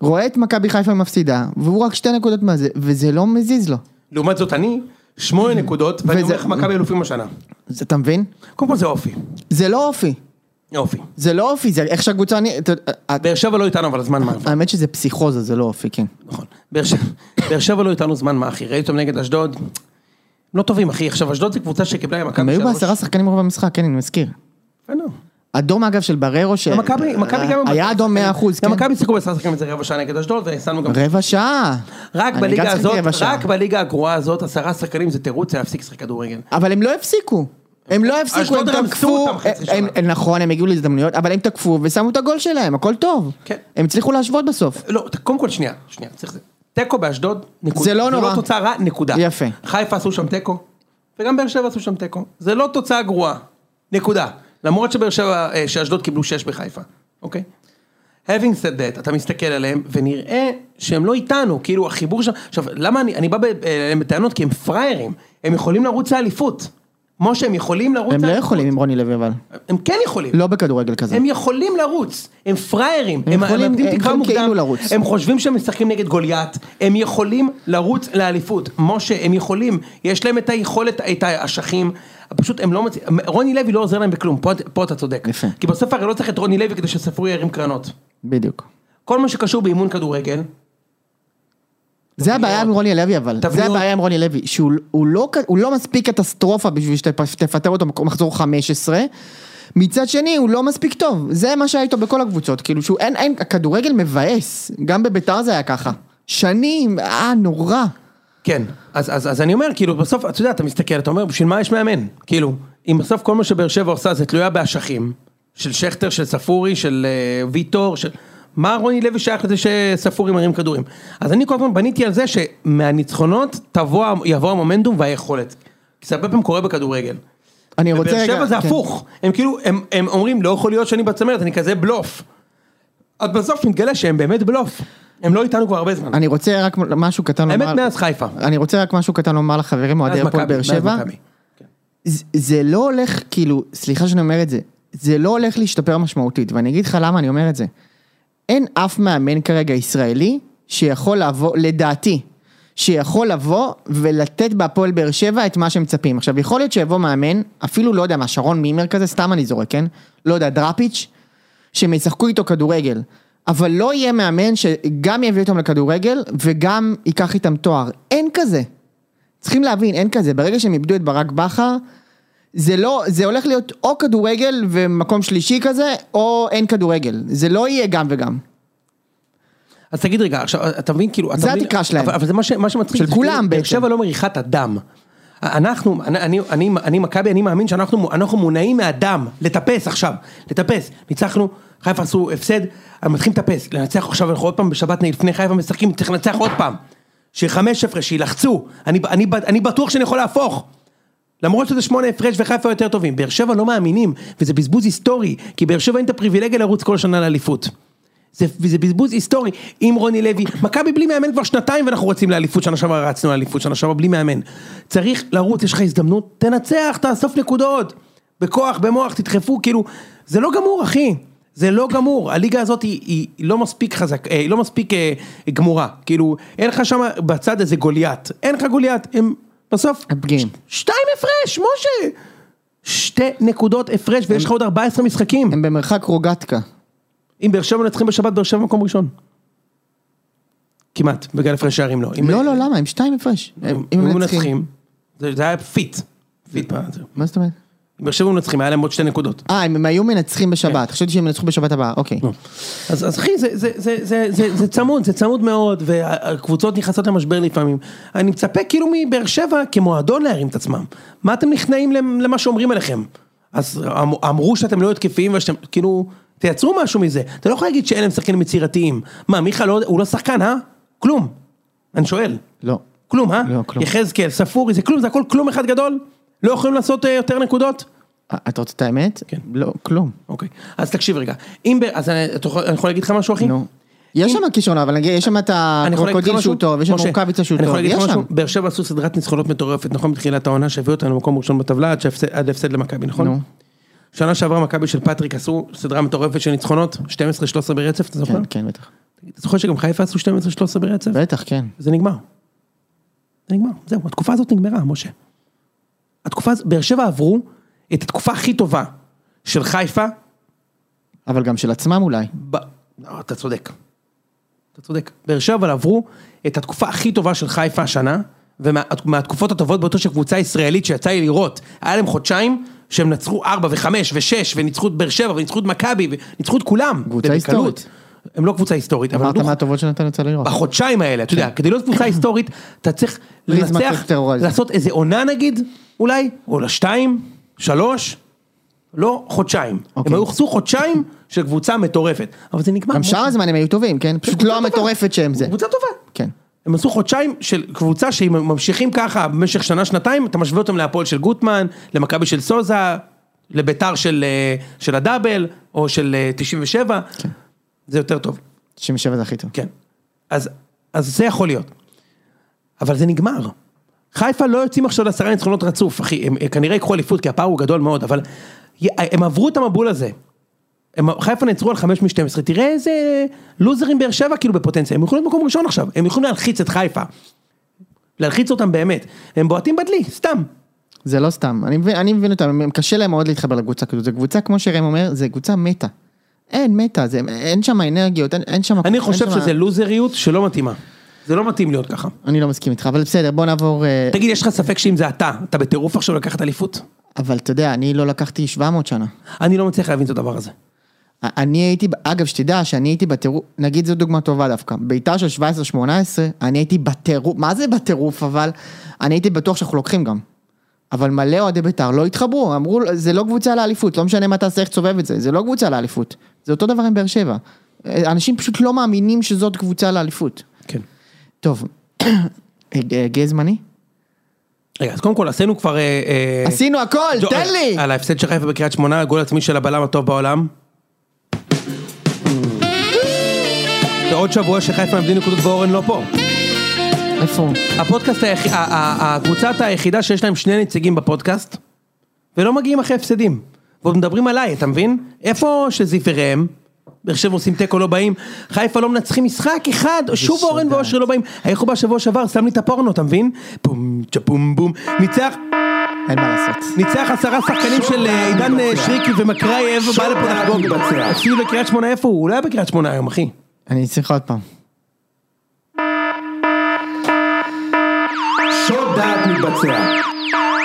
Speaker 1: רואה את מכבי חיפה מפסידה, והוא רק שתי נקודות מהזה, וזה לא מזיז לו.
Speaker 2: לעומת זאת אני, שמונה נקודות, ואני
Speaker 1: וזה-
Speaker 2: אומר לך מכבי אלופים השנה,
Speaker 1: אז אתה מבין?
Speaker 2: קודם כל זה אופי,
Speaker 1: זה לא אופי.
Speaker 2: אופי,
Speaker 1: זה לא אופי, זה איך שהקבוצה... אני- אתה-
Speaker 2: באר שבע לא איתנו, אבל הזמן מה,
Speaker 1: האמת שזה פסיכוזה, זה לא אופי, כן.
Speaker 2: נכון. באר שבע- באר שבע לא איתנו זמן מה אחי, ראיתם נגד אשדוד? הם לא טובים אחי, עכשיו אשדוד זו קבוצה שקיבלה עם
Speaker 1: הם
Speaker 2: מכבי
Speaker 1: היו
Speaker 2: שלוש.
Speaker 1: בעשרה שחקנים רוב המשחק, כן, אני מזכיר.
Speaker 2: אה, לא.
Speaker 1: אדום אגב של בררו, ש...
Speaker 2: מכבי, מכבי גם...
Speaker 1: אה, היה אדום 100 אחוז, כן.
Speaker 2: גם מכבי שיחקו בעשרה שחקנים איזה רבע שעה נגד אשדוד, ושמנו גם...
Speaker 1: רבע שעה.
Speaker 2: רק
Speaker 1: אני גם
Speaker 2: בליגה
Speaker 1: שיחקתי
Speaker 2: הזאת,
Speaker 1: רבע שעה.
Speaker 2: רק בליגה הגרועה הזאת, עשרה שחקנים זה תירוץ להפסיק לשחק כדורגל.
Speaker 1: אבל הם לא הפסיקו. הם לא הפסיקו, הם
Speaker 2: אשדוד רמסו
Speaker 1: תקפו,
Speaker 2: אותם חצי
Speaker 1: הם-
Speaker 2: שנה.
Speaker 1: נכון, הם הגיעו להזדמנויות, אבל הם תקפו ושמו את הגול שלהם, הכל טוב.
Speaker 2: כן.
Speaker 1: הם הצליחו להשוות בסוף.
Speaker 2: לא, ת- קודם כל שנייה, שנייה, צריך זה. תיקו באשדוד, נקודה.
Speaker 1: זה לא
Speaker 2: זה
Speaker 1: נורא.
Speaker 2: לא תוצאה רע, נקודה.
Speaker 1: יפה.
Speaker 2: חיפה עשו שם תיקו, וגם באר שבע עשו שם תיקו. זה לא תוצאה גרועה, נקודה. למרות שבאר שבע, אה, שאשדוד קיבלו שש בחיפה, אוקיי? Having said that, אתה מסתכל עליהם, ונראה שהם לא איתנו, כאילו החיבור שם, עכשיו, למה אני, אני בא ב- אה, אליהם בטענות? כי הם פראיירים, הם יכולים לרוץ לאליפות. משה, הם יכולים לרוץ
Speaker 1: הם לא
Speaker 2: לאליפות.
Speaker 1: יכולים עם רוני לוי אבל.
Speaker 2: הם כן יכולים.
Speaker 1: לא בכדורגל כזה.
Speaker 2: הם יכולים לרוץ, הם פראיירים,
Speaker 1: הם
Speaker 2: הם
Speaker 1: יכולים-
Speaker 2: מאבדים
Speaker 1: הם
Speaker 2: תקווה
Speaker 1: יכולים
Speaker 2: מוקדם,
Speaker 1: כאילו לרוץ.
Speaker 2: הם חושבים שהם משחקים נגד גוליית, הם יכולים לרוץ לאליפות, משה, הם יכולים, יש להם את היכולת, את האשכים, פשוט הם לא מצליחים, רוני לוי לא עוזר להם בכלום, פה, פה אתה צודק,
Speaker 1: יפה.
Speaker 2: כי בסוף הרי לא צריך את רוני לוי כדי שספורי ירים קרנות,
Speaker 1: בדיוק.
Speaker 2: כל מה שקשור באימון כדורגל,
Speaker 1: זה הבעיה עם רוני לוי אבל, זה
Speaker 2: תבניות.
Speaker 1: הבעיה עם רוני לוי, שהוא הוא לא, כ- הוא לא מספיק קטסטרופה בשביל שתפטר אותו במחזור 15, מצד שני הוא לא מספיק טוב, זה מה שהיה איתו בכל הקבוצות, כאילו שהוא אין, אין, הכדורגל מבאס, גם בביתר זה היה ככה, שנים, אה נורא,
Speaker 2: כן, אז, אז, אז אני אומר, כאילו, בסוף, אתה יודע, אתה מסתכל, אתה אומר, בשביל מה יש מאמן? כאילו, אם בסוף כל מה שבאר שבע עושה זה תלויה באשכים, של שכטר, של ספורי, של uh, ויטור, של... מה רוני לוי שייך לזה שספורי מרים כדורים? אז אני כל הזמן בניתי על זה שמהניצחונות תבוא, ה- יבוא המומנטום והיכולת. כי זה הרבה פעמים קורה בכדורגל.
Speaker 1: אני רוצה
Speaker 2: בבאר
Speaker 1: רגע,
Speaker 2: שבע זה
Speaker 1: כן.
Speaker 2: הפוך, הם כאילו, הם, הם אומרים, לא יכול להיות שאני בצמרת, אני כזה בלוף. אז בסוף מתגלה שהם באמת בלוף. הם לא איתנו כבר הרבה זמן.
Speaker 1: אני רוצה רק משהו קטן לומר,
Speaker 2: האמת מאז חיפה.
Speaker 1: אני רוצה רק משהו קטן לומר לחברים אוהדי
Speaker 2: מאז
Speaker 1: הפועל
Speaker 2: מכבי,
Speaker 1: באר
Speaker 2: מאז
Speaker 1: שבע,
Speaker 2: מכבי.
Speaker 1: זה- זה לא הולך, כאילו, סליחה שאני אומר את זה, זה לא הולך להשתפר משמעותית, ואני אגיד לך למה אני אומר את זה. אין אף מאמן כרגע ישראלי שיכול לבוא, לדעתי, שיכול לבוא ולתת בהפועל באר שבע את מה שמצפים. עכשיו, יכול להיות שיבוא מאמן, אפילו לא יודע מה, שרון מימר כזה, סתם אני זורק, כן? לא יודע, דראפיץ', שהם ישחקו איתו כדורגל. אבל לא יהיה מאמן שגם יביא אותם לכדורגל וגם ייקח איתם תואר. אין כזה. צריכים להבין, אין כזה. ברגע שהם איבדו את ברק בכר, זה לא, זה הולך להיות או כדורגל ומקום שלישי כזה, או אין כדורגל. זה לא יהיה גם וגם.
Speaker 2: אז תגיד רגע, עכשיו, אתה מבין, כאילו, אתה
Speaker 1: זה
Speaker 2: מבין-
Speaker 1: התקרה שלהם.
Speaker 2: אבל, אבל זה מה, ש, מה שמצחיק,
Speaker 1: של
Speaker 2: זה כאילו,
Speaker 1: כולם
Speaker 2: באר
Speaker 1: בעצם.
Speaker 2: שבע לא מריחת הדם. אנחנו, אני, אני, אני, אני מכבי, אני מאמין שאנחנו מו- אנחנו מונעים מהדם, לטפס עכשיו, לטפס. ניצחנו, חיפה עשו הפסד, אנחנו מתחילים לטפס, לנצח עכשיו, אנחנו עוד פעם בשבת נגד- לפני חיפה משחקים, צריך לנצח עוד פעם. שיהיה חמש הפרש, שילחצו, אני, אני, אני בטוח שאני יכול להפוך. למרות שזה שמונה הפרש וחיפה יותר טובים, באר שבע לא מאמינים, וזה בזבוז היסטורי, כי באר שבע אין את הפריבילגיה לרוץ כל שנה לאליפות. זה, זה בזבוז היסטורי, עם רוני לוי, מכבי בלי מאמן כבר שנתיים ואנחנו רצים לאליפות, שנה שעברה רצנו לאליפות, שנה שעברה בלי מאמן. צריך לרוץ, יש לך הזדמנות, תנצח, תאסוף נקודות. בכוח, במוח, תדחפו, כאילו, זה לא גמור אחי. זה לא גמור, הליגה הזאת היא, היא לא מספיק חזק, אה, היא לא מספיק אה, גמורה. כאילו, אין לך שם בצד איזה גוליית. אין לך גוליית, הם בסוף...
Speaker 1: הם פגיעים.
Speaker 2: ש- שתיים הפרש, משה! שתי נקודות הפרש ויש לך עוד 14 משחקים.
Speaker 1: הם במרחק רוגטקה.
Speaker 2: אם באר שבע מנצחים בשבת, באר שבע במקום ראשון. כמעט, בגלל הפרש שערים לא. אם-
Speaker 1: לא, לא, למה? הם שתיים הפרש. הם-
Speaker 2: אם
Speaker 1: אם
Speaker 2: הם
Speaker 1: הם מנצחים.
Speaker 2: מנצחים, זה זה היה פיט. פיט. מה זה?
Speaker 1: מה זאת אומרת?
Speaker 2: אם באר שבע מנצחים, היה להם עוד שתי נקודות.
Speaker 1: אה, אם הם היו מנצחים בשבת.
Speaker 2: כן.
Speaker 1: חשבתי שהם ינצחו בשבת הבאה, אוקיי.
Speaker 2: לא. אז אז אחי, זה- זה- זה- זה- זה זה צמוד, זה צמוד מאוד, והקבוצות נכנסות למשבר לפעמים. אני מצפה כאילו מבאר שבע כמועדון להרים את עצמם. מה אתם נכנעים למ- למה שאומרים עליכם? אז אמ- אמרו שאתם לא התקפיים ושאתם, כאילו, תייצרו משהו מזה. אתה לא יכול להגיד שאלה הם שחקנים יצירתיים. מה, מיכה לא- הוא לא שחקן, אה? כלום. אני שואל.
Speaker 1: לא.
Speaker 2: כלום, אה?
Speaker 1: לא, כלום.
Speaker 2: יחזקאל, ספורי, זה כלום, זה הכל כלום אחד גדול? לא יכולים לעשות אה, יותר נקודות?
Speaker 1: אה, אתה רוצה את האמת?
Speaker 2: כן.
Speaker 1: לא, כלום.
Speaker 2: אוקיי, אז תקשיב רגע. אם ב... אז אני, אתה יכול- אני יכול להגיד לך משהו, אחי?
Speaker 1: נו. יש שם כישרון, אבל נגיד, יש שם את
Speaker 2: כן. אני יכול להגיד לך
Speaker 1: הקרוקודיל
Speaker 2: משהו?
Speaker 1: שהוא טוב, יש שם
Speaker 2: משה,
Speaker 1: רוקאביצה שהוא
Speaker 2: אני יכול
Speaker 1: טוב,
Speaker 2: להגיד לך
Speaker 1: יש שם.
Speaker 2: משהו? באר שבע עשו סדרת ניצחונות מטורפת, נכון? בתחילת העונה שהביאו אותנו למקום ראשון בטבלה עד שהפסד- עד הפסד למכבי, נכון?
Speaker 1: נו.
Speaker 2: שנה שעברה מכבי של פטריק עשו סדרה מטורפת של ניצחונות, 12-13 ברצף, אתה זוכר?
Speaker 1: כן, כן, בטח.
Speaker 2: אתה זוכר שגם חיפה עשו 12-13 ברצף?
Speaker 1: בטח, כן.
Speaker 2: זה נגמר. זה נגמר, זהו, התקופה הזאת נגמרה, משה. התקופה הזאת, באר שבע עברו את התקופה הכי טובה של חיפה,
Speaker 1: אבל גם של עצמם אולי.
Speaker 2: ב... לא, אתה צודק. אתה צודק. באר שבע אבל עברו את התקופה הכי טובה של חיפה השנה, ומהתקופות הטובות ביותר של קבוצה ישראלית שיצא לי לראות. היה להם חודשיים שהם נצחו 4 ו-5 ו-6 וניצחו את באר שבע וניצחו את מכבי וניצחו את כולם.
Speaker 1: קבוצה
Speaker 2: ובקלות.
Speaker 1: היסטורית.
Speaker 2: הם לא קבוצה היסטורית, אבל
Speaker 1: אמרת
Speaker 2: עברו
Speaker 1: מה הטובות שנתן יצא לראות.
Speaker 2: בחודשיים האלה, אתה יודע,
Speaker 1: כן.
Speaker 2: כדי להיות קבוצה היסטורית, אתה צריך
Speaker 1: פריזמה
Speaker 2: לנצח,
Speaker 1: של טרוריזם.
Speaker 2: לעשות איזה עונה נגיד, אולי, או לשתיים, שלוש, לא חודשיים. הם
Speaker 1: אוקיי.
Speaker 2: היו עשו חודשיים של קבוצה מטורפת, אבל זה נגמר.
Speaker 1: גם שאר הזמן הם היו טובים, כן? פשוט לא
Speaker 2: קבוצה טובה.
Speaker 1: המטורפת שהם זה.
Speaker 2: קבוצה טובה.
Speaker 1: כן.
Speaker 2: הם עשו חודשיים של קבוצה שאם הם ממשיכים ככה במשך שנה-שנתיים, אתה משווה אותם להפועל של גוטמן, למכבי של סוזה, לביתר של, אה, של הדאבל, או של אה, 97,
Speaker 1: כן.
Speaker 2: זה יותר טוב.
Speaker 1: 97 זה הכי טוב.
Speaker 2: כן. אז, אז זה יכול להיות. אבל זה נגמר. חיפה לא יוצאים עכשיו לעשרה ניצחונות רצוף, אחי, הם, הם כנראה ייקחו אליפות כי הפער הוא גדול מאוד, אבל י- הם עברו את המבול הזה. הם, חיפה נעצרו על 5 מ-12, תראה איזה לוזרים באר שבע כאילו בפוטנציה, הם יכולים להיות במקום ראשון עכשיו, הם יכולים להלחיץ את חיפה. להלחיץ אותם באמת, הם בועטים בדלי, סתם.
Speaker 1: זה לא סתם, אני מבין, אני מבין אותם, הם- הם קשה להם מאוד להתחבר לקבוצה כזאת, זו קבוצה כמו שרם אומר, זו קבוצה מתה. אין מתה, זה, אין שם אנרגיות, אין, אין שם...
Speaker 2: אני
Speaker 1: אין
Speaker 2: חושב
Speaker 1: שם-
Speaker 2: שזה לוזריות שלא מתאימה. זה לא מתאים להיות ככה.
Speaker 1: אני לא מסכים איתך, אבל בסדר, בוא נעבור... אה,
Speaker 2: תגיד, יש לך ספק שאם זה אתה, אתה בטירוף עכשיו לקחת אליפות?
Speaker 1: אבל אתה יודע, אני לא לקחתי 700 שנה.
Speaker 2: אני לא מצליח להבין את הדבר הזה.
Speaker 1: א- אני הייתי, ב- אגב, שתדע שאני הייתי בטירוף, נגיד זו דוגמה טובה דווקא, ביתר של 17-18, אני הייתי בטירוף, מה זה בטירוף אבל? אני הייתי בטוח שאנחנו לוקחים גם. אבל מלא אוהדי ביתר לא התחברו, אמרו, זה לא קבוצה לאליפות, לא משנה מה תעשה, איך תסובב את זה, זה לא קבוצה לאליפות. זה אותו דבר עם באר שבע. אנשים פשוט לא מאמינים שזאת קבוצה לאליפות.
Speaker 2: כן.
Speaker 1: טוב, גאה זמני?
Speaker 2: רגע, אז קודם כל עשינו כבר... אה, אה,
Speaker 1: עשינו הכל,
Speaker 2: ג'ו-
Speaker 1: תן לי!
Speaker 2: על ההפסד של חיפה בקריית שמונה, הגול עצמי של הבלם הטוב בעולם. ועוד שבוע שחיפה מבדיל נקודות ואורן לא פה.
Speaker 1: איפה הוא?
Speaker 2: הפודקאסט, היח- ה- ה- הקבוצת היחידה שיש להם שני נציגים בפודקאסט, ולא מגיעים אחרי הפסדים. ועוד מדברים עליי, אתה מבין? איפה שזיו וראם? באר שבע עושים תיקו לא באים, חיפה לא מנצחים משחק אחד, שוב
Speaker 1: שודד.
Speaker 2: אורן ואושר לא באים. האיחוד בשבוע שעבר שם לי את הפורנו, אתה מבין? בום צ'פום בום, ניצח,
Speaker 1: אין מה לעשות.
Speaker 2: ניצח עשרה שחקנים של אה, עידן אה, שריקי ומקרייב, בא לפה לחגוג. אפילו בקריית שמונה איפה הוא? הוא לא היה בקריית שמונה היום, אחי.
Speaker 1: אני צריך עוד פעם.
Speaker 3: שוד דעת מתבצע.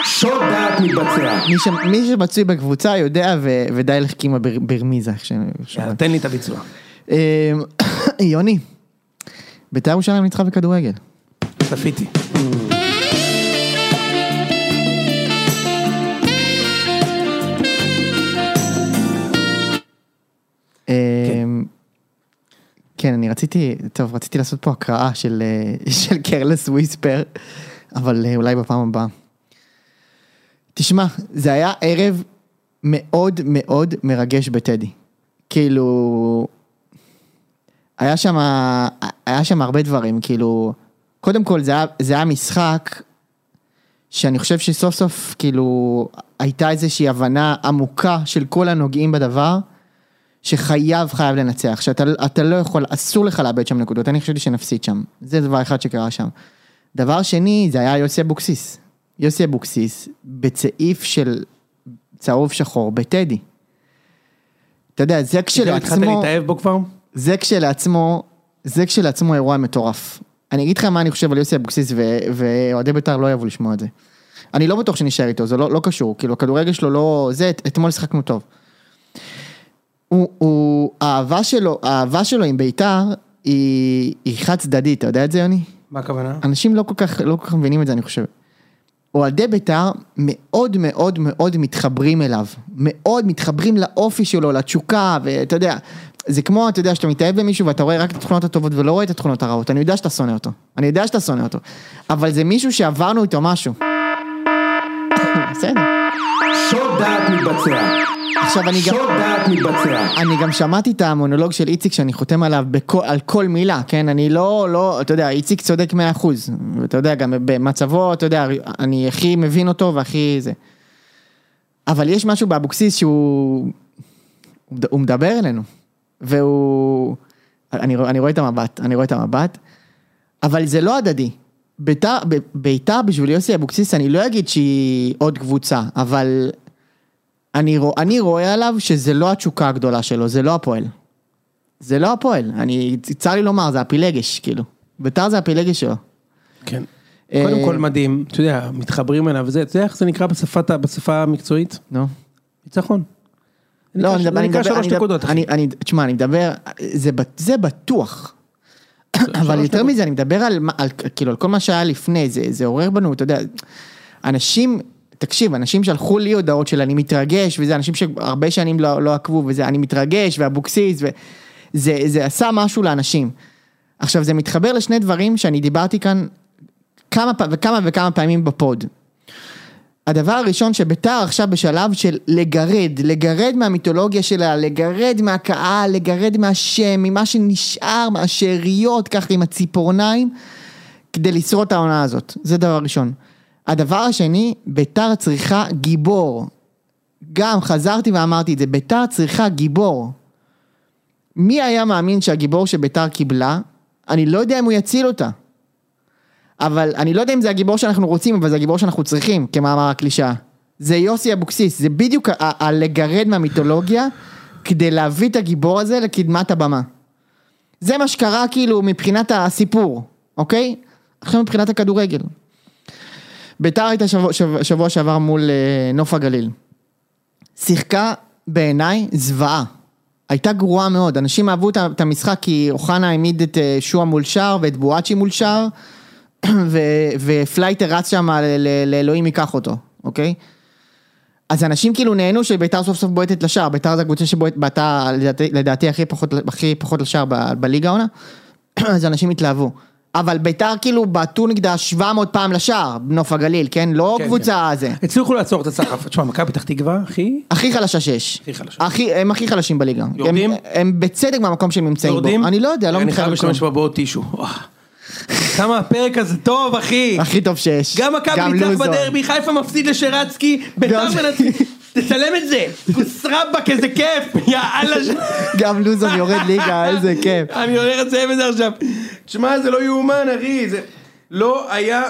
Speaker 3: שוד דעת מתבצע.
Speaker 1: מי, ש... מי שמצוי בקבוצה יודע ו... ודי לחכים הבר... ברמיזה איך שאני
Speaker 2: יאללה,
Speaker 1: שומע.
Speaker 2: תן לי את הביצוע.
Speaker 1: אמ, יוני, בית"ר ירושלים ניצחה בכדורגל.
Speaker 2: צפיתי.
Speaker 1: אמ, כן, אני רציתי, טוב, רציתי לעשות פה הקראה של, אה, של קרלס וויספר, אבל אה, אולי בפעם הבאה. תשמע, זה היה ערב מאוד מאוד מרגש בטדי. כאילו, היה שם, היה שם הרבה דברים, כאילו, קודם כל זה היה, זה היה משחק שאני חושב שסוף סוף, כאילו, הייתה איזושהי הבנה עמוקה של כל הנוגעים בדבר, שחייב חייב לנצח, שאתה אתה לא יכול, אסור לך לאבד שם נקודות, אני חשבתי שנפסיד שם, זה דבר אחד שקרה שם. דבר שני, זה היה יוסי אבוקסיס. יוסי אבוקסיס, בצעיף של צהוב שחור, בטדי. אתה יודע, זה
Speaker 2: גם התחלת
Speaker 1: כשלעצמו,
Speaker 2: להתאהב בו כבר?
Speaker 1: זה כשלעצמו, זה כשלעצמו אירוע מטורף. אני אגיד לך מה אני חושב על יוסי אבוקסיס, ו- ואוהדי בית"ר לא יאהבו לשמוע את זה. אני לא בטוח שנשאר איתו, זה לא, לא קשור, כאילו הכדורגל שלו לא... זה, את- אתמול שיחקנו טוב. הוא, הוא, האהבה שלו, האהבה שלו עם בית"ר היא, היא חד צדדית, אתה יודע את זה יוני?
Speaker 2: מה הכוונה?
Speaker 1: אנשים לא כל כך, לא כל כך מבינים את זה, אני חושב. אוהדי בית"ר מאוד מאוד מאוד מתחברים אליו. מאוד מתחברים לאופי שלו, לתשוקה, ואתה יודע, זה כמו, אתה יודע, שאתה מתאהב במישהו ואתה רואה רק את התכונות הטובות ולא רואה את התכונות הרעות. אני יודע שאתה שונא אותו. אני יודע שאתה שונא אותו. אבל זה מישהו שעברנו איתו משהו. בסדר.
Speaker 3: שוד דעת מתבצע.
Speaker 1: עכשיו אני גם...
Speaker 3: שוד דעת מתבצע.
Speaker 1: אני גם שמעתי את המונולוג של איציק שאני חותם עליו בכל, על כל מילה, כן? אני לא, לא, אתה יודע, איציק צודק 100%. ואתה יודע, גם במצבו, אתה יודע, אני הכי מבין אותו והכי זה. אבל יש משהו באבוקסיס שהוא... הוא מד- הוא מדבר אלינו. והוא... אני, רוא- אני רואה את המבט, אני רואה את המבט. אבל זה לא הדדי. ביתר, ב- ביתר בשביל יוסי אבוקסיס, אני לא אגיד שהיא עוד קבוצה, אבל אני, רוא, אני רואה עליו שזה לא התשוקה הגדולה שלו, זה לא הפועל. זה לא הפועל, אני, צר לי לומר, זה הפילגש, כאילו. ביתר זה הפילגש שלו.
Speaker 2: כן.
Speaker 1: אה,
Speaker 2: קודם כל מדהים, אתה יודע, מתחברים אליו, זה, אתה יודע איך זה נקרא בשפת ה- בשפה המקצועית?
Speaker 1: נו.
Speaker 2: ניצחון. זה
Speaker 1: לא,
Speaker 2: נקרא-
Speaker 1: אני מדבר,
Speaker 2: זה
Speaker 1: אני
Speaker 2: נקרא
Speaker 1: מדבר,
Speaker 2: שלוש
Speaker 1: אני
Speaker 2: נקודות,
Speaker 1: מדבר,
Speaker 2: אחי.
Speaker 1: אני, אני, תשמע, אני מדבר, זה, בט- זה בטוח. אבל
Speaker 2: שלוש
Speaker 1: יותר
Speaker 2: נקודות.
Speaker 1: מזה, אני מדבר על, מה- על, כאילו, על כל מה שהיה לפני, זה, זה עורר בנו, אתה יודע, אנשים, תקשיב, אנשים שלחו לי הודעות של אני מתרגש, וזה אנשים שהרבה שנים לא, לא עקבו, וזה אני מתרגש, ואבוקסיס, וזה זה עשה משהו לאנשים. עכשיו, זה מתחבר לשני דברים שאני דיברתי כאן כמה, פ- וכמה וכמה פעמים בפוד. הדבר הראשון שביתר עכשיו בשלב של לגרד, לגרד מהמיתולוגיה שלה, לגרד מהקהל, לגרד מהשם, ממה שנשאר, מהשאריות, ככה עם הציפורניים, כדי לשרוד את העונה הזאת. זה דבר ראשון. הדבר השני, ביתר צריכה גיבור. גם חזרתי ואמרתי את זה, ביתר צריכה גיבור. מי היה מאמין שהגיבור שביתר קיבלה, אני לא יודע אם הוא יציל אותה. אבל אני לא יודע אם זה הגיבור שאנחנו רוצים, אבל זה הגיבור שאנחנו צריכים, כמאמר הקלישאה. זה יוסי אבוקסיס, זה בדיוק ה- ה- הלגרד מהמיתולוגיה, כדי להביא את הגיבור הזה לקדמת הבמה. זה מה שקרה כאילו מבחינת הסיפור, אוקיי? עכשיו מבחינת הכדורגל. ביתר הייתה שבוע, שבוע, שבוע שעבר מול אה, נוף הגליל. שיחקה בעיניי זוועה. הייתה גרועה מאוד, אנשים אהבו את ה- את המשחק כי אוחנה העמיד את אה, שועה מול שער ואת בואצ'י מול שער ו- ופלייטר רץ שם ל- ל- לאלוהים ייקח אותו, אוקיי? אז אנשים כאילו נהנו שביתר סוף סוף בועטת לשער, ביתר זה הקבוצה שבועטה לדעתי, לדעתי הכי פחות, הכי פחות לשער ב- בליגה העונה, אז אנשים התלהבו. אבל ביתר כאילו בעטו נגדה 700 פעם לשער, נוף הגליל, כן? לא
Speaker 2: כן,
Speaker 1: קבוצה זה.
Speaker 2: הצליחו לעצור את הסחף. תשמע, מכבי פתח תקווה, אחי,
Speaker 1: הכי חלשה שיש.
Speaker 2: הכי חלשה.
Speaker 1: הכי, הם הכי חלשים בליגה.
Speaker 2: יורדים?
Speaker 1: הם, הם בצדק במקום שהם נמצאים
Speaker 2: יורדים?
Speaker 1: בו. אני לא יודע, לא
Speaker 2: אני חייב
Speaker 1: מתחייב
Speaker 2: להשתמש
Speaker 1: לכלום.
Speaker 2: בבעוד טישו. וואו. כמה הפרק הזה טוב, אחי.
Speaker 1: הכי טוב שיש.
Speaker 2: גם מכבי ניצח
Speaker 1: לוזון.
Speaker 2: בדרבי, חיפה מפסיד לשרצקי, ביתר
Speaker 1: גם-
Speaker 2: מנצחים, תצלם את זה, כוס רבאק, איזה כיף, יא אללה. ש-
Speaker 1: גם לוזון יורד ליגה, איזה כיף.
Speaker 2: אני הולך לסיים את זה עכשיו. תשמע, זה לא יאומן, אחי, זה לא היה...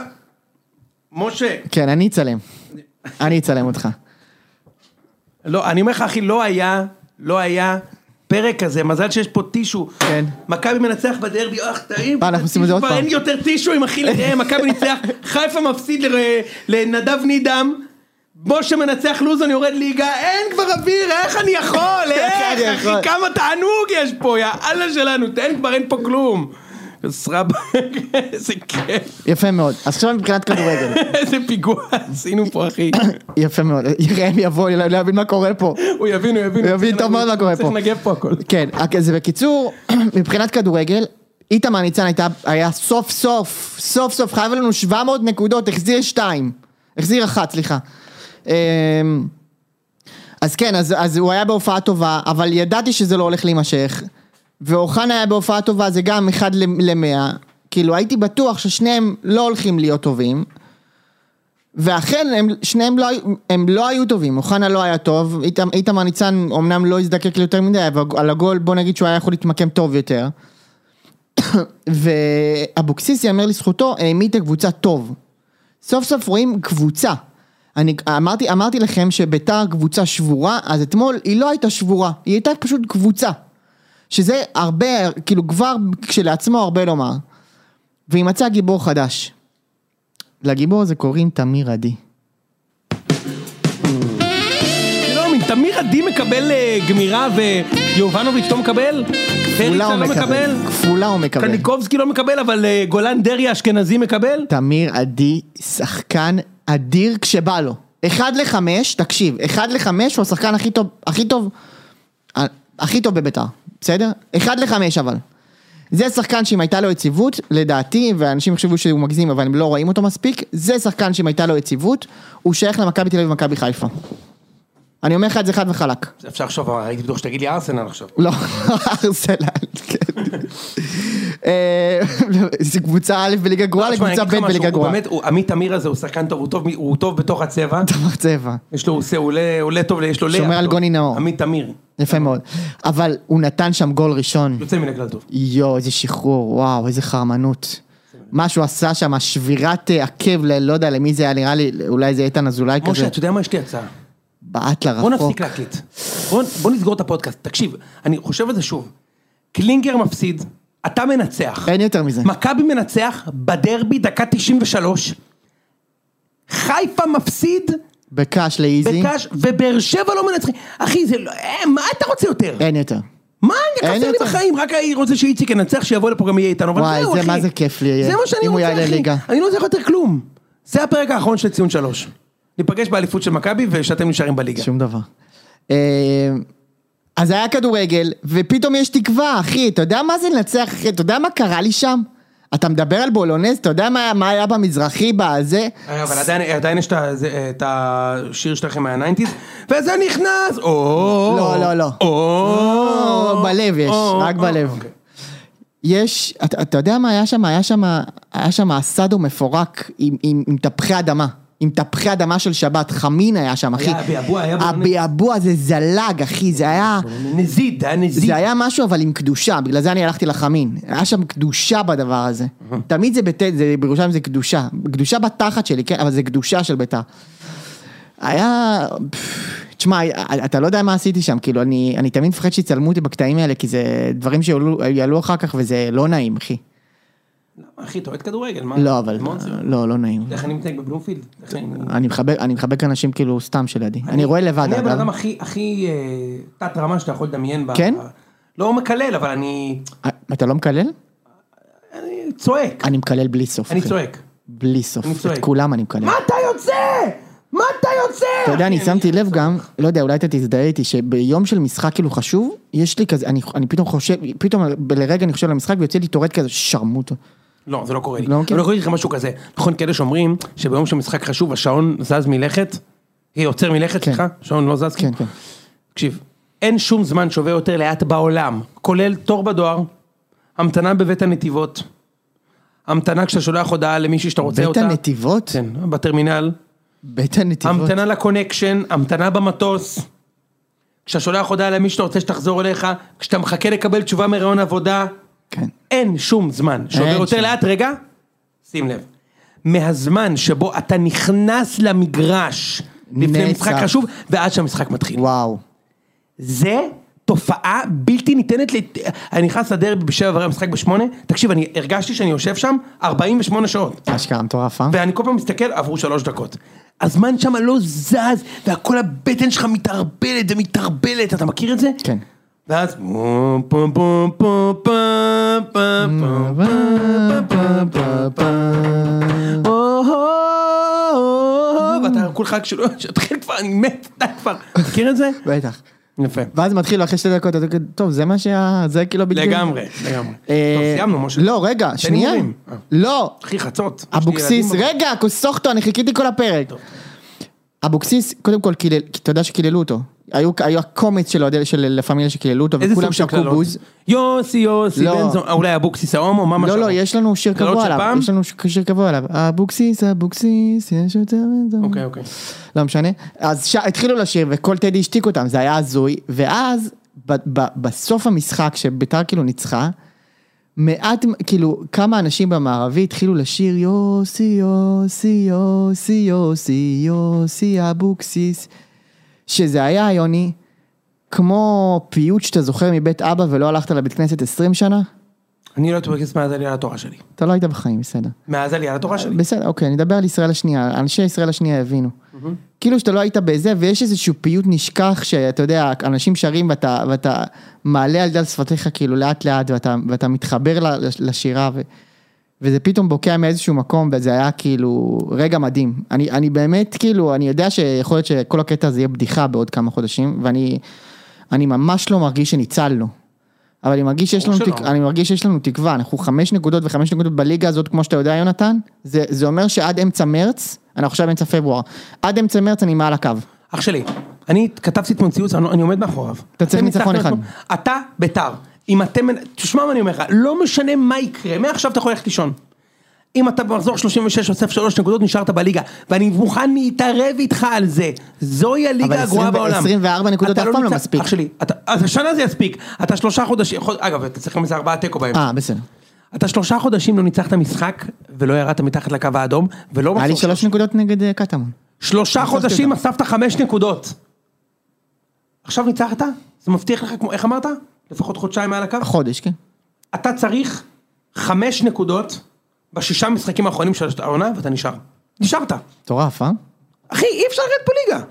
Speaker 2: משה.
Speaker 1: כן, אני אצלם. אני אצלם אותך.
Speaker 2: לא, אני אומר לך, אחי, לא היה, לא היה פרק כזה, מזל שיש פה טישו.
Speaker 1: כן.
Speaker 2: מכבי מנצח בדרבי, אך טעים.
Speaker 1: אה, אנחנו עושים את זה עוד
Speaker 2: כבר
Speaker 1: פעם.
Speaker 2: אין יותר טישואים, אחי, אה, מכבי ניצח, חיפה מפסיד ל- לנדב נידם. משה מנצח לוזון יורד ליגה, אין כבר אוויר, איך אני יכול,
Speaker 1: אני
Speaker 2: איך,
Speaker 1: יכול?
Speaker 2: אחי, כמה תענוג יש פה, יא אללה שלנו, אין כבר, אין פה כלום. סרבק, איזה כיף,
Speaker 1: יפה מאוד. אז עכשיו מבחינת כדורגל.
Speaker 2: איזה פיגוע עשינו פה, אחי.
Speaker 1: יפה מאוד. ראם יבוא, לא לא יבין מה קורה פה.
Speaker 2: הוא יבין, הוא יבין.
Speaker 1: הוא יבין טוב מאוד מה קורה פה.
Speaker 2: צריך לנגב פה הכל.
Speaker 1: כן, רק אז בקיצור, מבחינת כדורגל, איתמר ניצן הייתה, היה סוף סוף, סוף סוף חייב לנו 700 נקודות, החזיר שתיים. החזיר אחת, סליחה. אמ, אז כן, אז, אז הוא היה בהופעה טובה, אבל ידעתי שזה לא הולך להימשך. ואוחנה היה בהופעה טובה, זה גם אחד ל- למאה. כאילו, הייתי בטוח ששניהם לא הולכים להיות טובים. ואכן, הם, שניהם לא, היו- הם לא היו טובים, אוחנה לא היה טוב, איתמ- איתמר ניצן אמנם לא הזדקק ליותר מדי, אבל על הגול בוא נגיד שהוא היה יכול להתמקם טוב יותר. ואבוקסיס, יאמר לזכותו, העמיד את הקבוצה טוב. סוף סוף רואים קבוצה. אני אמרתי, אמרתי לכם שביתר קבוצה שבורה, אז אתמול היא לא הייתה שבורה, היא הייתה פשוט קבוצה. שזה הרבה, כאילו כבר כשלעצמו הרבה לומר. והיא מצאה גיבור חדש. לגיבור הזה קוראים תמיר עדי.
Speaker 2: אני לא מבין, תמיר עדי מקבל אה, גמירה ויובנוביץ' לא מקבל?
Speaker 1: כפולה
Speaker 2: פריקסה
Speaker 1: הוא
Speaker 2: לא
Speaker 1: מקבל.
Speaker 2: מקבל?
Speaker 1: כפולה הוא מקבל.
Speaker 2: קניקובסקי לא מקבל, אבל אה, גולן דרעי האשכנזי מקבל?
Speaker 1: תמיר עדי שחקן אדיר כשבא לו. אחד לחמש, תקשיב, אחד לחמש הוא השחקן הכי טוב, הכי טוב, אה, הכי טוב בביתר, בסדר? אחד לחמש אבל. זה שחקן שאם הייתה לו יציבות, לדעתי, ואנשים יחשבו שהוא מגזים אבל הם לא רואים אותו מספיק, זה שחקן שאם הייתה לו יציבות, הוא שייך למכבי תל אביב ומכבי חיפה. אני אומר לך את זה חד וחלק.
Speaker 2: אפשר לחשוב, אבל הייתי בטוח שתגיד לי ארסנל עכשיו.
Speaker 1: לא, ארסנל, כן. אה, זה קבוצה א' בליגה גרועה
Speaker 2: לא, תשמע, אני
Speaker 1: לקבוצה
Speaker 2: אגיד לך
Speaker 1: ב'
Speaker 2: משהו,
Speaker 1: בליגה
Speaker 2: הוא
Speaker 1: גרועה.
Speaker 2: באמת, הוא- עמית תמיר הזה הוא שחקן טוב, הוא טוב מ- הוא טוב בתוך הצבע.
Speaker 1: דבר צבע.
Speaker 2: יש לו, הוא עושה, הוא עולה- עולה טוב, יש לו לאה.
Speaker 1: שומר על
Speaker 2: טוב.
Speaker 1: גוני נאור.
Speaker 2: עמית תמיר.
Speaker 1: יפה מאוד. אבל הוא נתן שם גול ראשון.
Speaker 2: יוצא מן הכלל טוב.
Speaker 1: יואו, איזה שחרור, וואו, איזה חרמנות. מה שהוא עשה שם, שבירת אה, עקב, ל- לא יודע למי זה היה, נראה לי, אולי זה איתן אזולאי
Speaker 2: משה,
Speaker 1: כזה,
Speaker 2: אתה יודע מה? יש לי הצעה.
Speaker 1: בעט לרחוק.
Speaker 2: בוא נפסיק להקליט. בוא, בוא נסגור את הפודקאסט. תקשיב, אני חושב על זה שוב. קלינגר מפסיד, אתה מנצח.
Speaker 1: אין יותר מזה.
Speaker 2: מכבי מנצח בדרבי, דקה 93. חיפה מפסיד
Speaker 1: בקאש לאיזי,
Speaker 2: בקש, ובאר שבע לא מנצחים. אחי, זה לא... אה, מה אתה רוצה יותר?
Speaker 1: אין יותר.
Speaker 2: מה
Speaker 1: אין
Speaker 2: אני חסר לי
Speaker 1: יותר.
Speaker 2: בחיים? רק אני רוצה שאיציק ינצח, שיבוא לפה גם יהיה איתנו. אבל
Speaker 1: וואי,
Speaker 2: זהו,
Speaker 1: זה
Speaker 2: אחי.
Speaker 1: מה זה כיף לי, אה,
Speaker 2: זה מה שאני
Speaker 1: אם הוא
Speaker 2: רוצה,
Speaker 1: יעלה
Speaker 2: אחי.
Speaker 1: ליגה.
Speaker 2: אני לא צריך יותר כלום. זה הפרק האחרון של ציון שלוש. ניפגש באליפות של מכבי ושאתם נשארים בליגה.
Speaker 1: שום דבר. אה, אז היה כדורגל, ופתאום יש תקווה, אחי, אתה יודע מה זה לנצח, אחי, אתה יודע מה קרה לי שם? אתה מדבר על בולונז, אתה יודע מה, מה היה במזרחי, בזה?
Speaker 2: אה, אבל עדיין, עדיין יש את ה- זה- אה, את השיר שלכם מהניינטיז, וזה נכנס, או...
Speaker 1: לא, לא, לא.
Speaker 2: או...
Speaker 1: בלב יש,
Speaker 2: או,
Speaker 1: רק
Speaker 2: או,
Speaker 1: בלב.
Speaker 2: אוקיי.
Speaker 1: יש, אתה, אתה יודע מה היה שם? היה שם, היה שם אסדו מפורק עם, עם, עם תפוחי אדמה. עם תפוחי אדמה של שבת, חמין היה שם, אחי.
Speaker 2: היה אביעבוע, היה בולונז.
Speaker 1: הביעבוע הזה זלג, אחי, זה היה...
Speaker 2: נזיד, היה נזיד.
Speaker 1: זה היה משהו אבל עם קדושה, בגלל זה אני הלכתי לחמין. היה שם קדושה בדבר הזה. תמיד זה ביתר, זה- בירושלים זה קדושה. קדושה בתחת שלי, כן, אבל זה קדושה של ביתר. היה... פפ, תשמע, אתה לא יודע מה עשיתי שם, כאילו, אני, אני תמיד מפחד שיצלמו אותי בקטעים האלה, כי זה דברים שיעלו יעלו אחר כך וזה לא נעים, אחי.
Speaker 2: אחי, אתה אוהד כדורגל, מה?
Speaker 1: לא, אבל...
Speaker 2: מונסו.
Speaker 1: לא, לא נעים.
Speaker 2: איך אני מתנהג בבלומפילד? איך אני-
Speaker 1: אני מחבק, אני מחבק אנשים כאילו סתם שלידי. אני רואה לבד,
Speaker 2: אני הבן
Speaker 1: אגב.
Speaker 2: אדם הכי, הכי אה, תת רמה שאתה יכול לדמיין. ב-
Speaker 1: כן?
Speaker 2: לא מקלל, אבל אני
Speaker 1: אתה לא מקלל?
Speaker 2: אני צועק.
Speaker 1: אני מקלל בלי סוף,
Speaker 2: אני
Speaker 1: אחי.
Speaker 2: צועק.
Speaker 1: בלי סוף.
Speaker 2: אני צועק.
Speaker 1: את כולם אני מקלל.
Speaker 2: מה אתה יוצא? מה אתה יוצא?
Speaker 1: אתה יודע, אני שמתי לב גם, לא יודע, אולי אתה תזדהה איתי, שביום של משחק כאילו חשוב, יש לי כזה, אני, אני פתאום חושב, פתאום ב- לרגע אני חושב על המשחק ויוצא לי טורט כזה, שרמוטה.
Speaker 2: לא, זה לא קורה לי.
Speaker 1: לא, כן.
Speaker 2: אבל לא קורה לי לך משהו כזה. נכון, כאלה שאומרים שביום שמשחק חשוב השעון זז מלכת, היא עוצר מלכת, סליחה, השעון לא זז.
Speaker 1: כן, כן.
Speaker 2: תקשיב, אין שום זמן שווה יותר לאט בעולם, כולל תור בדואר, המתנה בבית הנתיבות, המתנה כשאתה שולח הודעה למישהי שאתה רוצה
Speaker 1: בית
Speaker 2: אותה.
Speaker 1: הנתיבות?
Speaker 2: כן, בטרמינל.
Speaker 1: בית הנתיבות.
Speaker 2: המתנה לקונקשן, המתנה במטוס. כשאתה שולח הודעה למי שאתה רוצה שתחזור אליך, כשאתה מחכה לקבל תשובה מראיון עבודה,
Speaker 1: כן.
Speaker 2: אין שום זמן. שעובר
Speaker 1: אין
Speaker 2: יותר
Speaker 1: שום.
Speaker 2: לאט, רגע, שים לב. מהזמן שבו אתה נכנס למגרש לפני
Speaker 1: נצח.
Speaker 2: משחק חשוב, ועד שהמשחק מתחיל.
Speaker 1: וואו.
Speaker 2: זה תופעה בלתי ניתנת, לת... אני נכנס לדרבי בשבע ורבע, המשחק בשמונה, תקשיב, אני הרגשתי שאני יושב שם 48 שעות.
Speaker 1: אשכרה מטורף, אה?
Speaker 2: ואני כל פעם מסתכל, עברו שלוש דקות. הזמן שם לא זז, והכל הבטן שלך מתערבלת ומתערבלת, אתה מכיר את זה?
Speaker 1: כן.
Speaker 2: ואז פום פום פום פום פום פום פום
Speaker 1: Mm.
Speaker 2: או, הו, הו, ואתה כולך כשלא, שתתחיל כבר, אני מת, די כבר. מכיר את זה?
Speaker 1: בטח.
Speaker 2: יפה.
Speaker 1: ואז מתחיל אחרי שתי דקות, אתה כזה, טוב, זה מה שה... זה כאילו בדיוק.
Speaker 2: לגמרי, לגמרי.
Speaker 1: אה,
Speaker 2: טוב, סיימנו, משה.
Speaker 1: לא, רגע, שנייה.
Speaker 2: הימורים. אה.
Speaker 1: לא,
Speaker 2: אחי, חצות. יש לי
Speaker 1: אבוקסיס,
Speaker 2: ילדים בבית.
Speaker 1: רגע, כוסוכטו, אני חיכיתי כל הפרק. אבוקסיס, קודם כל, קילל- כי אתה יודע שקיללו אותו. היו היו הקומץ של אוהדי של לה פמיליה שקיללו אותו,
Speaker 2: איזה
Speaker 1: וכולם
Speaker 2: סוג של
Speaker 1: שרקו
Speaker 2: קללות?
Speaker 1: בוז.
Speaker 2: יוסי, יוסי,
Speaker 1: לא.
Speaker 2: בן זון, אולי אבוקסיס ההומו, מה משהו?
Speaker 1: לא, לא, יש לנו שיר
Speaker 2: קללות
Speaker 1: קבוע
Speaker 2: של
Speaker 1: עליו.
Speaker 2: פעם?
Speaker 1: יש לנו ש- שיר קבוע עליו. אבוקסיס, אבוקסיס, יש יותר בן זון.
Speaker 2: אוקיי, אוקיי.
Speaker 1: לא משנה. אז ש... התחילו לשיר וכל טדי השתיק אותם, זה היה הזוי. ואז ב- ב- בסוף המשחק שביתר כאילו ניצחה, מעט, כאילו, כמה אנשים במערבי התחילו לשיר יוסי, יוסי, יוסי, יוסי, יוסי אבוקסיס, שזה היה, יוני, כמו פיוט שאתה זוכר מבית אבא ולא הלכת לבית כנסת 20 שנה,
Speaker 2: אני לא הייתי בכנסת מאז עלייה לתורה שלי.
Speaker 1: אתה לא היית בחיים, בסדר.
Speaker 2: מאז עלייה לתורה שלי.
Speaker 1: בסדר, אוקיי, נדבר על ישראל השנייה, אנשי ישראל השנייה הבינו. כאילו שאתה לא היית בזה, ויש איזשהו פיוט נשכח, שאתה יודע, אנשים שרים ואתה, ואתה מעלה על דל שפתיך כאילו לאט לאט, ואתה, ואתה מתחבר ל- לשירה, ו, וזה פתאום בוקע מאיזשהו מקום, וזה היה כאילו רגע מדהים. אני, אני באמת, כאילו, אני יודע שיכול להיות שכל הקטע הזה יהיה בדיחה בעוד כמה חודשים, ואני אני ממש לא מרגיש שניצלנו. אבל אני מרגיש שיש
Speaker 2: ברור
Speaker 1: לנו,
Speaker 2: שלא.
Speaker 1: תק... אני מרגיש שיש לנו תקווה, אנחנו חמש נקודות וחמש נקודות בליגה הזאת, כמו שאתה יודע, יונתן, זה, זה אומר שעד אמצע מרץ, אנחנו עכשיו אמצע פברואר, עד אמצע מרץ אני מעל הקו.
Speaker 2: אח שלי, אני כתבתי אתמול ציוץ, אני אני עומד מאחוריו.
Speaker 1: אתה צריך
Speaker 2: אתם
Speaker 1: ניצחון
Speaker 2: ניצחתם
Speaker 1: אחד.
Speaker 2: אתמול. אתה ביתר. אם אתם, תשמע מה אני אומר לך, לא משנה מה יקרה, מעכשיו אתה יכול ללכת לישון. אם אתה במחזור 36 אוסף 3 נקודות, נשארת בליגה. ואני מוכן להתערב איתך על זה. זוהי הליגה הגרועה
Speaker 1: 20
Speaker 2: בעולם.
Speaker 1: 24 נקודות
Speaker 2: אתה
Speaker 1: אף פעם לא
Speaker 2: ניצח-
Speaker 1: מספיק.
Speaker 2: אח שלי, אתה- אז השנה זה יספיק. אתה שלושה חודשים, חוד- אגב, אתה צריך גם איזה ארבעה תיקו בהם.
Speaker 1: אה, בסדר.
Speaker 2: אתה שלושה חודשים לא ניצחת משחק, ולא ירדת מתחת לקו האדום, ולא
Speaker 1: היה לי
Speaker 2: מחזור
Speaker 1: שלוש נקודות נגד אה, קטמון.
Speaker 2: שלושה
Speaker 1: ניצחתי
Speaker 2: חודשים
Speaker 1: אותם.
Speaker 2: אספת חמש נקודות. עכשיו ניצחת? זה מבטיח לך כמו, איך אמרת? לפחות חודשיים מעל הקו?
Speaker 1: חודש, כן.
Speaker 2: אתה צריך חמש נקודות בשישה משחקים האחרונים של העונה ואתה נשאר. נשארת.
Speaker 1: מטורף, אה?
Speaker 2: אחי, אי אפשר לרדת בליגה.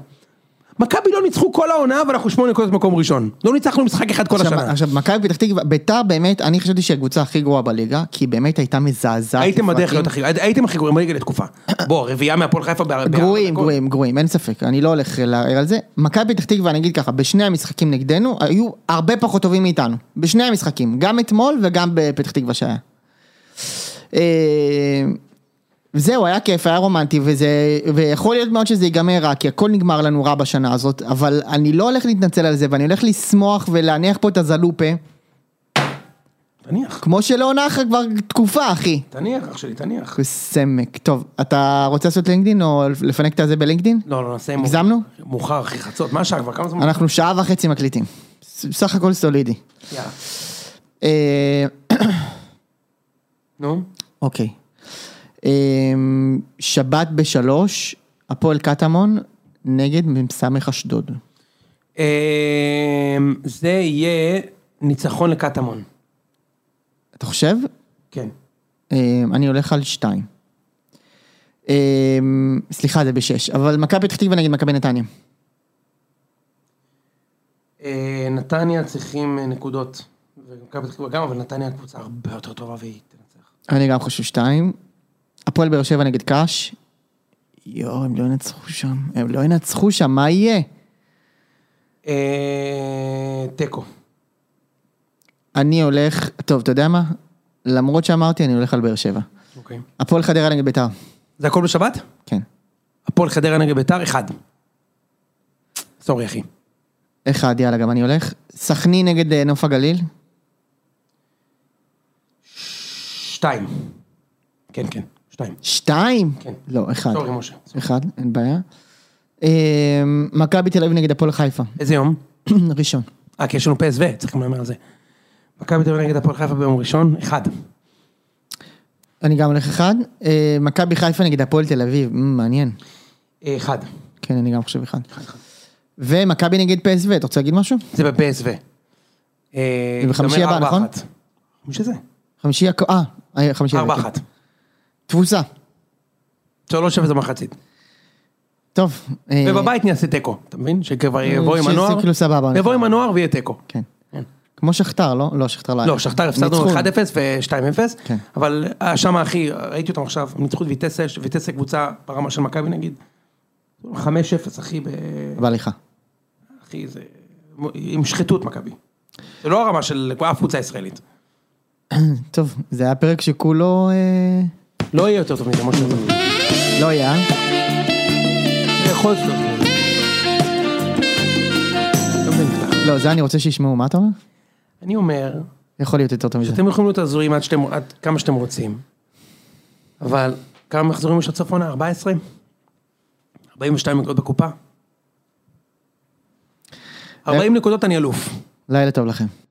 Speaker 2: מכבי לא ניצחו כל העונה ואנחנו שמונה נקודות במקום ראשון. לא ניצחנו משחק אחד כל
Speaker 1: עכשיו,
Speaker 2: השנה.
Speaker 1: עכשיו, מכבי פתח תקווה, ביתר באמת, אני חשבתי שהיא הקבוצה הכי גרועה בליגה, כי היא באמת הייתה מזעזעת.
Speaker 2: הייתם בדרך להיות
Speaker 1: לפרקים.
Speaker 2: הכי, הייתם הכי גרועים בליגה לתקופה. בוא, רביעייה מהפועל חיפה בהרבה...
Speaker 1: גרועים, גרועים, גרועים, אין ספק, אני לא הולך לערער על זה. מכבי פתח תקווה, אני אגיד ככה, בשני המשחקים נגדנו, היו הרבה פחות טובים מאיתנו. בשני המשחקים, גם אתמול וגם בפתח תקווה שהיה. אה, זהו, היה כיף, היה רומנטי, וזה, ויכול להיות מאוד שזה ייגמר רע, כי הכל נגמר לנו רע בשנה הזאת, אבל אני לא הולך להתנצל על זה, ואני הולך לשמוח ולהניח פה את הזלופה,
Speaker 2: תניח,
Speaker 1: כמו שלא נחה כבר תקופה, אחי.
Speaker 2: תניח אח שלי, תניח.
Speaker 1: סמק. טוב, אתה רוצה לעשות לינקדין, או לפנק את הזה בלינקדין?
Speaker 2: לא, לא, נעשה... הימור.
Speaker 1: הגזמנו?
Speaker 2: מאוחר, אחי, חצות, מה השעה כבר? כמה זמן?
Speaker 1: אנחנו שעה וחצי מקליטים. ס- סך הכל סולידי.
Speaker 2: יאללה.
Speaker 1: אה,
Speaker 2: נו.
Speaker 1: אוקיי. אה, שבת בשלוש, הפועל קטמון נגד מ"ס אשדוד.
Speaker 2: אמ, זה יהיה ניצחון לקטמון.
Speaker 1: אתה חושב?
Speaker 2: כן.
Speaker 1: אה, אני הולך על שתיים. אה, סליחה, זה בשש, אבל מכבי פתח תקווה נגד מכבי נתניה.
Speaker 2: אה, נתניה צריכים אה, נקודות. ומכבי פתח תקווה גם, אבל נתניה קבוצה הרבה יותר טובה והיא תנצח.
Speaker 1: אני גם חושב שתיים. הפועל באר שבע נגד קאש. יואו, הם לא ינצחו שם. הם לא ינצחו שם, מה יהיה?
Speaker 2: אה, תיקו.
Speaker 1: אני הולך, טוב, אתה יודע מה? למרות שאמרתי, אני הולך על באר שבע.
Speaker 2: אוקיי.
Speaker 1: הפועל חדרה נגד ביתר,
Speaker 2: זה הכל בשבת?
Speaker 1: כן.
Speaker 2: הפועל חדרה נגד ביתר, אחד. סורי אחי.
Speaker 1: אחד, יאללה, גם אני הולך. סכנין נגד אה, נוף הגליל,
Speaker 2: שתיים. כן, כן, שתיים.
Speaker 1: שתיים?
Speaker 2: כן.
Speaker 1: לא, אחד.
Speaker 2: סורי משה. סורי.
Speaker 1: אחד, אין בעיה. אה, מכבי תל אביב נגד הפועל חיפה,
Speaker 2: איזה יום?
Speaker 1: ראשון.
Speaker 2: אה, כי יש לנו PSV, צריכים להמר על זה. מכבי תל אביב נגד הפועל חיפה ביום ראשון, אחד.
Speaker 1: אני גם הולך אחד. אה, מכבי חיפה נגד הפועל תל אביב, מ, מעניין.
Speaker 2: אה, אחד.
Speaker 1: כן, אני גם חושב אחד. ומכבי נגד PSV, אתה רוצה להגיד משהו?
Speaker 2: זה ב-PSV. אה,
Speaker 1: זה בחמישי
Speaker 2: זה אומר
Speaker 1: הבא,
Speaker 2: ארבע
Speaker 1: נכון?
Speaker 2: אחת. חמישי זה.
Speaker 1: חמישי, הכ- אה, אה, חמישי.
Speaker 2: ארבע
Speaker 1: כן.
Speaker 2: אחת.
Speaker 1: תבוסה.
Speaker 2: שלוש אפס במחצית.
Speaker 1: טוב. אה,
Speaker 2: ובבית נעשה תיקו. אתה מבין? שכבר יבוא עם
Speaker 1: שזה
Speaker 2: הנוער.
Speaker 1: כאילו סבבה,
Speaker 2: יבוא עם הנוער ויהיה תיקו.
Speaker 1: כן.
Speaker 2: כן.
Speaker 1: כמו שכתר, לא? לא, שכתר לא היה.
Speaker 2: לא, שכתר הפסדנו
Speaker 1: ניצחו.
Speaker 2: 1-0 ו-2-0,
Speaker 1: כן.
Speaker 2: אבל אה, שמה אחי, ראיתי אותם עכשיו, הם ניצחו את ויטסה, ויטסה קבוצה ברמה של מכבי נגיד. 5-0 אחי, ב-
Speaker 1: בהליכה.
Speaker 2: אחי זה... עם שחיתות מכבי. זה לא הרמה של אף קבוצה ישראלית.
Speaker 1: טוב, זה היה פרק שכולו... אה,
Speaker 2: לא יהיה יותר טוב מזה, משה.
Speaker 1: לא היה.
Speaker 2: יכול להיות שלא יקרה. לא מבין אותך.
Speaker 1: לא, זה אני רוצה שישמעו, מה אתה אומר?
Speaker 2: אני אומר,
Speaker 1: יכול להיות יותר טוב מזה.
Speaker 2: שאתם יכולים להיות הזויים עד, שאתם, עד כמה שאתם רוצים, אבל כמה מחזורים יש לצפונה? 14? 42 נקודות בקופה? 40 נקודות אני אלוף.
Speaker 1: לילה טוב לכם.